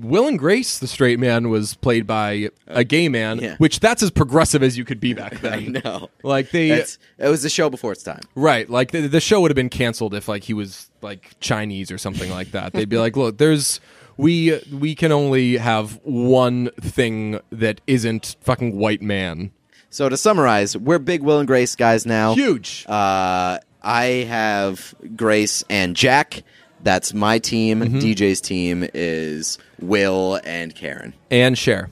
Speaker 2: Will and Grace, the straight man, was played by a gay man,
Speaker 1: Uh, yeah.
Speaker 2: which that's as progressive as you could be back then.
Speaker 1: I know.
Speaker 2: Like they,
Speaker 1: That's- it was the show before its time.
Speaker 2: Right, like the, the show would have been canceled if like he was like Chinese or something like that. They'd be like, "Look, there's we we can only have one thing that isn't fucking white man.
Speaker 1: So to summarize, we're big Will and Grace guys now.
Speaker 2: Huge.
Speaker 1: Uh, I have Grace and Jack. That's my team.
Speaker 2: Mm-hmm.
Speaker 1: DJ's team is Will and Karen
Speaker 2: and share.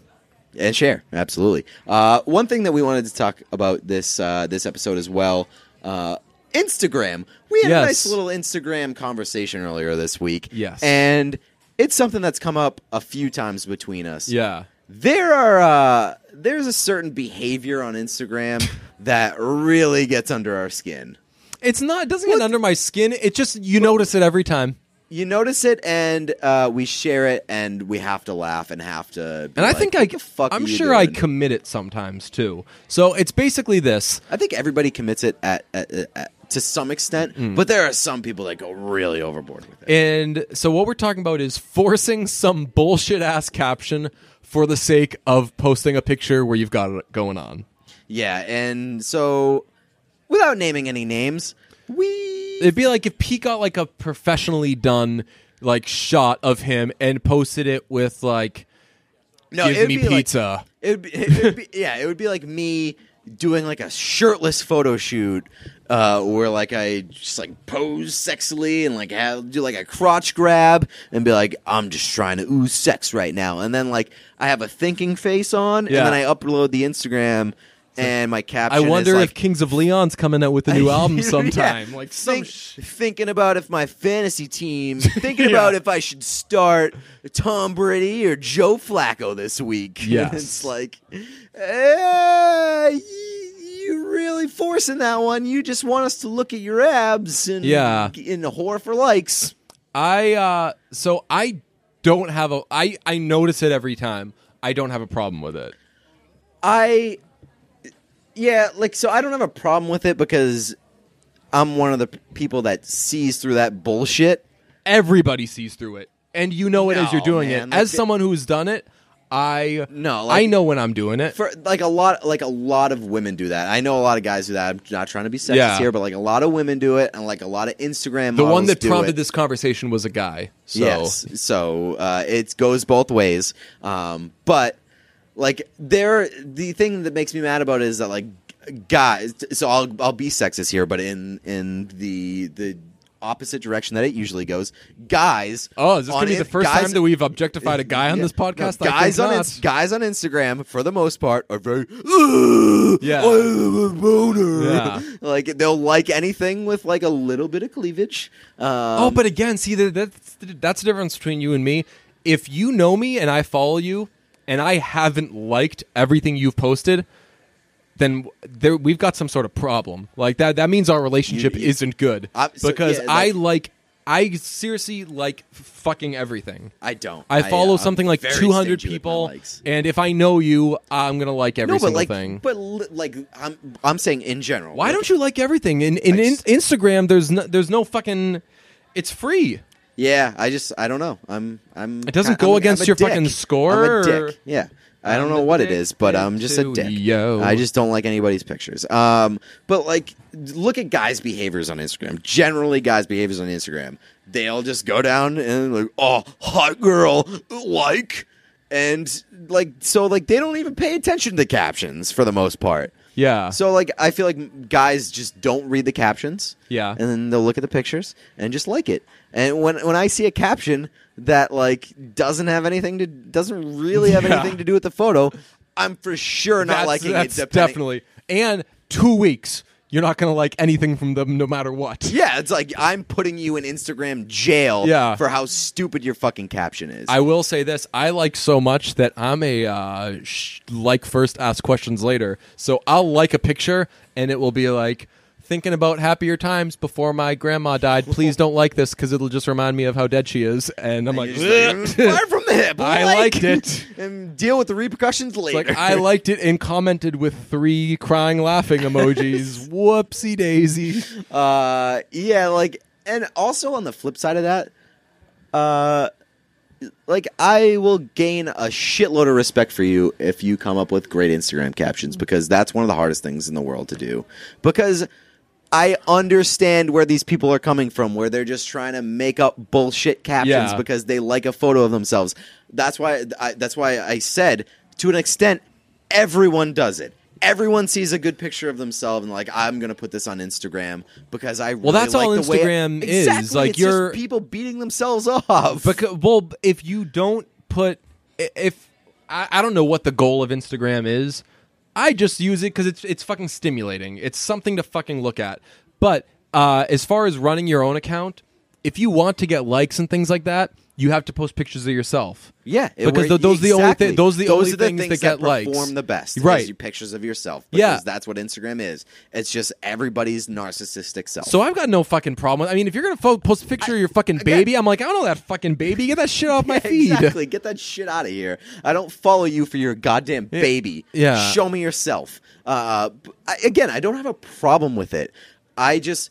Speaker 1: and share. Absolutely. Uh, one thing that we wanted to talk about this uh, this episode as well. Uh, Instagram. We had a
Speaker 2: Yes.
Speaker 1: nice little Instagram conversation earlier this week.
Speaker 2: Yes.
Speaker 1: and it's something that's come up a few times between us.
Speaker 2: Yeah.
Speaker 1: There are uh, there's a certain behavior on Instagram that really gets under our skin.
Speaker 2: It's not. It doesn't get under my skin. It just you notice it every time.
Speaker 1: You notice it, and uh, we share it, and we have to laugh and have to. Be
Speaker 2: And I
Speaker 1: like,
Speaker 2: think
Speaker 1: "What
Speaker 2: I.
Speaker 1: the fuck
Speaker 2: I'm
Speaker 1: are you
Speaker 2: sure I
Speaker 1: doing?"
Speaker 2: commit it sometimes too. So it's basically this.
Speaker 1: I think everybody commits it at, at, at, at- to some extent,
Speaker 2: Hmm.
Speaker 1: but there are some people that go really overboard with it.
Speaker 2: And so what we're talking about is forcing some bullshit ass caption for the sake of posting a picture where you've got it going on.
Speaker 1: yeah, and so without naming any names, we
Speaker 2: It'd be like if Pete got like a professionally done like shot of him and posted it with like
Speaker 1: no,
Speaker 2: give
Speaker 1: it'd
Speaker 2: me
Speaker 1: be like-
Speaker 2: pizza.
Speaker 1: It would be, it would be yeah, it would be like me doing like a shirtless photo shoot uh, where like I just like pose sexily and like have, do like a crotch grab and be like I'm just trying to ooze sex right now, and then like I have a thinking face on,
Speaker 2: Yeah.
Speaker 1: and then I upload the Instagram. And my
Speaker 2: I
Speaker 1: caption.
Speaker 2: wonder
Speaker 1: is
Speaker 2: if
Speaker 1: like,
Speaker 2: Kings of Leon's coming out with a new album
Speaker 1: Yeah.
Speaker 2: sometime. Like some
Speaker 1: Think-
Speaker 2: sh-
Speaker 1: thinking about if my fantasy team, thinking about if I should start Tom Brady or Joe Flacco this week.
Speaker 2: Yes.
Speaker 1: And it's like, eh, y- you really forcing that one. You just want us to look at your abs and
Speaker 2: Yeah.
Speaker 1: in the whore for likes.
Speaker 2: I uh so I don't have a I I notice it every time. I don't have a problem with it.
Speaker 1: I yeah, like so I don't have a problem with it because I'm one of the p- people that sees through that bullshit.
Speaker 2: Everybody sees through it. And you know it as you're
Speaker 1: No,
Speaker 2: doing
Speaker 1: man,
Speaker 2: it.
Speaker 1: like
Speaker 2: As
Speaker 1: the-
Speaker 2: someone who's done it, I
Speaker 1: No, like-
Speaker 2: I know when I'm doing it.
Speaker 1: for like a lot like a lot of women do that. I know a lot of guys do that. I'm not trying to be sexist
Speaker 2: Yeah.
Speaker 1: here, but like a lot of women do it, and like a lot of Instagram.
Speaker 2: the one
Speaker 1: models
Speaker 2: that
Speaker 1: do
Speaker 2: prompted
Speaker 1: it.
Speaker 2: this conversation was a guy. So
Speaker 1: Yes, so uh, it goes both ways. Um, but like there, the thing that makes me mad about it is that like guys. So I'll I'll be sexist here, but in in the the opposite direction that it usually goes, guys.
Speaker 2: Oh, is this
Speaker 1: on
Speaker 2: gonna be the
Speaker 1: in-
Speaker 2: first
Speaker 1: guys-
Speaker 2: time that we've objectified a guy on
Speaker 1: Yeah.
Speaker 2: this podcast?
Speaker 1: No,
Speaker 2: I
Speaker 1: guys
Speaker 2: think
Speaker 1: on
Speaker 2: not.
Speaker 1: Ins- guys on Instagram, for the most part, are very "Ugh,
Speaker 2: Yeah.
Speaker 1: I have a boner."
Speaker 2: Yeah.
Speaker 1: like they'll like anything with like a little bit of cleavage. Um,
Speaker 2: Oh, but again, see that that's that's the difference between you and me. If you know me and I follow you, and I haven't liked everything you've posted, then there we've got some sort of problem. Like that that means our relationship
Speaker 1: you-
Speaker 2: isn't good
Speaker 1: I'm- so,
Speaker 2: because
Speaker 1: yeah,
Speaker 2: I
Speaker 1: like-
Speaker 2: like I seriously like f- fucking everything.
Speaker 1: I don't.
Speaker 2: I follow
Speaker 1: I'm
Speaker 2: something like
Speaker 1: very
Speaker 2: 200
Speaker 1: stingy with my
Speaker 2: people,
Speaker 1: likes.
Speaker 2: and if I know you, I'm gonna like every
Speaker 1: no, but
Speaker 2: single
Speaker 1: like,
Speaker 2: thing.
Speaker 1: but li- like, I'm I'm saying in general.
Speaker 2: Why
Speaker 1: Like,
Speaker 2: don't you like everything? In in,
Speaker 1: I
Speaker 2: in
Speaker 1: just-
Speaker 2: Instagram, there's no, there's no fucking. It's free.
Speaker 1: Yeah, I just I don't know. I'm I'm.
Speaker 2: It doesn't
Speaker 1: I'm-
Speaker 2: go
Speaker 1: I'm
Speaker 2: against
Speaker 1: a
Speaker 2: your
Speaker 1: dick.
Speaker 2: fucking
Speaker 1: I'm
Speaker 2: score,
Speaker 1: a
Speaker 2: or-
Speaker 1: dick. Yeah, I don't
Speaker 2: I'm
Speaker 1: know
Speaker 2: a
Speaker 1: what it
Speaker 2: dick
Speaker 1: is, but I'm just a
Speaker 2: too,
Speaker 1: dick.
Speaker 2: yo.
Speaker 1: I just don't like anybody's pictures. Um, but like, look at guys' behaviors on Instagram. Generally, guys' behaviors on Instagram, they'll just go down and like, oh, hot girl, like, and like, so like they don't even pay attention to captions for the most part.
Speaker 2: Yeah.
Speaker 1: So like I feel like guys just don't read the captions.
Speaker 2: Yeah.
Speaker 1: And then they'll look at the pictures and just like it. And when when I see a caption that like doesn't have anything to doesn't really have
Speaker 2: Yeah.
Speaker 1: anything to do with the photo, I'm for sure not
Speaker 2: that's,
Speaker 1: liking
Speaker 2: that's
Speaker 1: it depending-
Speaker 2: definitely. And two weeks, you're not gonna like anything from them, no matter what.
Speaker 1: Yeah, it's like I'm putting you in Instagram jail
Speaker 2: Yeah.
Speaker 1: for how stupid your fucking caption is.
Speaker 2: I will say this: I like so much that I'm a uh, sh- like first, ask questions later. So I'll like a picture, and it will be like thinking about happier times before my grandma died. Please don't like this because it'll just remind me of how dead she is. And I'm like,
Speaker 1: You're just like, fire from the hip.
Speaker 2: I
Speaker 1: like,
Speaker 2: liked it.
Speaker 1: and deal with the repercussions later.
Speaker 2: It's like I liked it and commented with three crying laughing emojis. Whoopsie daisy.
Speaker 1: uh yeah like and also on the flip side of that uh like i will gain a shitload of respect for you if you come up with great instagram captions because that's one of the hardest things in the world to do because I understand where these people are coming from, where they're just trying to make up bullshit captions
Speaker 2: Yeah.
Speaker 1: because they like a photo of themselves. That's why. I, that's why I said, to an extent, everyone does it. Everyone sees a good picture of themselves and like, I'm gonna put this on Instagram because I. Really
Speaker 2: that's
Speaker 1: like
Speaker 2: all
Speaker 1: the way it-
Speaker 2: Instagram is.
Speaker 1: Exactly,
Speaker 2: Like,
Speaker 1: it's just
Speaker 2: you're-
Speaker 1: people beating themselves off.
Speaker 2: Because well, if you don't put i- if I, I don't know what the goal of Instagram is, I just use it because it's it's fucking stimulating. It's something to fucking look at. But uh, as far as running your own account, if you want to get likes and things like that, you have to post pictures of yourself.
Speaker 1: Yeah, it-
Speaker 2: because
Speaker 1: where-
Speaker 2: th- those are the only
Speaker 1: exactly.
Speaker 2: thi- those are the only things, that get likes.
Speaker 1: perform the best, is
Speaker 2: Right.
Speaker 1: your pictures of yourself. Because
Speaker 2: Yeah.
Speaker 1: that's what Instagram is. It's just everybody's narcissistic self.
Speaker 2: So I've got no fucking problem. I mean, if you're gonna fo- post a picture of your fucking baby, I'm like, I don't know that fucking baby. Get that shit off my feed.
Speaker 1: exactly, get that shit out of here. I don't follow you for your goddamn baby.
Speaker 2: yeah.
Speaker 1: show me yourself. Uh, b- I, again, I don't have a problem with it. I just,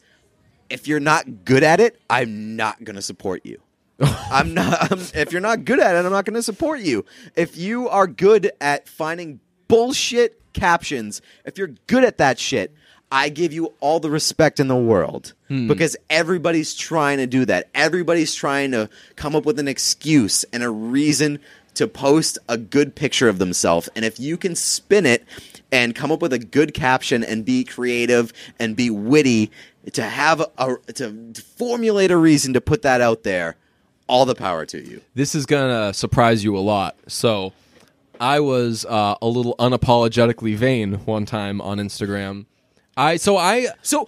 Speaker 1: if you're not good at it, I'm not gonna support you. I'm not. I'm, if you're not good at it, I'm not going to support you. If you are good at finding bullshit captions, if you're good at that shit, I give you all the respect in the world because everybody's trying to do that. Everybody's trying to come up with an excuse and a reason to post a good picture of themselves. And if you can spin it and come up with a good caption and be creative and be witty to have a to formulate a reason to put that out there all the power to you.
Speaker 2: this is gonna surprise you a lot. So, I was uh, a little unapologetically vain one time on Instagram. I so I
Speaker 1: So,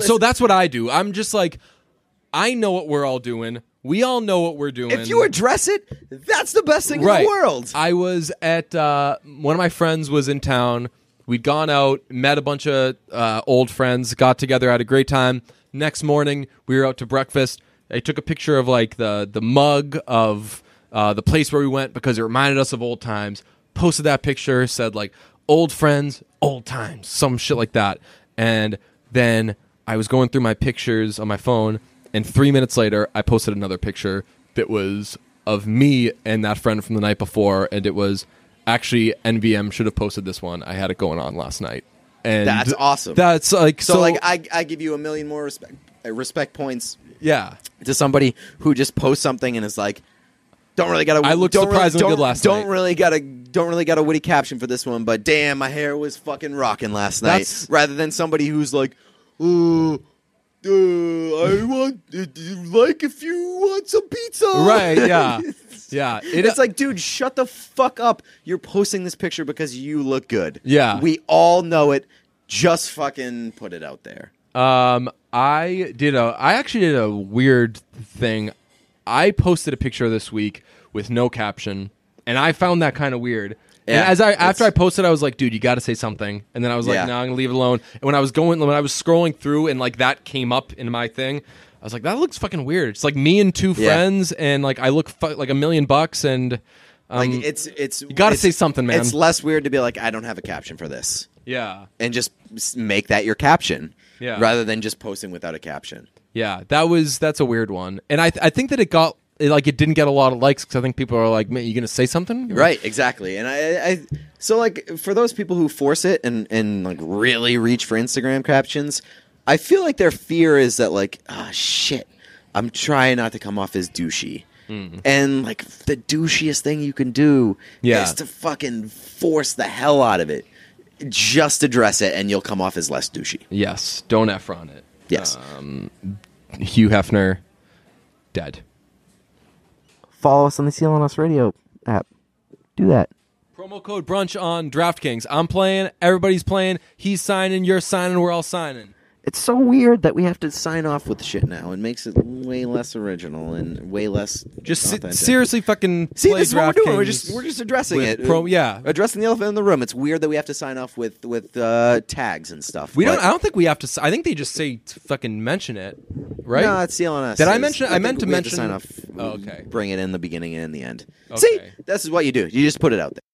Speaker 2: so that's what I do. I'm just like, I know what we're all doing. We all know what we're doing.
Speaker 1: if you address it, that's the best thing in the world.
Speaker 2: I was at uh, one of my friends was in town. We'd gone out, met a bunch of uh, old friends, got together, had a great time. Next morning, we were out to breakfast. I took a picture of like the the mug of uh, the place where we went because it reminded us of old times. Posted that picture, said like old friends, old times, some shit like that. And then I was going through my pictures on my phone, and three minutes later, I posted another picture that was of me and that friend from the night before, and it was actually NVM should have posted this one. I had it going on last night, and
Speaker 1: That's awesome.
Speaker 2: That's like
Speaker 1: so, like, I, I give you a million more respect uh, respect points
Speaker 2: yeah.
Speaker 1: to somebody who just posts something and is like, "Don't really got a."
Speaker 2: I looked
Speaker 1: don't
Speaker 2: surprisingly
Speaker 1: really,
Speaker 2: good
Speaker 1: don't-
Speaker 2: last
Speaker 1: Don't
Speaker 2: night.
Speaker 1: really got a. Don't really got a witty caption for this one, but damn, my hair was fucking rocking last night.
Speaker 2: That's-
Speaker 1: Rather than somebody who's like, "Ooh." Uh, I want uh, like if you want some pizza,
Speaker 2: Right, yeah, yeah. It,
Speaker 1: it's like, dude, shut the fuck up. You're posting this picture because you look good.
Speaker 2: Yeah.
Speaker 1: We all know it. Just fucking put it out there.
Speaker 2: Um, I did a. I actually did a weird thing. I posted a picture this week with no caption, and I found that kind of weird.
Speaker 1: Yeah,
Speaker 2: and as I
Speaker 1: it's-
Speaker 2: after I posted, I was like, "Dude, you got to say something." And then I was like,
Speaker 1: Yeah.
Speaker 2: "No, I'm gonna leave it alone." And when I was going, when I was scrolling through, and like that came up in my thing, I was like, "That looks fucking weird." It's like me and two
Speaker 1: Yeah.
Speaker 2: friends, and like I look fu- like a million bucks, and um,
Speaker 1: Like it's it's you
Speaker 2: gotta say something, man.
Speaker 1: It's less weird to be like, I don't have a caption for this,
Speaker 2: yeah,
Speaker 1: and just s- make that your caption,
Speaker 2: Yeah.
Speaker 1: rather than just posting without a caption.
Speaker 2: Yeah, that was that's a weird one, and I th- I think that it got it, like it didn't get a lot of likes because I think people are like, "Man, you gonna say something?"
Speaker 1: Right, exactly. And I, I so like for those people who force it and and like really reach for Instagram captions, I feel like their fear is that like, ah shit, I'm trying not to come off as douchey. And like the douchiest thing you can do
Speaker 2: Yeah.
Speaker 1: is to fucking force the hell out of it. Just address it and you'll come off as less douchey.
Speaker 2: Yes, don't Efron it.
Speaker 1: Yes.
Speaker 2: Hugh Hefner, dead.
Speaker 6: follow us on the Ceiling Us Radio app. Do that.
Speaker 2: Promo code brunch on DraftKings. I'm playing. Everybody's playing. He's signing. You're signing. We're all signing.
Speaker 1: it's so weird that we have to sign off with shit now. It makes it way less original and way less
Speaker 2: Just se-
Speaker 1: authentic.
Speaker 2: seriously, fucking.
Speaker 1: See,
Speaker 2: play
Speaker 1: this is what we're doing. We're
Speaker 2: DraftKings.
Speaker 1: just we're just addressing
Speaker 2: with
Speaker 1: it.
Speaker 2: pro- yeah.
Speaker 1: addressing the elephant in the room. It's weird that we have to sign off with with uh, tags and stuff.
Speaker 2: We don't.
Speaker 1: but-
Speaker 2: I don't think we have to. s- I think they just say to fucking mention it, right?
Speaker 1: No, it's the LNS.
Speaker 2: Did I mention- I
Speaker 1: think
Speaker 2: meant to
Speaker 1: we have
Speaker 2: mention-
Speaker 1: sign off.
Speaker 2: Oh, okay.
Speaker 1: Bring it in the beginning and in the end.
Speaker 2: Okay.
Speaker 1: See, this is what you do. You just put it out there.